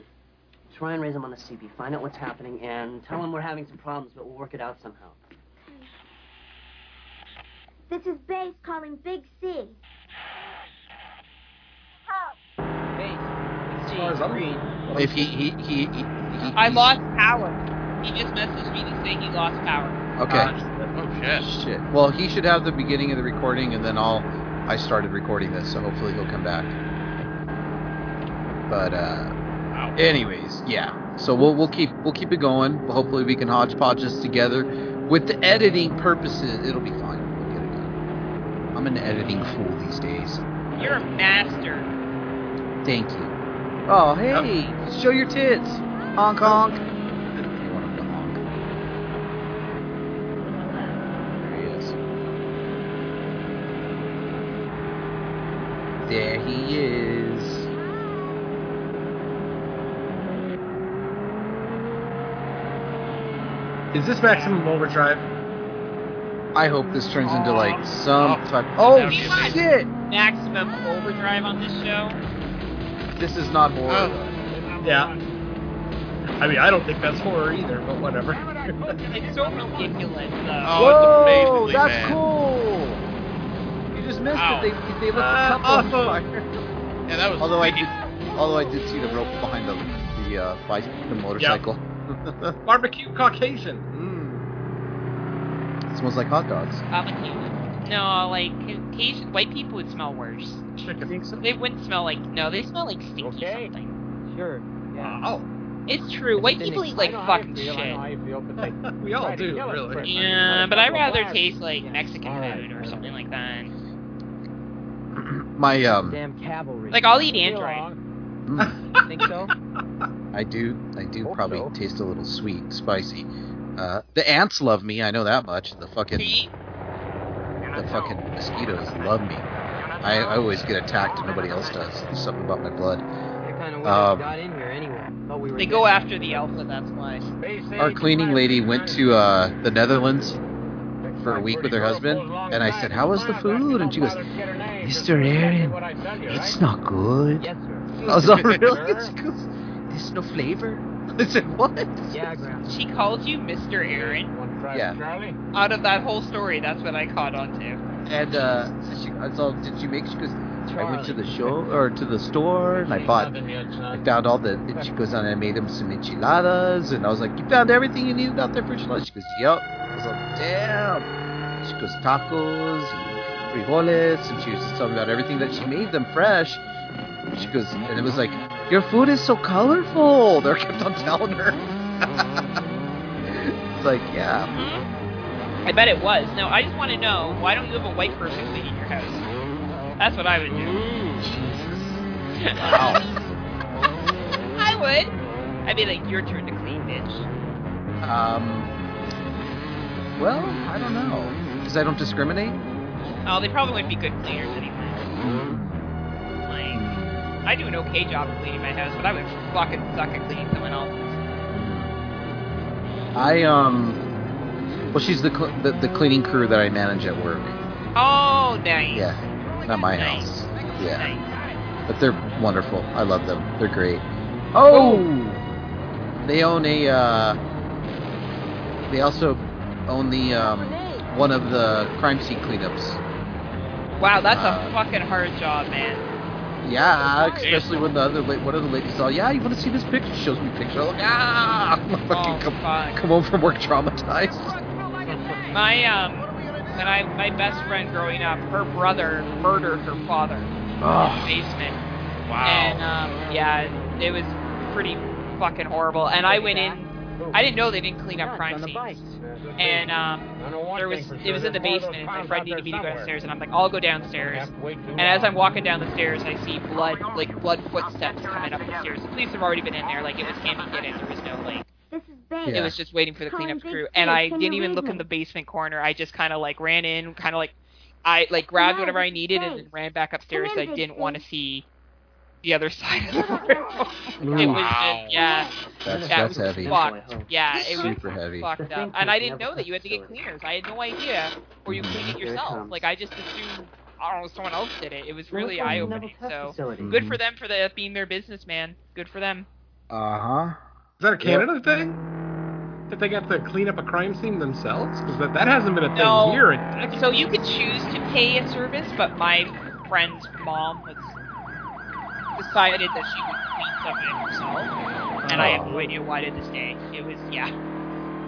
[SPEAKER 18] try and raise him on the CB. Find out what's happening and tell him we're having some problems, but we'll work it out somehow.
[SPEAKER 16] This is Bass calling Big C. Help.
[SPEAKER 10] as far as I'm-
[SPEAKER 6] If he he he. he, he
[SPEAKER 7] I lost power. He just messaged me to say he lost power.
[SPEAKER 6] Okay.
[SPEAKER 10] uh,
[SPEAKER 5] Oh, shit.
[SPEAKER 6] Shit. Well, he should have the beginning of the recording, and then I'll. I started recording this, so hopefully he'll come back. But uh, anyways, yeah. So we'll we'll keep we'll keep it going. Hopefully we can hodgepodge this together. With the editing purposes, it'll be fine. We'll get it done. I'm an editing fool these days.
[SPEAKER 7] You're a master.
[SPEAKER 6] Thank you. Oh hey, show your tits, honk honk. Hey, one of the honk
[SPEAKER 24] There he is.
[SPEAKER 10] Is this maximum overdrive?
[SPEAKER 6] I hope this turns into like some type. Oh shit!
[SPEAKER 7] Maximum overdrive on this show.
[SPEAKER 6] This is not horror.
[SPEAKER 7] Oh,
[SPEAKER 10] Yeah. I mean, I don't think that's horror either, but whatever.
[SPEAKER 7] It's so ridiculous, though.
[SPEAKER 6] Oh. Whoa, that's cool. You just missed
[SPEAKER 7] Ow.
[SPEAKER 6] it. They, they lit
[SPEAKER 7] Uh,
[SPEAKER 6] the cup on
[SPEAKER 7] also-
[SPEAKER 6] fire.
[SPEAKER 5] Yeah, that
[SPEAKER 18] [LAUGHS]
[SPEAKER 5] was.
[SPEAKER 6] Although I did, although I did see the rope behind the the uh, bike, the motorcycle.
[SPEAKER 10] [LAUGHS]
[SPEAKER 6] [LAUGHS]
[SPEAKER 10] Barbecue Caucasian. Mm.
[SPEAKER 6] smells like hot dogs.
[SPEAKER 7] Barbecue. No, like Caucasian white people would smell worse. They wouldn't smell like no, they smell like stinky something.
[SPEAKER 18] Sure. Yeah.
[SPEAKER 7] It's true. White people eat like fucking shit.
[SPEAKER 10] [LAUGHS] we all do, really.
[SPEAKER 7] Yeah, but I'd rather taste like Mexican food or something like that.
[SPEAKER 6] My um, mm,
[SPEAKER 18] Damn cavalry.
[SPEAKER 7] Like I'll eat android.
[SPEAKER 18] Think so?
[SPEAKER 6] I do, I do probably taste a little sweet, spicy. Uh, the ants love me. I know that much. The fucking, the fucking mosquitoes love me. I, I always get attacked and nobody else does. There's something about my blood.
[SPEAKER 18] They're kind of weird.
[SPEAKER 6] Um,
[SPEAKER 18] got in here anyway. Thought we were
[SPEAKER 7] They
[SPEAKER 18] dead.
[SPEAKER 7] go after the alpha. That's why.
[SPEAKER 6] Our cleaning lady went to uh, the Netherlands for a week with her husband, and I said, "How was the food?" And she goes, "Mr. Aaron, it's not good."
[SPEAKER 18] Yes, sir.
[SPEAKER 6] I was like, [LAUGHS] "Really?" She goes, There's no flavor. [LAUGHS] I said, "What?"
[SPEAKER 18] Yeah, Grandpa.
[SPEAKER 7] She calls you Mr. Aaron.
[SPEAKER 6] Yeah.
[SPEAKER 7] Out of that whole story, that's what I caught on to.
[SPEAKER 6] And uh, she, I was all, "Did you make?" She goes, "I went to the show or to the store, and I bought." I found all the. And she goes on, and I made him some enchiladas, and I was like, "You found everything you needed out there for enchiladas?" She goes, "Yep." I was like, "Damn." She goes, "Tacos, and frijoles," and she was just talking about everything that she made them fresh. She goes, and it was like, "Your food is so colorful." They kept on telling her. [LAUGHS] it's like, yeah.
[SPEAKER 7] Mm-hmm. I bet it was. No, I just want to know why don't you have a white person cleaning your house? That's what I would do.
[SPEAKER 6] [LAUGHS]
[SPEAKER 7] I would. I'd be like, your turn to clean, bitch.
[SPEAKER 6] Um. Well, I don't know, because I don't discriminate.
[SPEAKER 7] Oh, they probably wouldn't be good cleaners anyway. Like, I do an okay job of cleaning my house, but I would fucking suck at cleaning someone else's.
[SPEAKER 6] I um. Well, she's the cl- the, the cleaning crew that I manage at work.
[SPEAKER 7] Oh, nice.
[SPEAKER 6] Yeah, not my house. Yeah, but they're wonderful. I love them. They're great. Oh, they own a. Uh, they also own the um, one of the crime scene cleanups.
[SPEAKER 7] Wow, that's
[SPEAKER 6] Uh,
[SPEAKER 7] a fucking hard job, man.
[SPEAKER 6] Yeah, especially when the other la- one of the ladies saw. Yeah, you want to see this picture? She shows me a picture. I'm like, [LAUGHS] ah, I
[SPEAKER 7] Oh,
[SPEAKER 6] fucking come, come home from work traumatized.
[SPEAKER 7] My um, when I my best friend growing up, her brother murdered her father in
[SPEAKER 6] Ugh.
[SPEAKER 7] the basement. And um, yeah, it was pretty fucking horrible. And I went in. I didn't know they didn't clean up crime scenes. And um, there was it was in the basement. And my friend needed me to go downstairs, and I'm like, I'll go downstairs. And as I'm walking down the stairs, I see blood, like blood footsteps coming up the stairs. The police have already been in there. Like it was can't be get in. There was no like. It was just waiting for the cleanup crew, and I didn't even look in the basement corner. I just kind of like ran in, kind of like I like grabbed whatever I needed and then ran back upstairs. I didn't want to see the other [LAUGHS] side of the room. [LAUGHS] It was just yeah,
[SPEAKER 6] That's-
[SPEAKER 7] that
[SPEAKER 6] that's
[SPEAKER 7] was
[SPEAKER 6] heavy.
[SPEAKER 7] Fucked. Yeah, it was
[SPEAKER 6] Super heavy.
[SPEAKER 7] fucked up, and I didn't know that you had to get cleaners. I had no idea, or you cleaned it yourself. Like I just assumed. I don't know, someone else did it. It was really eye opening. So good for them for the being their business, man. Good for them.
[SPEAKER 6] Uh huh.
[SPEAKER 10] Is that a Canada thing? That they got to clean up a crime scene themselves? Because that, that hasn't been a thing
[SPEAKER 7] No.
[SPEAKER 10] here. In,
[SPEAKER 7] So you could choose to pay a service, but my friend's mom was decided that she would clean something herself, and I have
[SPEAKER 6] Oh.
[SPEAKER 7] no idea why to this day. It was yeah,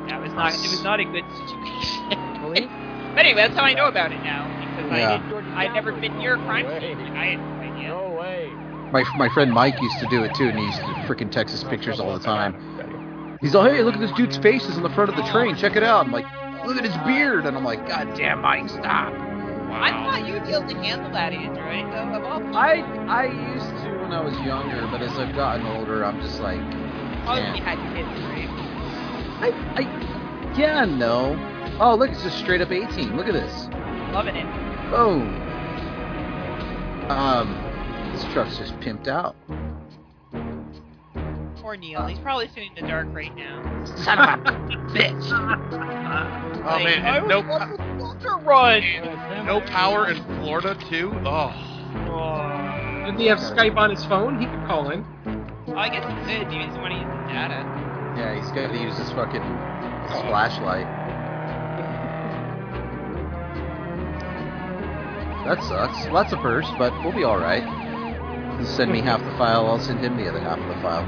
[SPEAKER 7] that was not it was not a good
[SPEAKER 6] [LAUGHS]
[SPEAKER 7] situation. but anyway, that's how I know about it now because
[SPEAKER 6] Yeah.
[SPEAKER 7] I didn't, I'd never been near a crime scene. Like, I had no idea. No way.
[SPEAKER 6] My, my friend Mike used to do it too, and he used to freaking text us pictures all the time. He's like, hey, look at this dude's faces on the front of the train. Check it out. I'm like, look at his beard. And I'm like, God damn, Mike, stop.
[SPEAKER 7] I thought you'd be able to handle that, Android. Though of all people,
[SPEAKER 6] I I used to when I was younger, but as I've gotten older, I'm just like,
[SPEAKER 7] obviously had kids, right?
[SPEAKER 6] I, I, yeah, no. Oh, look, it's just straight up 18. Look at this.
[SPEAKER 7] Loving it.
[SPEAKER 6] Boom. Oh. Um, This truck's just pimped out.
[SPEAKER 7] Poor Neil. He's probably sitting in the dark right now.
[SPEAKER 6] Son of a
[SPEAKER 7] bitch.
[SPEAKER 5] Oh man, and no,
[SPEAKER 6] um,
[SPEAKER 5] no power in Florida too. Oh,
[SPEAKER 10] Didn't he have Skype on his phone? He could call in.
[SPEAKER 7] Oh, I guess he could. He doesn't want to use the data.
[SPEAKER 6] Yeah, he's got to use his fucking his flashlight. That sucks. Lots of bursts, but we'll be all right. He'll send me half the file. I'll send him the other half of the file.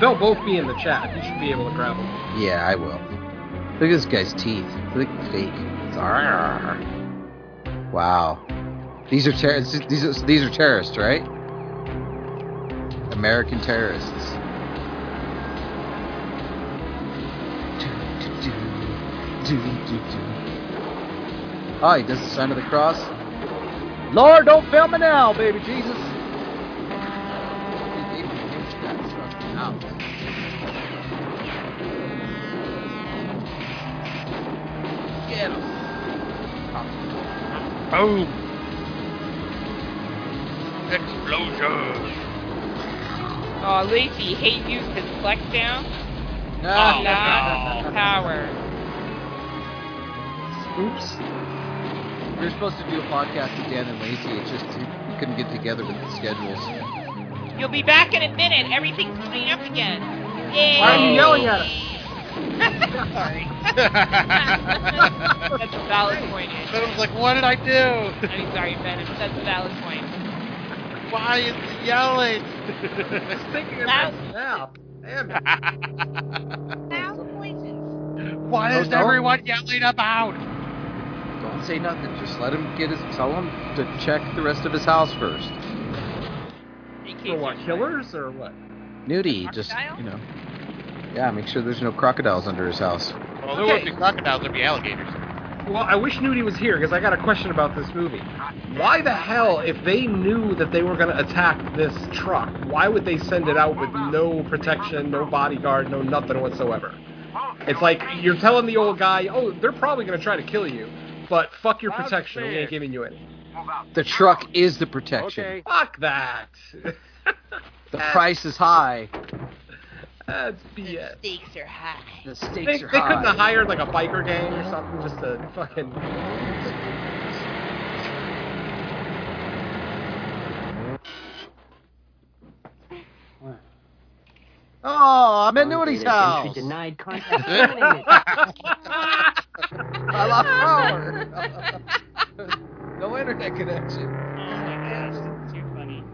[SPEAKER 10] They'll both be in the chat. You should be able to grab them.
[SPEAKER 6] Yeah, I will. Look at this guy's teeth. Look at the fake. It's arr. Wow. These are ter- these are, these are terrorists, right? American terrorists. Oh, he does the sign of the cross. Lord, don't fail me now, baby Jesus. [LAUGHS]
[SPEAKER 26] Get
[SPEAKER 5] boom! Explosion!
[SPEAKER 7] Oh, Lacey, hate used his flex down. Oh,
[SPEAKER 5] No.
[SPEAKER 7] Not
[SPEAKER 5] Oh, No.
[SPEAKER 7] power.
[SPEAKER 6] Oops. We were supposed to do a podcast with Dan and Lacey. It just we couldn't get together with the schedules.
[SPEAKER 7] You'll be back in a minute. Everything's clean up again. Yay.
[SPEAKER 6] Why are you yelling
[SPEAKER 7] [LAUGHS]
[SPEAKER 6] at
[SPEAKER 7] us? Sorry. That's [LAUGHS] a valid point. Ben
[SPEAKER 5] was like, "What did I
[SPEAKER 6] [LAUGHS]
[SPEAKER 5] do?"
[SPEAKER 7] I'm sorry, Ben. That's a valid point.
[SPEAKER 5] Why is he yelling?
[SPEAKER 10] thinking
[SPEAKER 7] about
[SPEAKER 10] now. Damn it.
[SPEAKER 5] What
[SPEAKER 6] Oh,
[SPEAKER 5] is
[SPEAKER 6] no.
[SPEAKER 5] everyone yelling about?
[SPEAKER 6] Don't say nothing. Just let him get his. Tell him to check the rest of his house first.
[SPEAKER 10] For what? Killers or what?
[SPEAKER 6] Nudie, just you know. Yeah, make sure there's no crocodiles under his house.
[SPEAKER 5] Well, there won't be crocodiles, there'll be alligators.
[SPEAKER 10] Well, I wish Nudie was here because I got a question about this movie. Why the hell, if they knew that they were going to attack this truck, why would they send it out with no protection, no bodyguard, no nothing whatsoever? It's like you're telling the old guy, oh, they're probably going to try to kill you, but fuck your protection. We ain't giving you any.
[SPEAKER 6] The truck is the protection.
[SPEAKER 10] Fuck that. [LAUGHS]
[SPEAKER 6] The price is high.
[SPEAKER 10] That's BS.
[SPEAKER 7] Stakes are high.
[SPEAKER 6] The
[SPEAKER 10] They,
[SPEAKER 6] stakes
[SPEAKER 10] they
[SPEAKER 6] are
[SPEAKER 10] couldn't
[SPEAKER 6] high.
[SPEAKER 10] have hired like a biker gang or something just to fucking.
[SPEAKER 6] Oh, I'm at
[SPEAKER 18] Nudie's
[SPEAKER 6] Nudie's house.
[SPEAKER 18] Entry
[SPEAKER 6] [LAUGHS]
[SPEAKER 18] denied contact.
[SPEAKER 6] I lost power. no internet connection.
[SPEAKER 7] Oh my gosh, that's too funny.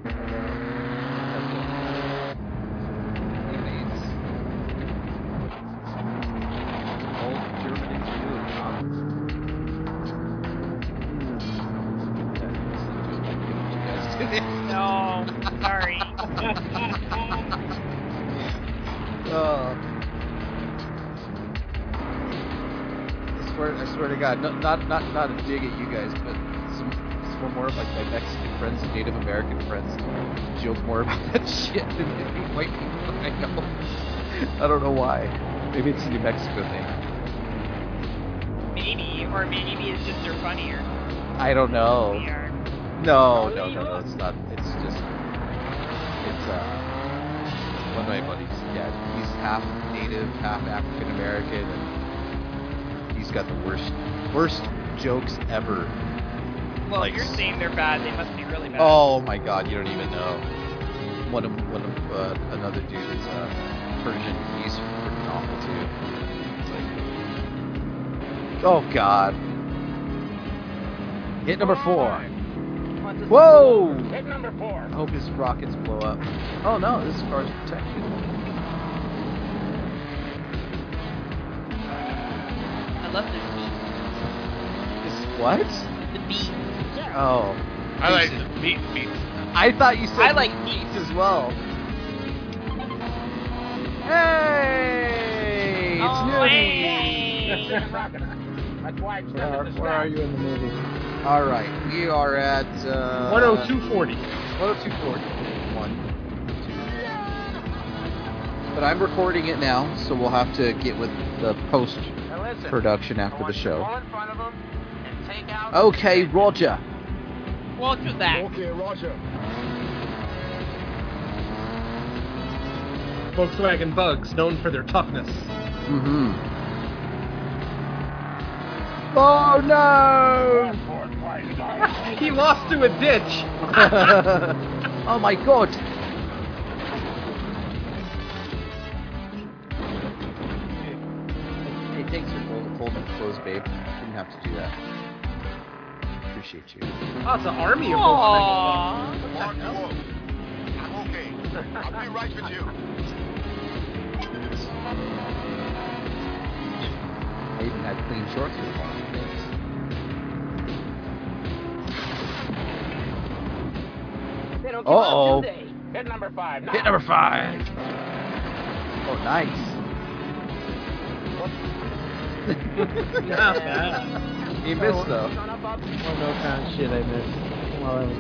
[SPEAKER 6] [LAUGHS]
[SPEAKER 7] No, sorry.
[SPEAKER 6] Oh. I swear, I swear to God, no, not not not a dig at you guys, but some, some more of like my Mexican friends and Native American friends joke more about that [LAUGHS] shit than any white people I know. I don't know why. Maybe it's a New Mexico thing.
[SPEAKER 7] maybe, or maybe it's just they're funnier.
[SPEAKER 6] I don't know.
[SPEAKER 7] We are.
[SPEAKER 6] No, no, no, no. It's not. It's just. It's uh. One of my buddies. Yeah, he's half Native, half African American, and he's got the worst, worst jokes ever.
[SPEAKER 7] Well,
[SPEAKER 6] Like-
[SPEAKER 7] if you're saying they're bad, they must be really bad.
[SPEAKER 6] Oh my God, you don't even know. One of one of uh, another dude is uh, Persian. He's freaking awful too. It's like, oh God. Hit number four. Whoa!
[SPEAKER 14] Hit number four.
[SPEAKER 6] I hope his rockets blow up. Oh no, this car's protection.
[SPEAKER 7] I love this beat.
[SPEAKER 6] This what?
[SPEAKER 7] The beat.
[SPEAKER 6] Oh.
[SPEAKER 5] I like the meat meat.
[SPEAKER 6] I thought you said
[SPEAKER 7] I like
[SPEAKER 6] meats as well. Hey! It's
[SPEAKER 14] Oh,
[SPEAKER 6] Nudie.
[SPEAKER 14] hey. That's why it's
[SPEAKER 6] Where
[SPEAKER 14] stuck
[SPEAKER 6] are,
[SPEAKER 14] in the
[SPEAKER 6] where are you in the movie? [LAUGHS] All right, we are at uh,
[SPEAKER 10] 10240.
[SPEAKER 6] 102.40. One, two. But I'm recording it now, so we'll have to get with the post production after the show.
[SPEAKER 14] in front of him and take out.
[SPEAKER 6] Okay, Roger.
[SPEAKER 7] Roger that.
[SPEAKER 14] Okay, Roger.
[SPEAKER 10] Volkswagen Bugs, known for their toughness.
[SPEAKER 6] Mm-hmm.
[SPEAKER 10] Oh no! he lost to a ditch.
[SPEAKER 6] [LAUGHS] oh my god.
[SPEAKER 24] Hey, thanks for fold- folding clothes, babe. Didn't have to do that. Appreciate you.
[SPEAKER 10] Oh, it's an army of
[SPEAKER 27] Aww. I'm okay. I'll be right with you.
[SPEAKER 24] I even had clean shorts for one. Thanks.
[SPEAKER 14] They don't
[SPEAKER 6] give up, Uh-oh. do
[SPEAKER 14] Hit number five.
[SPEAKER 6] Hit number five. Oh, nice. [LAUGHS] He missed though.
[SPEAKER 4] Oh, no kind of shit I missed while I was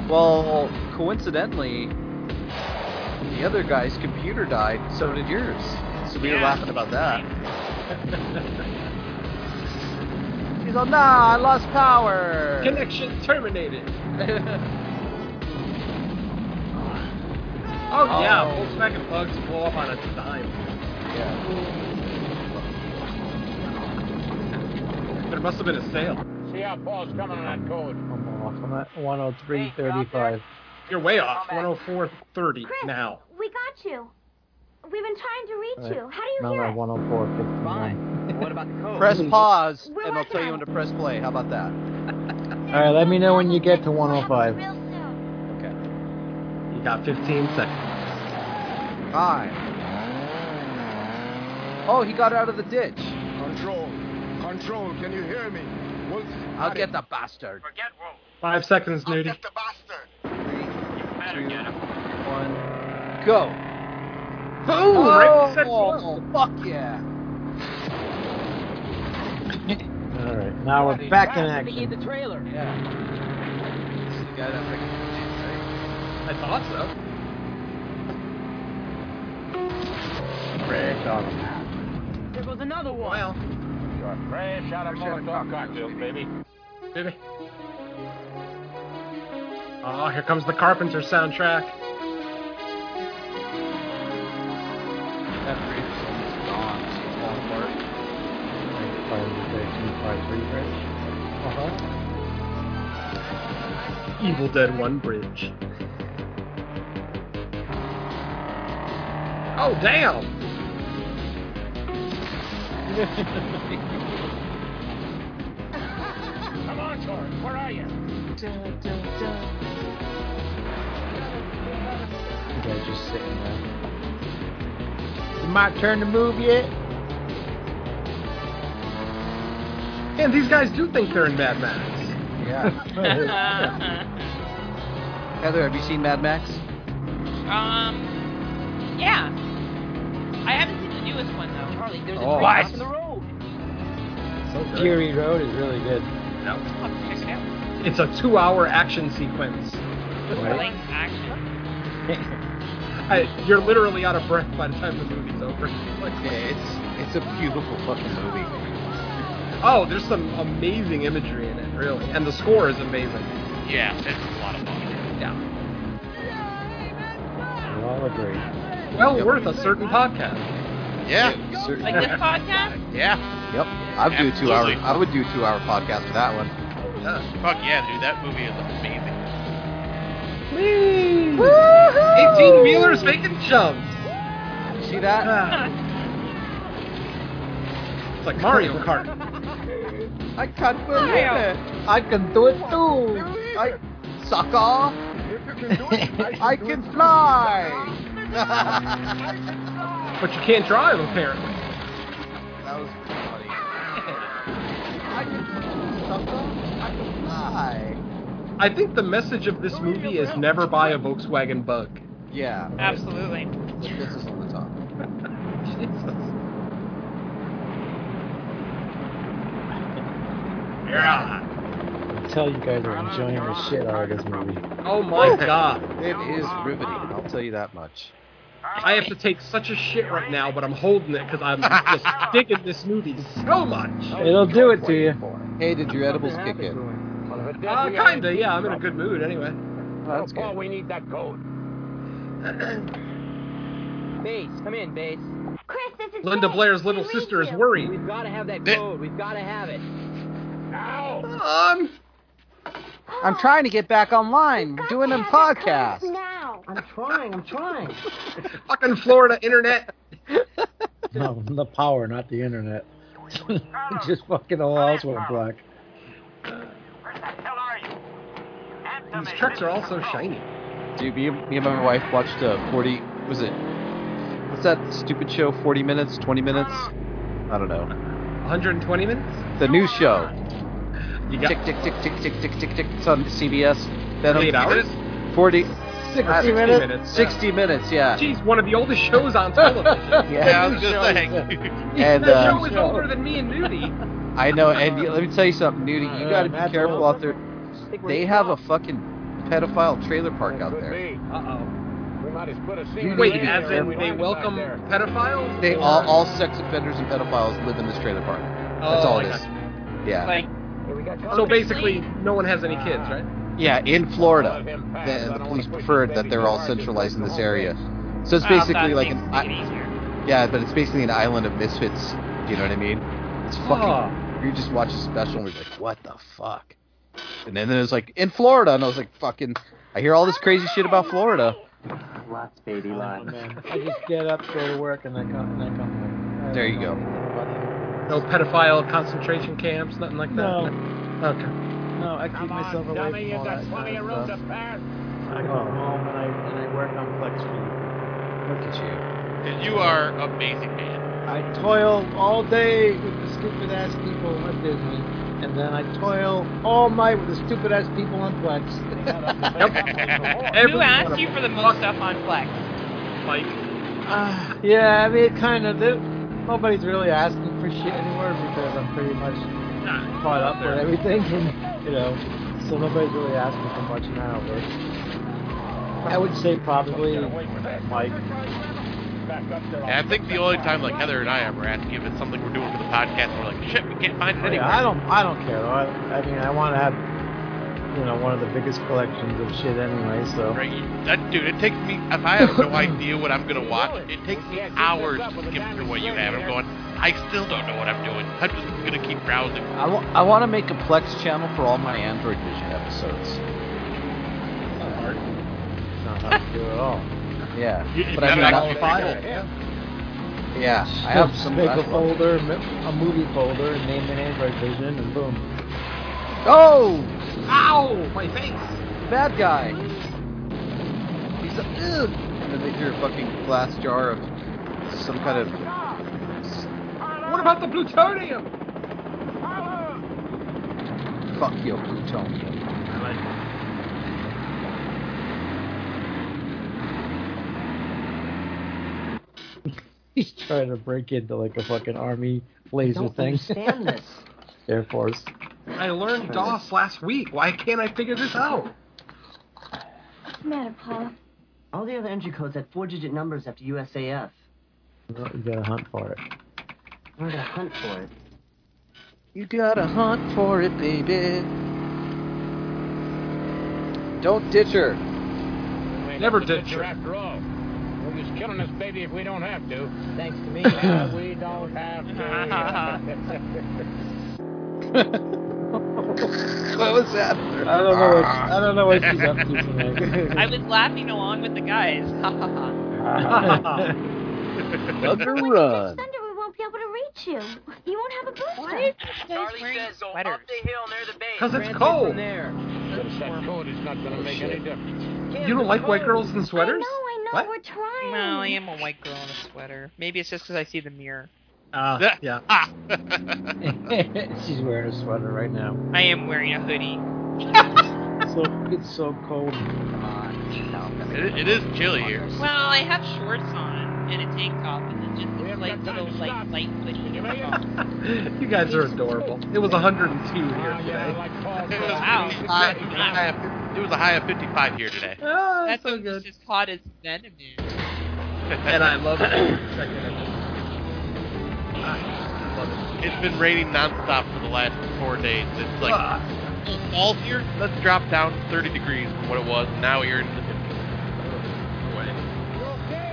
[SPEAKER 4] going.
[SPEAKER 6] Well, coincidentally, the other guy's computer died, so did yours. So we were laughing about that. He's like, nah, I lost power.
[SPEAKER 10] Connection terminated. oh, yeah, Volkswagen Bugs blow up on a dime. There must have been a sale.
[SPEAKER 11] See how Paul's coming on that code.
[SPEAKER 4] I'm off. I'm at 103.35.
[SPEAKER 10] You're way off. 104.30 now.
[SPEAKER 16] We got you. We've been trying to reach you. How do you
[SPEAKER 4] Now I'm
[SPEAKER 16] hear
[SPEAKER 4] at
[SPEAKER 16] it?
[SPEAKER 4] 104.59.
[SPEAKER 18] What about the code?
[SPEAKER 6] Press pause,
[SPEAKER 16] We're
[SPEAKER 6] and I'll
[SPEAKER 16] working
[SPEAKER 6] tell you
[SPEAKER 16] on
[SPEAKER 6] when to press play. How about
[SPEAKER 4] All
[SPEAKER 6] that?
[SPEAKER 4] right, let me know when you get to 105.
[SPEAKER 6] Okay.
[SPEAKER 10] You got 15 seconds.
[SPEAKER 6] Five. Oh, he got out of the ditch.
[SPEAKER 27] Control. Control, can you hear me? Wolf,
[SPEAKER 6] I'll get the bastard.
[SPEAKER 27] Forget Wolf.
[SPEAKER 10] Five seconds, Nudie.
[SPEAKER 27] The bastard.
[SPEAKER 6] One. Go. Boom!
[SPEAKER 10] right beside
[SPEAKER 6] Oh, fuck yeah.
[SPEAKER 4] All right, now we're back in action.
[SPEAKER 18] the
[SPEAKER 6] [LAUGHS]
[SPEAKER 18] trailer.
[SPEAKER 6] Yeah. This is the guy that's like,
[SPEAKER 10] I thought so.
[SPEAKER 24] Frick on him.
[SPEAKER 18] There goes another one.
[SPEAKER 10] Well,
[SPEAKER 11] You're fresh out of Molotov cocktails, baby.
[SPEAKER 10] baby. Oh, here comes the Carpenter soundtrack.
[SPEAKER 24] That bridge is almost gone. It's falling apart.
[SPEAKER 4] Uh-huh.
[SPEAKER 10] Evil Dead 1 bridge. Oh, damn!
[SPEAKER 11] Come on, George. Where are you?
[SPEAKER 4] The guy's just sitting there. Is my turn to move yet?
[SPEAKER 10] And these guys do think they're in Mad Max.
[SPEAKER 6] Yeah.
[SPEAKER 7] Um,
[SPEAKER 6] Heather, have you seen Mad Max?
[SPEAKER 7] um, yeah. I haven't seen the newest one though.
[SPEAKER 18] Charlie, there's
[SPEAKER 6] Oh.
[SPEAKER 18] a
[SPEAKER 6] What?
[SPEAKER 18] train off in the road.
[SPEAKER 10] So
[SPEAKER 4] [LAUGHS]
[SPEAKER 10] good.
[SPEAKER 4] Fury Road is really good.
[SPEAKER 10] No.
[SPEAKER 7] I'll check it out.
[SPEAKER 10] It's a two hour action sequence.
[SPEAKER 7] Like
[SPEAKER 4] [LAUGHS]
[SPEAKER 7] action.
[SPEAKER 10] I, you're literally out of breath by the time the movie's over.
[SPEAKER 24] Yeah, it's it's a beautiful fucking movie.
[SPEAKER 10] Oh, there's some amazing imagery in it, really. And the score is amazing.
[SPEAKER 5] Yeah, it's a lot of fun.
[SPEAKER 10] Yeah.
[SPEAKER 4] We all agree.
[SPEAKER 10] Well worth a certain podcast.
[SPEAKER 5] Yeah.
[SPEAKER 6] Certainly.
[SPEAKER 7] Like this
[SPEAKER 5] [LAUGHS]
[SPEAKER 7] podcast?
[SPEAKER 5] Yeah.
[SPEAKER 6] Yep. I would do two hour.
[SPEAKER 5] Absolutely.
[SPEAKER 6] I would do two hour podcast for that one.
[SPEAKER 10] Yeah.
[SPEAKER 5] Fuck yeah, dude. That movie is amazing.
[SPEAKER 10] 18 wheelers making chums.
[SPEAKER 6] You see that?
[SPEAKER 10] Ah. It's like Mario Kart.
[SPEAKER 6] I can't believe it. I can do it too. I suck off. I can [LAUGHS] fly.
[SPEAKER 10] But you can't drive, apparently.
[SPEAKER 6] That was pretty funny. [LAUGHS] I can suck off. I can fly.
[SPEAKER 10] I think the message of this movie is never buy a Volkswagen Bug. [LAUGHS]
[SPEAKER 6] Yeah.
[SPEAKER 7] Absolutely.
[SPEAKER 6] This is on the top.
[SPEAKER 10] Jesus.
[SPEAKER 4] I tell you guys are enjoying the shit out of this movie.
[SPEAKER 10] Oh my god.
[SPEAKER 24] It is riveting. I'll tell you that much.
[SPEAKER 10] I have to take such a shit right now, but I'm holding it because I'm just digging this movie so much.
[SPEAKER 4] It'll do it to you.
[SPEAKER 24] Hey, did your edibles kick
[SPEAKER 18] happened to
[SPEAKER 24] in?
[SPEAKER 18] him?
[SPEAKER 11] Well, if it did,
[SPEAKER 10] Uh,
[SPEAKER 11] we are
[SPEAKER 10] kinda, yeah. I'm in a good mood anyway.
[SPEAKER 24] Oh, that's
[SPEAKER 11] Paul,
[SPEAKER 24] good.
[SPEAKER 11] we need that code.
[SPEAKER 10] Uh,
[SPEAKER 18] Base, come in, Base.
[SPEAKER 16] Chris, this is
[SPEAKER 10] Linda
[SPEAKER 16] Faith.
[SPEAKER 10] Blair's little
[SPEAKER 16] We need
[SPEAKER 10] sister is
[SPEAKER 16] you.
[SPEAKER 10] worried.
[SPEAKER 18] We've got to have that
[SPEAKER 10] Eh.
[SPEAKER 18] code. We've got to have it.
[SPEAKER 10] Um,
[SPEAKER 16] Oh,
[SPEAKER 6] I'm trying to get back online. We're doing a podcast.
[SPEAKER 16] Now.
[SPEAKER 18] I'm trying. I'm trying.
[SPEAKER 10] Fucking Florida internet.
[SPEAKER 4] [LAUGHS] No, the power, not the internet. [LAUGHS] Just fucking all else went black.
[SPEAKER 10] These trucks are also shiny.
[SPEAKER 6] Dude, me, and- me and my wife watched uh, 40. Was it? What's that stupid show? 40 minutes? 20 minutes? I don't know.
[SPEAKER 10] 120 minutes?
[SPEAKER 6] The new show.
[SPEAKER 10] You got
[SPEAKER 6] tick, tick, tick, tick, tick, tick, tick, tick. It's on CBS. Then on
[SPEAKER 10] Eight hours?
[SPEAKER 6] 40. 60
[SPEAKER 10] minutes?
[SPEAKER 6] minutes. 60 minutes, yeah.
[SPEAKER 10] Jeez, one of the oldest shows on
[SPEAKER 6] [LAUGHS]
[SPEAKER 10] television. [LAUGHS]
[SPEAKER 6] Yeah, I was
[SPEAKER 10] That
[SPEAKER 4] [LAUGHS]
[SPEAKER 6] just
[SPEAKER 10] show is-
[SPEAKER 6] saying.
[SPEAKER 10] That
[SPEAKER 6] And,
[SPEAKER 10] show
[SPEAKER 6] um,
[SPEAKER 10] is older than me and Nudie.
[SPEAKER 6] I know, and y- let me tell you something, Nudie. You
[SPEAKER 10] Uh,
[SPEAKER 6] gotta be
[SPEAKER 10] that's
[SPEAKER 6] careful
[SPEAKER 10] all.
[SPEAKER 6] out there. They have a fucking pedophile trailer park out there.
[SPEAKER 10] Uh-oh.
[SPEAKER 25] We might have split a
[SPEAKER 6] You
[SPEAKER 25] scene.
[SPEAKER 6] need
[SPEAKER 10] Wait,
[SPEAKER 6] to be
[SPEAKER 10] as in
[SPEAKER 6] careful.
[SPEAKER 10] they welcome pedophiles?
[SPEAKER 6] They
[SPEAKER 10] or-
[SPEAKER 6] all, all sex offenders and pedophiles live in this trailer park. That's
[SPEAKER 10] Oh,
[SPEAKER 6] all
[SPEAKER 10] I
[SPEAKER 6] it is.
[SPEAKER 10] got
[SPEAKER 6] Yeah.
[SPEAKER 7] Like,
[SPEAKER 10] so basically, no one has any kids, right?
[SPEAKER 6] Yeah, in Florida, the, the police preferred that they're all centralized in this area. So it's
[SPEAKER 7] Well, oh, that
[SPEAKER 6] basically like an
[SPEAKER 7] makes it
[SPEAKER 6] I- yeah, but it's basically an island of misfits. Do you know what I mean? It's
[SPEAKER 10] Ah.
[SPEAKER 6] fucking. You just watch a special and we're like, what the fuck? And then there's like in Florida, and I was like, fucking. I hear all this crazy shit about Florida.
[SPEAKER 17] Lots, baby,
[SPEAKER 7] Oh,
[SPEAKER 17] lots.
[SPEAKER 4] I just get up, go to work, and I come and I come home. I
[SPEAKER 6] There
[SPEAKER 4] don't
[SPEAKER 6] you
[SPEAKER 4] know
[SPEAKER 6] go.
[SPEAKER 4] anything about that.
[SPEAKER 10] No pedophile concentration camps, nothing like that?
[SPEAKER 4] No.
[SPEAKER 10] Okay.
[SPEAKER 4] No, I keep myself away
[SPEAKER 25] Dummy,
[SPEAKER 4] from all
[SPEAKER 25] you've got
[SPEAKER 4] that
[SPEAKER 25] plenty
[SPEAKER 4] kind
[SPEAKER 25] of
[SPEAKER 4] of
[SPEAKER 25] room
[SPEAKER 4] stuff.
[SPEAKER 25] to pass.
[SPEAKER 4] I go home and I and I work on flex feed. Look
[SPEAKER 5] [LAUGHS]
[SPEAKER 4] at
[SPEAKER 5] You are amazing, man.
[SPEAKER 4] you. I toil all day with the stupid ass people at Disney, and then I toil all night with the stupid ass people on flex. [LAUGHS]
[SPEAKER 7] Who asked you for the most stuff on Flex?
[SPEAKER 4] Uh, [SIGHS] yeah, I mean, kind of. Nobody's really asking for shit anymore because I'm pretty much caught up with everything, [LAUGHS] and, you know. So nobody's really asking for much now. But I would say probably like
[SPEAKER 5] [LAUGHS] And I think the only time like Heather and I ever ask you if it's something we're doing for the podcast, and we're like, shit, we can't find it anywhere.
[SPEAKER 4] Yeah, I don't. I don't care. though. I, I mean, I want to have, you know, one of the biggest collections of shit anyway. So
[SPEAKER 5] Right? That, dude, it takes me. If I have no idea what I'm gonna watch, it takes me hours to skim through what you have. I'm going. I still don't know what I'm doing. I'm just gonna keep browsing.
[SPEAKER 6] I, wa- I want to make a Plex channel for all my Android Vision episodes.
[SPEAKER 4] it's not hard to do at all.
[SPEAKER 6] Yeah,
[SPEAKER 5] You-
[SPEAKER 6] but I
[SPEAKER 5] that
[SPEAKER 6] mean,
[SPEAKER 5] actually-
[SPEAKER 6] I'll file. Yeah, I have some.
[SPEAKER 4] Make a folder, m- a movie folder, and name it Android Vision, and boom.
[SPEAKER 6] Oh,
[SPEAKER 10] Ow! My face!
[SPEAKER 6] bad guy. He's a, Ugh. and then they threw a fucking glass jar of some kind of.
[SPEAKER 10] What about the plutonium?
[SPEAKER 6] Fuck your plutonium.
[SPEAKER 4] He's trying to break into like a fucking army laser
[SPEAKER 26] don't
[SPEAKER 4] thing.
[SPEAKER 26] understand this.
[SPEAKER 4] [LAUGHS] Air Force.
[SPEAKER 10] I learned DOS last week. Why can't I figure this out?
[SPEAKER 16] What's the matter, Paul?
[SPEAKER 15] All the other entry codes had four-digit numbers after USAF.
[SPEAKER 4] No, You gotta hunt for it.
[SPEAKER 15] We're gonna hunt for it.
[SPEAKER 6] You gotta hunt for it, baby. Don't ditch her.
[SPEAKER 10] Never
[SPEAKER 25] did
[SPEAKER 10] ditch
[SPEAKER 25] you
[SPEAKER 10] her.
[SPEAKER 25] After all, we're just killing this baby if we don't have to.
[SPEAKER 15] Thanks to me.
[SPEAKER 25] Uh, we don't have to.
[SPEAKER 6] What was that? Ah.
[SPEAKER 4] I don't know what
[SPEAKER 6] [LAUGHS]
[SPEAKER 4] I don't know what she's up to tonight.
[SPEAKER 7] I was laughing along with the guys. Ha ha [LAUGHS] ha.
[SPEAKER 6] Let her run.
[SPEAKER 16] Thunder, we won't be able to reach you. You won't have a booster.
[SPEAKER 7] Charlie says go up the hill near the base.
[SPEAKER 10] Because it's
[SPEAKER 18] Branch it
[SPEAKER 10] cold.
[SPEAKER 18] From there.
[SPEAKER 25] that code is not
[SPEAKER 6] Oh,
[SPEAKER 25] going to make any difference.
[SPEAKER 10] You don't like white girls in sweaters?
[SPEAKER 16] I know, I
[SPEAKER 10] What?
[SPEAKER 16] know. We're trying.
[SPEAKER 7] No, I am a white girl in a sweater. Maybe it's just because I see the mirror.
[SPEAKER 10] Ah, yeah.
[SPEAKER 5] Ah.
[SPEAKER 4] [LAUGHS] she's wearing a sweater right now.
[SPEAKER 7] I am wearing a hoodie.
[SPEAKER 4] So it's so cold.
[SPEAKER 5] it, it is chilly here.
[SPEAKER 7] Well, I have shorts on and a tank top and just this like little like light hoodie.
[SPEAKER 10] you guys are adorable. It was 102 here today.
[SPEAKER 5] [LAUGHS] It was,
[SPEAKER 7] Wow.
[SPEAKER 5] it was a high of- it was a high of 55 here today.
[SPEAKER 10] Ah,
[SPEAKER 7] That's
[SPEAKER 10] so
[SPEAKER 7] what's
[SPEAKER 10] good.
[SPEAKER 7] just hot as venom [LAUGHS] is.
[SPEAKER 10] And I love it. Second episode.
[SPEAKER 5] It's been raining nonstop for the last four days. It's like
[SPEAKER 10] Ah,
[SPEAKER 5] falls here. Let's drop down 30 degrees from what it was. Now you're in the
[SPEAKER 10] boy.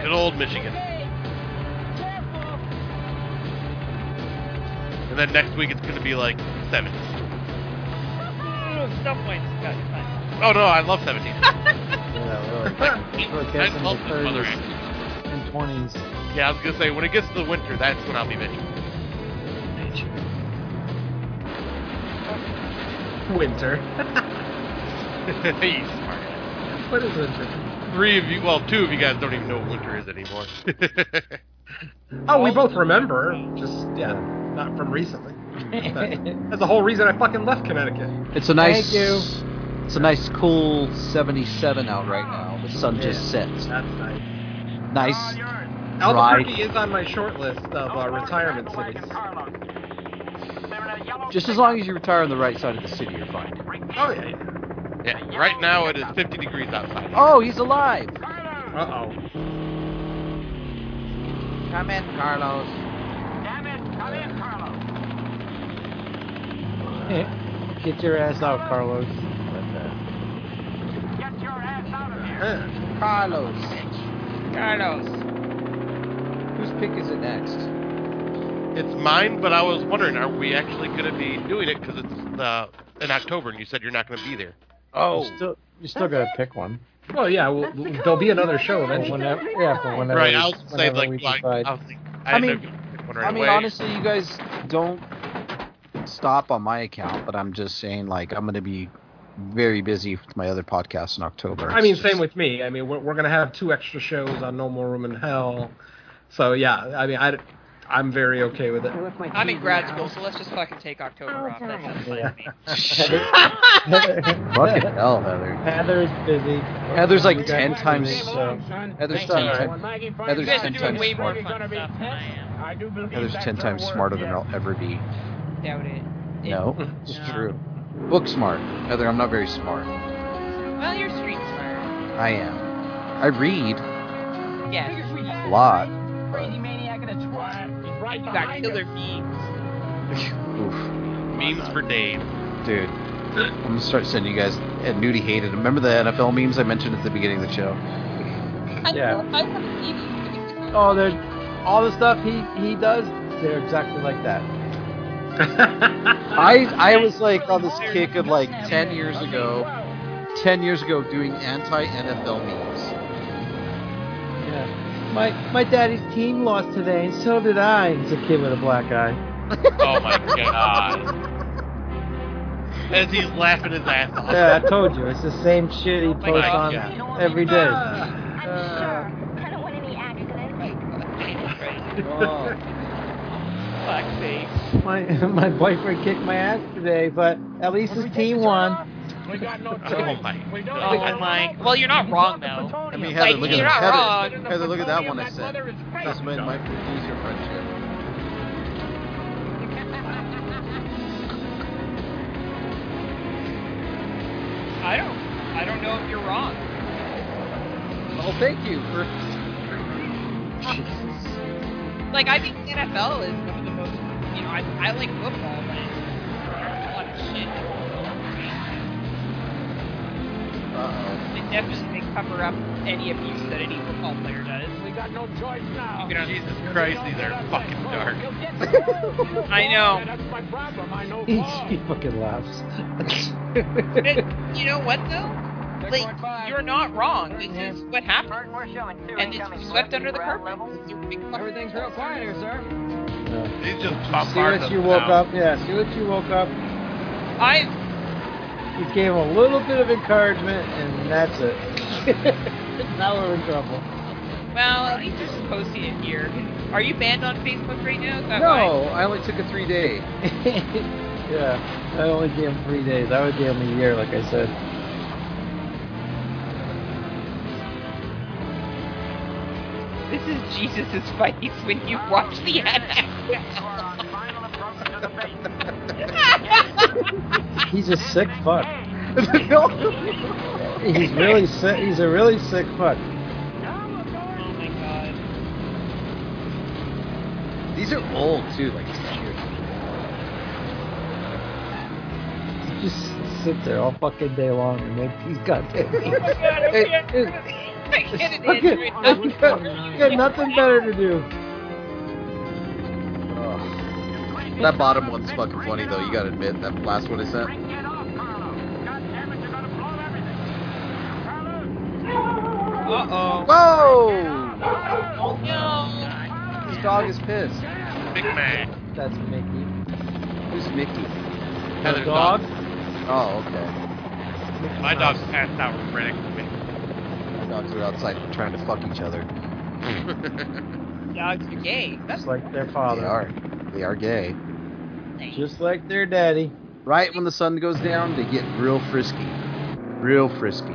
[SPEAKER 5] Good old Michigan. And then next week it's going to be like 7.
[SPEAKER 7] Stuff went. Good, fine.
[SPEAKER 5] Oh no, I love
[SPEAKER 7] [LAUGHS]
[SPEAKER 5] 17.
[SPEAKER 4] yeah, really.
[SPEAKER 5] [LAUGHS]
[SPEAKER 4] We're
[SPEAKER 5] I
[SPEAKER 4] catching
[SPEAKER 5] love
[SPEAKER 4] the
[SPEAKER 5] this mother
[SPEAKER 4] 30s
[SPEAKER 5] act.
[SPEAKER 4] and 20s.
[SPEAKER 5] Yeah, I was going to say, when it gets to the winter, that's when I'll be bitching.
[SPEAKER 4] [LAUGHS]
[SPEAKER 10] Winter.
[SPEAKER 5] you smart.
[SPEAKER 10] What is winter?
[SPEAKER 5] Three of you, well, two of you guys don't even know what winter is anymore. [LAUGHS]
[SPEAKER 10] Oh, we both remember. Just yeah, not from recently. That- that's the whole reason I fucking left Connecticut.
[SPEAKER 6] It's a nice.
[SPEAKER 10] Thank you.
[SPEAKER 6] It's a nice cool 77 out right now. The sun just
[SPEAKER 10] Yeah,
[SPEAKER 6] set.
[SPEAKER 10] That's nice.
[SPEAKER 6] Nice.
[SPEAKER 10] Albuquerque is on my short list of uh, retirement cities.
[SPEAKER 6] Just as long as you retire on the right side of the city, you're fine.
[SPEAKER 10] Oh yeah. yeah.
[SPEAKER 5] Yeah, right now it is 50 degrees outside.
[SPEAKER 6] Oh, he's alive.
[SPEAKER 10] Uh oh.
[SPEAKER 26] Come in, Carlos. Damn it, come in, Carlos.
[SPEAKER 4] [LAUGHS] Get your ass out, Carlos.
[SPEAKER 26] Get your ass out of here.
[SPEAKER 6] Carlos.
[SPEAKER 7] Carlos.
[SPEAKER 6] Whose pick is it next?
[SPEAKER 5] It's mine, but I was wondering, are we actually going to be doing it because it's uh, in October and you said you're not going to be there?
[SPEAKER 6] Oh.
[SPEAKER 4] You still, you still gotta pick one.
[SPEAKER 10] Well, yeah. Well, there'll be another show
[SPEAKER 4] But
[SPEAKER 10] eventually.
[SPEAKER 4] whenever, yeah, but whenever,
[SPEAKER 5] right,
[SPEAKER 4] we-
[SPEAKER 5] I was gonna say
[SPEAKER 4] whenever
[SPEAKER 5] like,
[SPEAKER 4] we
[SPEAKER 5] like
[SPEAKER 4] decide.
[SPEAKER 5] I was thinking, I,
[SPEAKER 6] I
[SPEAKER 5] didn't know
[SPEAKER 6] mean-
[SPEAKER 5] if you picked one right
[SPEAKER 6] I mean,
[SPEAKER 5] away.
[SPEAKER 6] honestly, you guys don't stop on my account, but I'm just saying, like, I'm going to be very busy with my other podcast in October.
[SPEAKER 10] I
[SPEAKER 6] [LAUGHS]
[SPEAKER 10] mean, same with me. I mean, we're, we're gonna have two extra shows on No More Room in Hell. So yeah, I mean, I, I'm very okay with it.
[SPEAKER 7] I'm in grad school, so let's just fucking take October off. That sounds fun to me. [LAUGHS]
[SPEAKER 5] uh,
[SPEAKER 4] [LAUGHS]
[SPEAKER 6] Fucking hell, Heather.
[SPEAKER 4] Heather's busy.
[SPEAKER 6] Heather's like
[SPEAKER 4] We got
[SPEAKER 6] 10 times.
[SPEAKER 4] so-
[SPEAKER 6] Heather's
[SPEAKER 4] Thanks,
[SPEAKER 6] 10
[SPEAKER 4] Heather.
[SPEAKER 6] times. Heather's
[SPEAKER 7] You guys are
[SPEAKER 6] 10
[SPEAKER 7] doing
[SPEAKER 6] times
[SPEAKER 7] way more
[SPEAKER 6] smarter.
[SPEAKER 7] fun stuff than I am.
[SPEAKER 6] Heather's 10 times smarter than I'll ever be.
[SPEAKER 7] Doubt it. [LAUGHS]
[SPEAKER 6] No, it's true. Book smart. Heather, I'm not very smart.
[SPEAKER 7] Well, you're street smart.
[SPEAKER 6] I am. I read
[SPEAKER 7] Yes.
[SPEAKER 6] a lot.
[SPEAKER 26] Crazy maniac in a twat. Right
[SPEAKER 7] You got killer memes.
[SPEAKER 6] Oof.
[SPEAKER 5] Memes for days.
[SPEAKER 6] Dude. I'm going to start sending you guys. Ed Nudie hated him. Remember the NFL memes I mentioned at the beginning of the show?
[SPEAKER 4] Yeah. Oh, they're all the stuff he he does. They're exactly like that.
[SPEAKER 6] I I was like on this kick of like ten years ago, ten years ago doing anti NFL memes.
[SPEAKER 4] Yeah. My my daddy's team lost today, and so did I. It's a kid with a black eye.
[SPEAKER 5] Oh my god. As he's laughing his ass off.
[SPEAKER 4] [LAUGHS] Yeah, I told you. It's the same shit he
[SPEAKER 5] my
[SPEAKER 4] posts on
[SPEAKER 5] God.
[SPEAKER 4] every day.
[SPEAKER 16] I don't want any accidents.
[SPEAKER 7] Fuck sake.
[SPEAKER 4] My [LAUGHS] my boyfriend kicked my ass today, but at least his team [LAUGHS] won.
[SPEAKER 11] We got no
[SPEAKER 5] Oh my.
[SPEAKER 7] Oh my. Well, you're not wrong though.
[SPEAKER 6] I mean,
[SPEAKER 7] Like,
[SPEAKER 6] Heather, look at
[SPEAKER 7] you're
[SPEAKER 6] that.
[SPEAKER 7] not
[SPEAKER 6] Heather,
[SPEAKER 7] wrong.
[SPEAKER 6] Heather, look at that one I sent. This might might lose your friendship.
[SPEAKER 7] I don't. I don't know if you're wrong.
[SPEAKER 6] Well, thank you for.
[SPEAKER 7] Like I think the NFL is one of the most. You know, I, I like football, but it's a lot of shit.
[SPEAKER 6] Uh-oh.
[SPEAKER 7] They definitely cover up any abuse that any football player does.
[SPEAKER 11] We got no choice now.
[SPEAKER 7] You know,
[SPEAKER 5] Oh, Jesus Christ, these are fucking dark.
[SPEAKER 7] I know.
[SPEAKER 11] That's my problem.
[SPEAKER 4] [LAUGHS]
[SPEAKER 11] I know
[SPEAKER 4] He,
[SPEAKER 11] law.
[SPEAKER 4] he fucking [LAUGHS] laughs.
[SPEAKER 7] But you know what though? Like you're not wrong. This is what happened,
[SPEAKER 26] We're showing two
[SPEAKER 7] and it's swept under the carpet. You big fucking-
[SPEAKER 26] Everything's real quiet here, sir.
[SPEAKER 5] He's just
[SPEAKER 4] See
[SPEAKER 5] bombarding
[SPEAKER 4] what you
[SPEAKER 5] us
[SPEAKER 4] woke
[SPEAKER 5] now.
[SPEAKER 4] up. Yeah, see what you woke up.
[SPEAKER 7] I
[SPEAKER 4] You gave him a little bit of encouragement, and that's it. [LAUGHS] now we're in trouble.
[SPEAKER 7] well, at least you're supposed to in here. Are you banned on Facebook right now? Is that why?
[SPEAKER 6] No, I only took a three [LAUGHS] day.
[SPEAKER 4] [LAUGHS] yeah, I only gave him three days. I would give him a year, like I said.
[SPEAKER 7] This is Jesus' face when you watch the NFL. [LAUGHS]
[SPEAKER 4] He's a sick
[SPEAKER 24] [LAUGHS]
[SPEAKER 4] fuck.
[SPEAKER 6] No.
[SPEAKER 4] He's really sick. He's a really sick fuck.
[SPEAKER 7] oh my god.
[SPEAKER 6] These are old too, like. it's weird.
[SPEAKER 4] just sit there all fucking day long and make these
[SPEAKER 24] [LAUGHS]
[SPEAKER 4] goddamn
[SPEAKER 7] Oh my god, I can't. [LAUGHS]
[SPEAKER 4] [LAUGHS]
[SPEAKER 7] I can't
[SPEAKER 4] Fucking- [LAUGHS] I've got, I've got nothing better to do.
[SPEAKER 24] That bottom one's fucking funny though. You gotta admit that last one I sent.
[SPEAKER 7] Uh
[SPEAKER 6] Whoa!
[SPEAKER 7] No.
[SPEAKER 4] [LAUGHS]
[SPEAKER 6] This dog is pissed.
[SPEAKER 5] Big man.
[SPEAKER 6] That's Mickey. Who's Mickey?
[SPEAKER 5] Heather's
[SPEAKER 6] dog?
[SPEAKER 5] dog?
[SPEAKER 24] Oh, okay.
[SPEAKER 5] My dog's passed out frantic.
[SPEAKER 24] The dogs are outside trying to fuck each other.
[SPEAKER 7] Dogs are gay. That's
[SPEAKER 4] Just like their
[SPEAKER 24] They
[SPEAKER 4] father.
[SPEAKER 24] are. They are gay.
[SPEAKER 4] Just like their daddy.
[SPEAKER 24] Right when the sun goes down, they get real frisky. Real [COUGHS] frisky.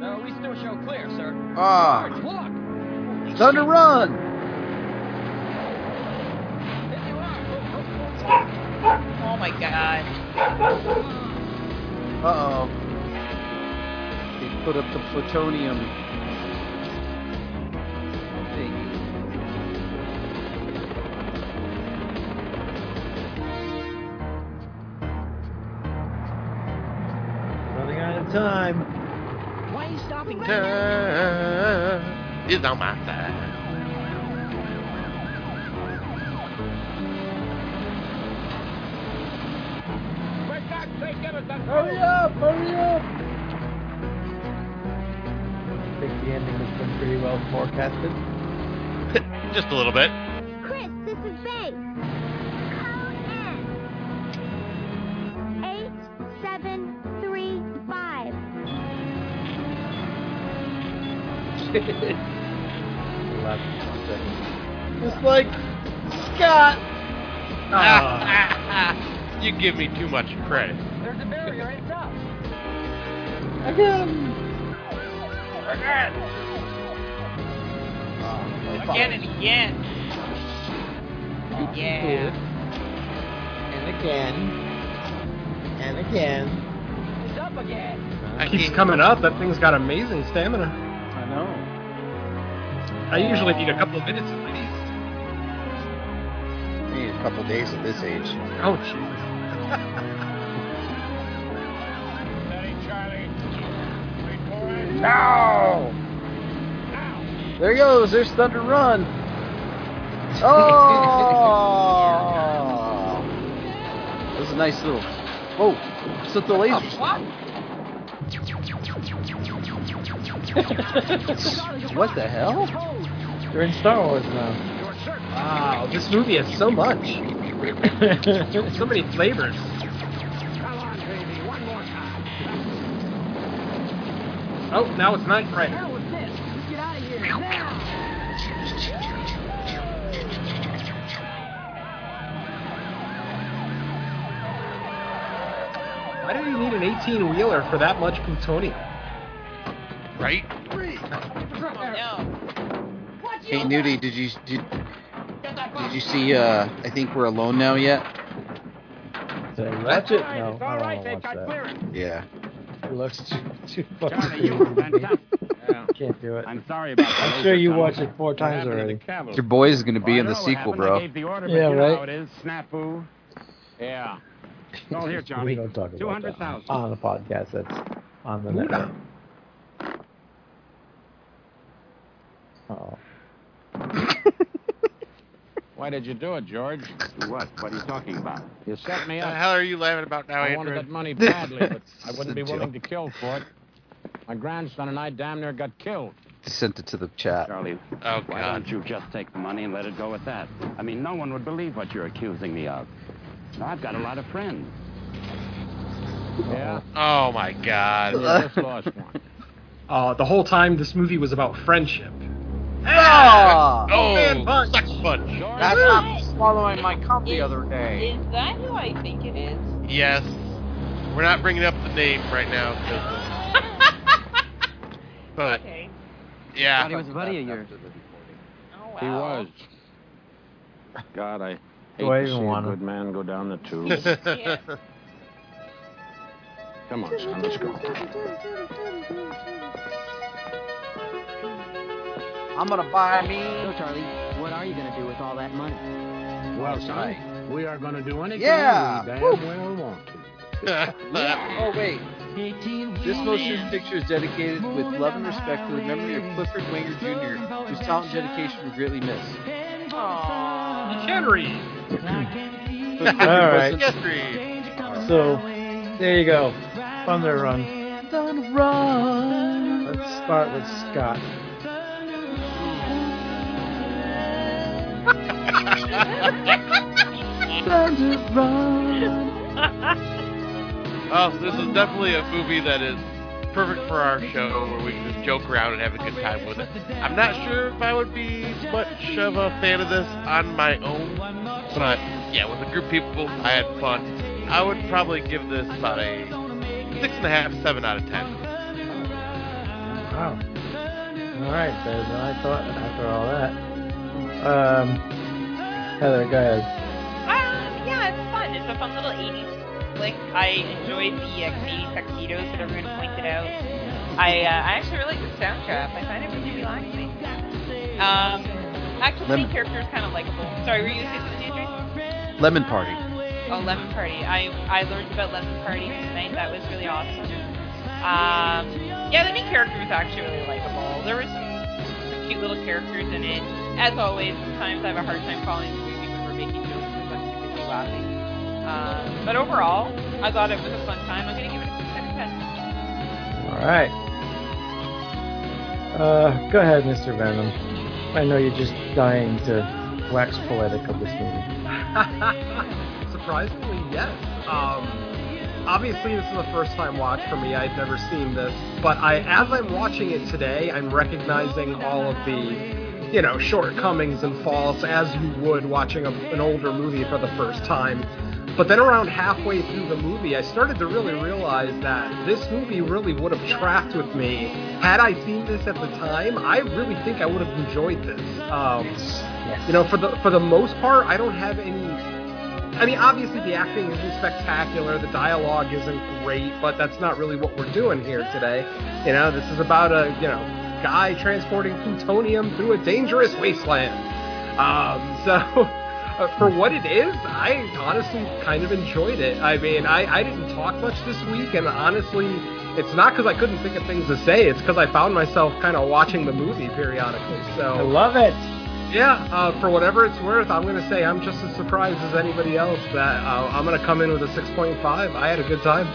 [SPEAKER 26] No, we still show clear, sir.
[SPEAKER 24] Ah.
[SPEAKER 26] Sarge, look!
[SPEAKER 24] Thunder run!
[SPEAKER 7] Oh my god.
[SPEAKER 24] Uh oh. They put up the plutonium thing.
[SPEAKER 4] Running out of time.
[SPEAKER 26] Why are you stopping
[SPEAKER 5] Time is on my side.
[SPEAKER 4] Hurry up! Hurry up! I think the ending has been pretty well forecasted.
[SPEAKER 5] Just a little bit.
[SPEAKER 16] Chris, this is Banks. Code N. Eight seven three five.
[SPEAKER 4] Just like Scott. Ah.
[SPEAKER 7] Ah.
[SPEAKER 5] you give me too much credit.
[SPEAKER 26] There's a barrier, it's up.
[SPEAKER 4] Again.
[SPEAKER 7] Again and again. Oh, Yeah.
[SPEAKER 4] And again. And again.
[SPEAKER 26] It's up again.
[SPEAKER 10] Keeps coming up. That thing's got amazing stamina.
[SPEAKER 6] I know.
[SPEAKER 10] I usually need a couple of minutes at least.
[SPEAKER 24] You need a couple days at this age.
[SPEAKER 10] Oh, Jesus.
[SPEAKER 5] No!
[SPEAKER 6] There he goes. There's Thunder
[SPEAKER 24] [LAUGHS]
[SPEAKER 6] Run. Oh! that was a nice little. Oh, set the
[SPEAKER 7] [LAUGHS]
[SPEAKER 6] laser. what the hell?
[SPEAKER 4] They're in Star Wars now.
[SPEAKER 10] Wow, this movie has so much. so many flavors. Oh, now it's Knight Rider.
[SPEAKER 26] Get out of here now!
[SPEAKER 10] Why did he need an 18 wheeler for that much plutonium?
[SPEAKER 5] Right?
[SPEAKER 7] No.
[SPEAKER 24] Hey Nudie, did you did, did you see? Uh, I think we're alone now yet.
[SPEAKER 4] Did I watch it? No, I don't want to watch that.
[SPEAKER 24] Yeah.
[SPEAKER 4] It looks too, too fucking
[SPEAKER 11] you were
[SPEAKER 4] good. [LAUGHS]
[SPEAKER 11] fantastic. Yeah.
[SPEAKER 4] Can't do it.
[SPEAKER 11] I'm sorry about that.
[SPEAKER 4] I'm sure you watched it four times already.
[SPEAKER 24] Your boy's gonna be in the
[SPEAKER 11] Well, I know what
[SPEAKER 24] sequel,
[SPEAKER 11] happened. I
[SPEAKER 24] bro.
[SPEAKER 11] gave the order,
[SPEAKER 4] Yeah,
[SPEAKER 11] but you
[SPEAKER 4] right.
[SPEAKER 11] know how it is. Snafu. Yeah. Oh, here,
[SPEAKER 4] we
[SPEAKER 11] Johnny.
[SPEAKER 4] don't talk about that Uh,
[SPEAKER 11] 200,000.
[SPEAKER 4] on the podcast. That's on the
[SPEAKER 10] Ooh,
[SPEAKER 4] network. Oh,
[SPEAKER 11] Why did you do it, George?
[SPEAKER 17] What? What are you talking about?
[SPEAKER 11] You set me
[SPEAKER 5] The
[SPEAKER 11] up.
[SPEAKER 5] hell are you laughing about now,
[SPEAKER 11] I wanted
[SPEAKER 5] Andrew?
[SPEAKER 11] that money badly, but I
[SPEAKER 24] It's a
[SPEAKER 11] wouldn't be willing to kill for it. My grandson and I damn near got killed.
[SPEAKER 24] Sent it to the chat.
[SPEAKER 2] Charlie,
[SPEAKER 5] Oh,
[SPEAKER 2] why
[SPEAKER 5] God.
[SPEAKER 2] don't you just take the money and let it go with that? I mean, no one would believe what you're accusing me of. Now, I've got a lot of friends.
[SPEAKER 11] Yeah,
[SPEAKER 5] Oh, my God.
[SPEAKER 11] you just lost one.
[SPEAKER 10] Uh, the whole time this movie was about friendship.
[SPEAKER 6] Ah!
[SPEAKER 5] Oh,
[SPEAKER 10] man, punch.
[SPEAKER 5] suck punch.
[SPEAKER 6] That's not swallowing my cup the other day.
[SPEAKER 7] Is that who I think
[SPEAKER 24] [LAUGHS]
[SPEAKER 7] it is?
[SPEAKER 5] Yes. We're not bringing up the name right now. 'cause, uh, But,
[SPEAKER 7] okay.
[SPEAKER 5] yeah.
[SPEAKER 18] Thought he was a buddy of yours.
[SPEAKER 7] Oh wow.
[SPEAKER 11] He was.
[SPEAKER 25] God, I hate
[SPEAKER 4] Do I
[SPEAKER 25] to
[SPEAKER 4] even
[SPEAKER 25] see
[SPEAKER 4] wanna?
[SPEAKER 25] a good man go down the
[SPEAKER 4] [LAUGHS]
[SPEAKER 25] tube.
[SPEAKER 7] Yeah.
[SPEAKER 5] [LAUGHS]
[SPEAKER 25] Come on, son, let's go.
[SPEAKER 6] I'm gonna buy me.
[SPEAKER 18] So, Charlie, what are you gonna do with all that money?
[SPEAKER 25] Well, son, We are going to do anything
[SPEAKER 6] Yeah.
[SPEAKER 25] we damn
[SPEAKER 6] Woo.
[SPEAKER 25] well want to.
[SPEAKER 6] oh wait. This motion picture is dedicated with love and respect to the memory of Clifford Winger Jr., whose talent and dedication we greatly miss.
[SPEAKER 10] Henry.
[SPEAKER 4] All right.
[SPEAKER 5] History.
[SPEAKER 4] So there you go. Thunder Run. Let's start with Scott.
[SPEAKER 5] Oh, this is definitely a movie that is perfect for our show where we can just joke around and have a good time with it. I'm not sure if I would be much of a fan of this on my own, but yeah, with a group of people, I had fun. I would probably give this about a six and a half, seven out of ten.
[SPEAKER 4] Wow. All right, better than I thought after all that. Um, Heather, go ahead.
[SPEAKER 7] Um, yeah, it's fun. It's a fun little 80s flick. I enjoyed the uh, Canadian tuxedos that everyone pointed out. I uh, I actually really like the soundtrack. I find it really relaxing. Um, actually,
[SPEAKER 6] Lemon.
[SPEAKER 7] the character is kind of likable. Sorry, were you going to say something, Adrian?
[SPEAKER 6] Lemon Party.
[SPEAKER 7] Oh, Lemon Party. I I learned about Lemon Party tonight. That was really awesome. Um, yeah, the main character was actually really likable. There was some, some cute little characters in it. As always, sometimes I have a hard time following the movie when we're making jokes because I'm too busy laughing. Um, but overall, I thought it was a fun time. I'm gonna give it a six out of ten.
[SPEAKER 4] All right. Uh, go ahead, Mr. Venom. I know you're just dying to wax poetic of this movie.
[SPEAKER 10] [LAUGHS] Surprisingly, yes. Um, obviously, this is a first time watch for me. I'd never seen this, but I, as I'm watching it today, I'm recognizing all of the, you know, shortcomings and faults as you would watching a, an older movie for the first time. But then around halfway through the movie, I started to really realize that this movie really would have tracked with me. Had I seen this at the time, I really think I would have enjoyed this. Um, You know, for the for the most part, I don't have any. I mean, obviously the acting isn't spectacular, the dialogue isn't great, but that's not really what we're doing here today. You know, this is about a you know guy transporting plutonium through a dangerous wasteland. Um, [LAUGHS] so. Uh, for what it is, I honestly kind of enjoyed it. I mean, I, I didn't talk much this week, and honestly, it's not because I couldn't think of things to say. It's because I found myself kind of watching the movie periodically.
[SPEAKER 4] I
[SPEAKER 10] So
[SPEAKER 4] love it.
[SPEAKER 10] yeah, uh, for whatever it's worth, I'm gonna say I'm just as surprised as anybody else that uh, I'm gonna come in with a 6.5. I had a good time.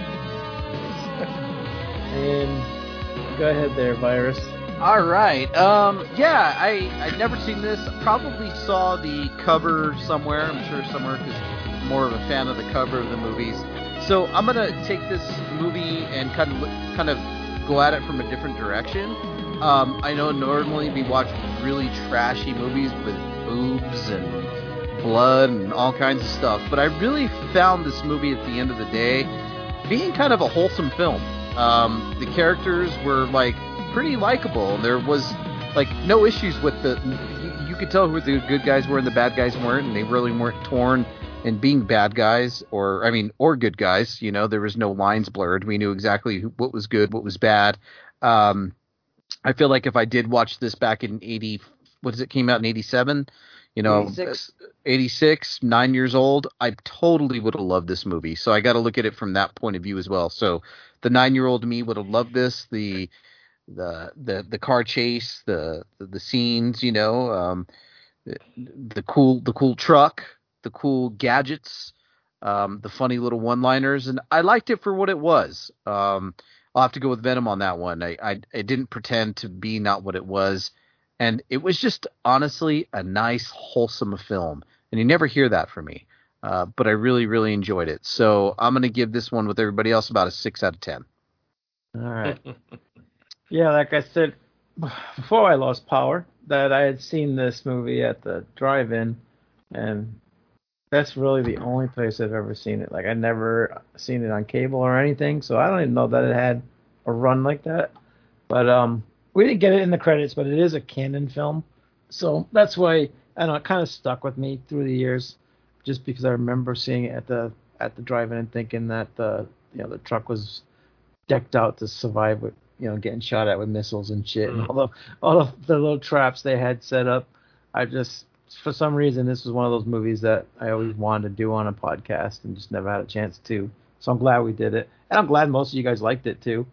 [SPEAKER 4] And go ahead there, Virus.
[SPEAKER 6] All right. Um. Yeah. I I'd never seen this. Probably saw the cover somewhere. I'm sure somewhere because more of a fan of the cover of the movies. So I'm gonna take this movie and kind of look- kind of go at it from a different direction. Um. I know normally we watch really trashy movies with boobs and blood and all kinds of stuff, but I really found this movie at the end of the day being kind of a wholesome film. Um, the characters were like pretty likable. There was like no issues with the. you- You could tell who the good guys were and the bad guys weren't, and they really weren't torn in being bad guys or I mean or good guys. You know, there was no lines blurred. We knew exactly who, what was good, what was bad. Um, I feel like if I did watch this back in eighty, what is it came out in eighty seven? You know,
[SPEAKER 15] 86.
[SPEAKER 6] 86, nine years old, I totally would have loved this movie. So I got to look at it from that point of view as well. So the nine year old me would have loved this. The the the the car chase, the the, scenes, you know, um, the, the cool the cool truck, the cool gadgets, um, the funny little one liners, and I liked it for what it was. Um, I'll have to go with Venom on that one. I, I it didn't pretend to be not what it was, and it was just honestly a nice wholesome film, and you never hear that from me. Uh, but I really, really enjoyed it. So I'm going to give this one with everybody else about a six out of ten.
[SPEAKER 4] All right. yeah, like I said before, I lost power that I had seen this movie at the drive-in, and that's really the only place I've ever seen it. Like I never seen it on cable or anything, so I don't even know that it had a run like that. But um, we didn't get it in the credits, but it is a canon film, so that's why I don't know it kind of stuck with me through the years, just because I remember seeing it at the at the drive-in and thinking that the you know the truck was decked out to survive with you know getting shot at with missiles and shit and all the all of the little traps they had set up. I just for some reason, this was one of those movies that I always wanted to do on a podcast and just never had a chance to. So I'm glad we did it, and I'm glad most of you guys liked it too.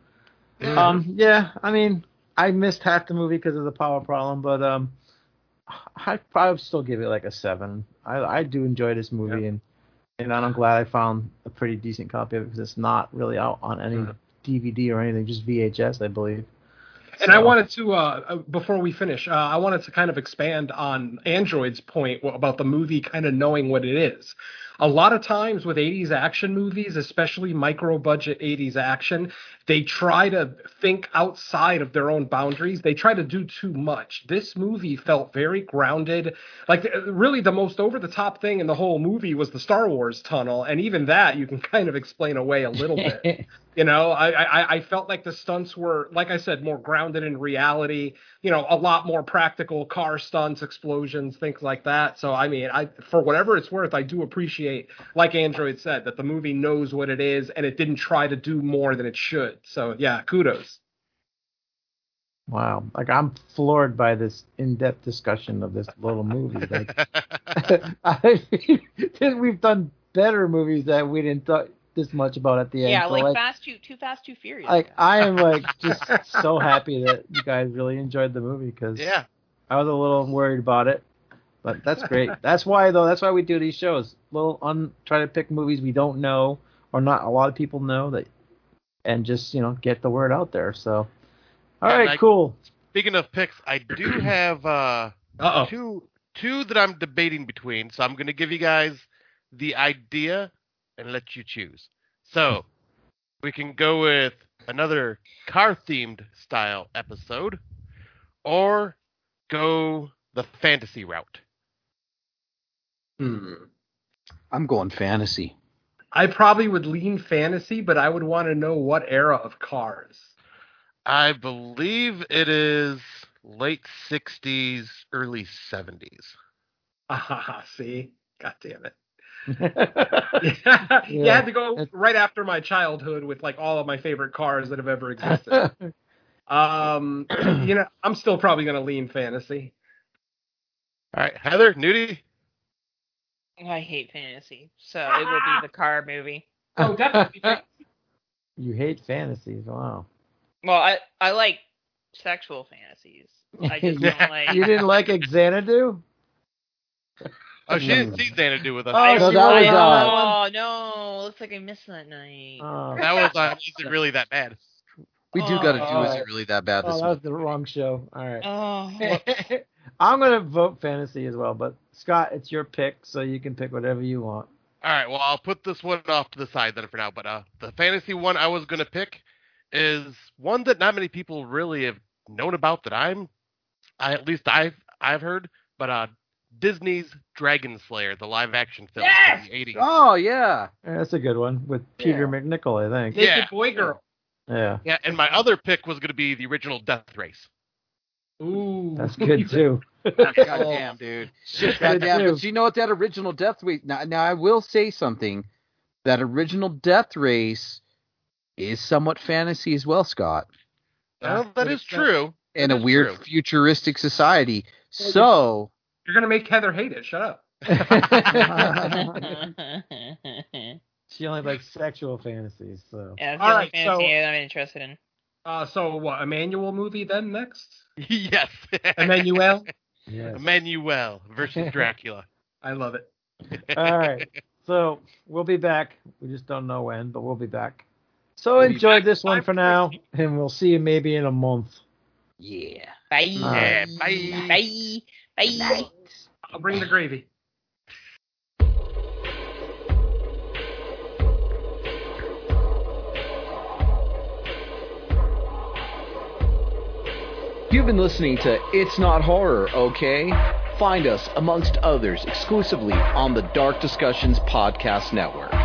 [SPEAKER 6] Yeah.
[SPEAKER 4] Um, yeah, I mean, I missed half the movie because of the power problem, but um, I I would still give it like a seven. I I do enjoy this movie, and and I'm glad I found a pretty decent copy of it because it's not really out on any DVD or anything, just VHS, I believe.
[SPEAKER 10] And I wanted to, uh, uh, before we finish, uh, I wanted to kind of expand on Android's point w- about the movie kind of knowing what it is. A lot of times with 80s action movies, especially micro budget 80s action, they try to think outside of their own boundaries. They try to do too much. This movie felt very grounded. Like, th- really, the most over the top thing in the whole movie was the Star Wars tunnel. And even that, you can [LAUGHS] kind of explain away a little bit. You know, I, I I felt like the stunts were, like I said, more grounded in reality. You know, a lot more practical car stunts, explosions, things like that. So I mean, I for whatever it's worth, I do appreciate, like Android said, that the movie knows what it is and it didn't try to do more than it should. So yeah, kudos.
[SPEAKER 4] Wow, like I'm floored by this in-depth discussion of this little movie. Like, [LAUGHS]
[SPEAKER 5] [LAUGHS]
[SPEAKER 4] I, [LAUGHS] we've done better movies that we didn't talk this much about at the end.
[SPEAKER 7] yeah,
[SPEAKER 4] So,
[SPEAKER 7] like, Fast Too, Too Fast, Too Furious.
[SPEAKER 4] like I am like just so happy that you guys really enjoyed the
[SPEAKER 5] [LAUGHS]
[SPEAKER 4] movie because
[SPEAKER 7] Yeah.
[SPEAKER 4] I was a little worried about it, but that's great. That's why though. That's why we do these shows. Little un try to pick movies we don't know or not a lot of people know that, and just you know get the word out there. So, all
[SPEAKER 5] Yeah,
[SPEAKER 4] right,
[SPEAKER 5] and I-
[SPEAKER 4] cool.
[SPEAKER 5] Speaking of picks, I do have uh,
[SPEAKER 10] Uh-oh.
[SPEAKER 5] two two that I'm debating between. So I'm going to give you guys the idea and let you choose. So we can go with another car themed style episode, or go the fantasy route.
[SPEAKER 10] Hmm.
[SPEAKER 6] I'm going fantasy.
[SPEAKER 10] I probably would lean fantasy, but I would want to know what era of cars.
[SPEAKER 5] I believe it is late '60s, early '70s.
[SPEAKER 10] Ah, see, god damn [LAUGHS] it. yeah, you had to go right after my childhood with like all of my favorite cars that have ever [LAUGHS] existed. um, [CLEARS THROAT] you know, I'm still probably gonna lean fantasy.
[SPEAKER 5] All right, Heather, Nudie.
[SPEAKER 7] Oh, I hate fantasy, so it will be [LAUGHS] the car movie.
[SPEAKER 4] Oh, definitely. you hate fantasies, wow.
[SPEAKER 7] Well, I I like sexual fantasies. I
[SPEAKER 4] [LAUGHS]
[SPEAKER 7] just don't like.
[SPEAKER 4] you
[SPEAKER 5] [LAUGHS]
[SPEAKER 4] didn't like Xanadu?
[SPEAKER 5] Oh, she didn't see Xanadu with us.
[SPEAKER 4] Oh, no, that was uh,
[SPEAKER 7] Oh no! Looks like I missed that night.
[SPEAKER 4] Oh.
[SPEAKER 5] that was uh, is it really that bad?
[SPEAKER 6] We do got to
[SPEAKER 4] Oh.
[SPEAKER 6] do. Is it really that bad?
[SPEAKER 4] oh,
[SPEAKER 6] This
[SPEAKER 4] that was
[SPEAKER 6] week?
[SPEAKER 4] the wrong show. All right.
[SPEAKER 7] [LAUGHS]
[SPEAKER 5] [LAUGHS]
[SPEAKER 4] [LAUGHS]
[SPEAKER 7] Oh.
[SPEAKER 4] I'm gonna vote fantasy as well, but Scott, it's your pick, so you can pick whatever you want.
[SPEAKER 5] All right, well, I'll put this one off to the side then for now. But uh, the fantasy one I was going to pick is one that not many people really have known about that I'm, I, at least I've I've heard. But uh, Disney's Dragon Slayer, the live action film from the 80s.
[SPEAKER 6] Oh yeah.
[SPEAKER 4] Yeah, that's a good one with Peter McNichol, I think.
[SPEAKER 5] Yeah.
[SPEAKER 10] Boy, girl.
[SPEAKER 4] Yeah,
[SPEAKER 5] Yeah, and my other pick was going to be the original Death Race.
[SPEAKER 10] Ooh.
[SPEAKER 5] [LAUGHS]
[SPEAKER 4] that's good too.
[SPEAKER 6] Goddamn, dude.
[SPEAKER 4] Shit,
[SPEAKER 6] Goddamn.
[SPEAKER 4] dude.
[SPEAKER 6] But you know what? That original Death Race. Now, now I will say something. That original Death Race is somewhat fantasy as well, Scott.
[SPEAKER 5] Well, that is true. [LAUGHS]
[SPEAKER 6] In a weird futuristic society. So
[SPEAKER 10] [LAUGHS] You're gonna make Heather hate it. Shut up.
[SPEAKER 4] she only likes sexual fantasies, so
[SPEAKER 7] Yeah, it's the
[SPEAKER 10] All
[SPEAKER 7] only
[SPEAKER 10] right,
[SPEAKER 7] fantasy
[SPEAKER 10] so-
[SPEAKER 7] that I'm interested in.
[SPEAKER 10] Uh, so what? Emmanuel movie then next?
[SPEAKER 5] yes.
[SPEAKER 10] Emmanuel.
[SPEAKER 4] [LAUGHS]
[SPEAKER 6] [LAUGHS]
[SPEAKER 5] [LAUGHS]
[SPEAKER 4] Yes.
[SPEAKER 5] Emmanuel versus Dracula.
[SPEAKER 10] I love it.
[SPEAKER 4] All right. So we'll be back. We just don't know when, but we'll be back. So
[SPEAKER 6] We'll be
[SPEAKER 4] enjoy
[SPEAKER 6] back.
[SPEAKER 4] this one for now, and we'll see you maybe in a month.
[SPEAKER 6] yeah.
[SPEAKER 7] Bye.
[SPEAKER 4] Yeah,
[SPEAKER 7] Bye. Bye. Bye.
[SPEAKER 10] I'll bring the gravy.
[SPEAKER 6] You've been listening to It's Not Horror, okay? Find us, amongst others, exclusively on the Dark Discussions Podcast Network.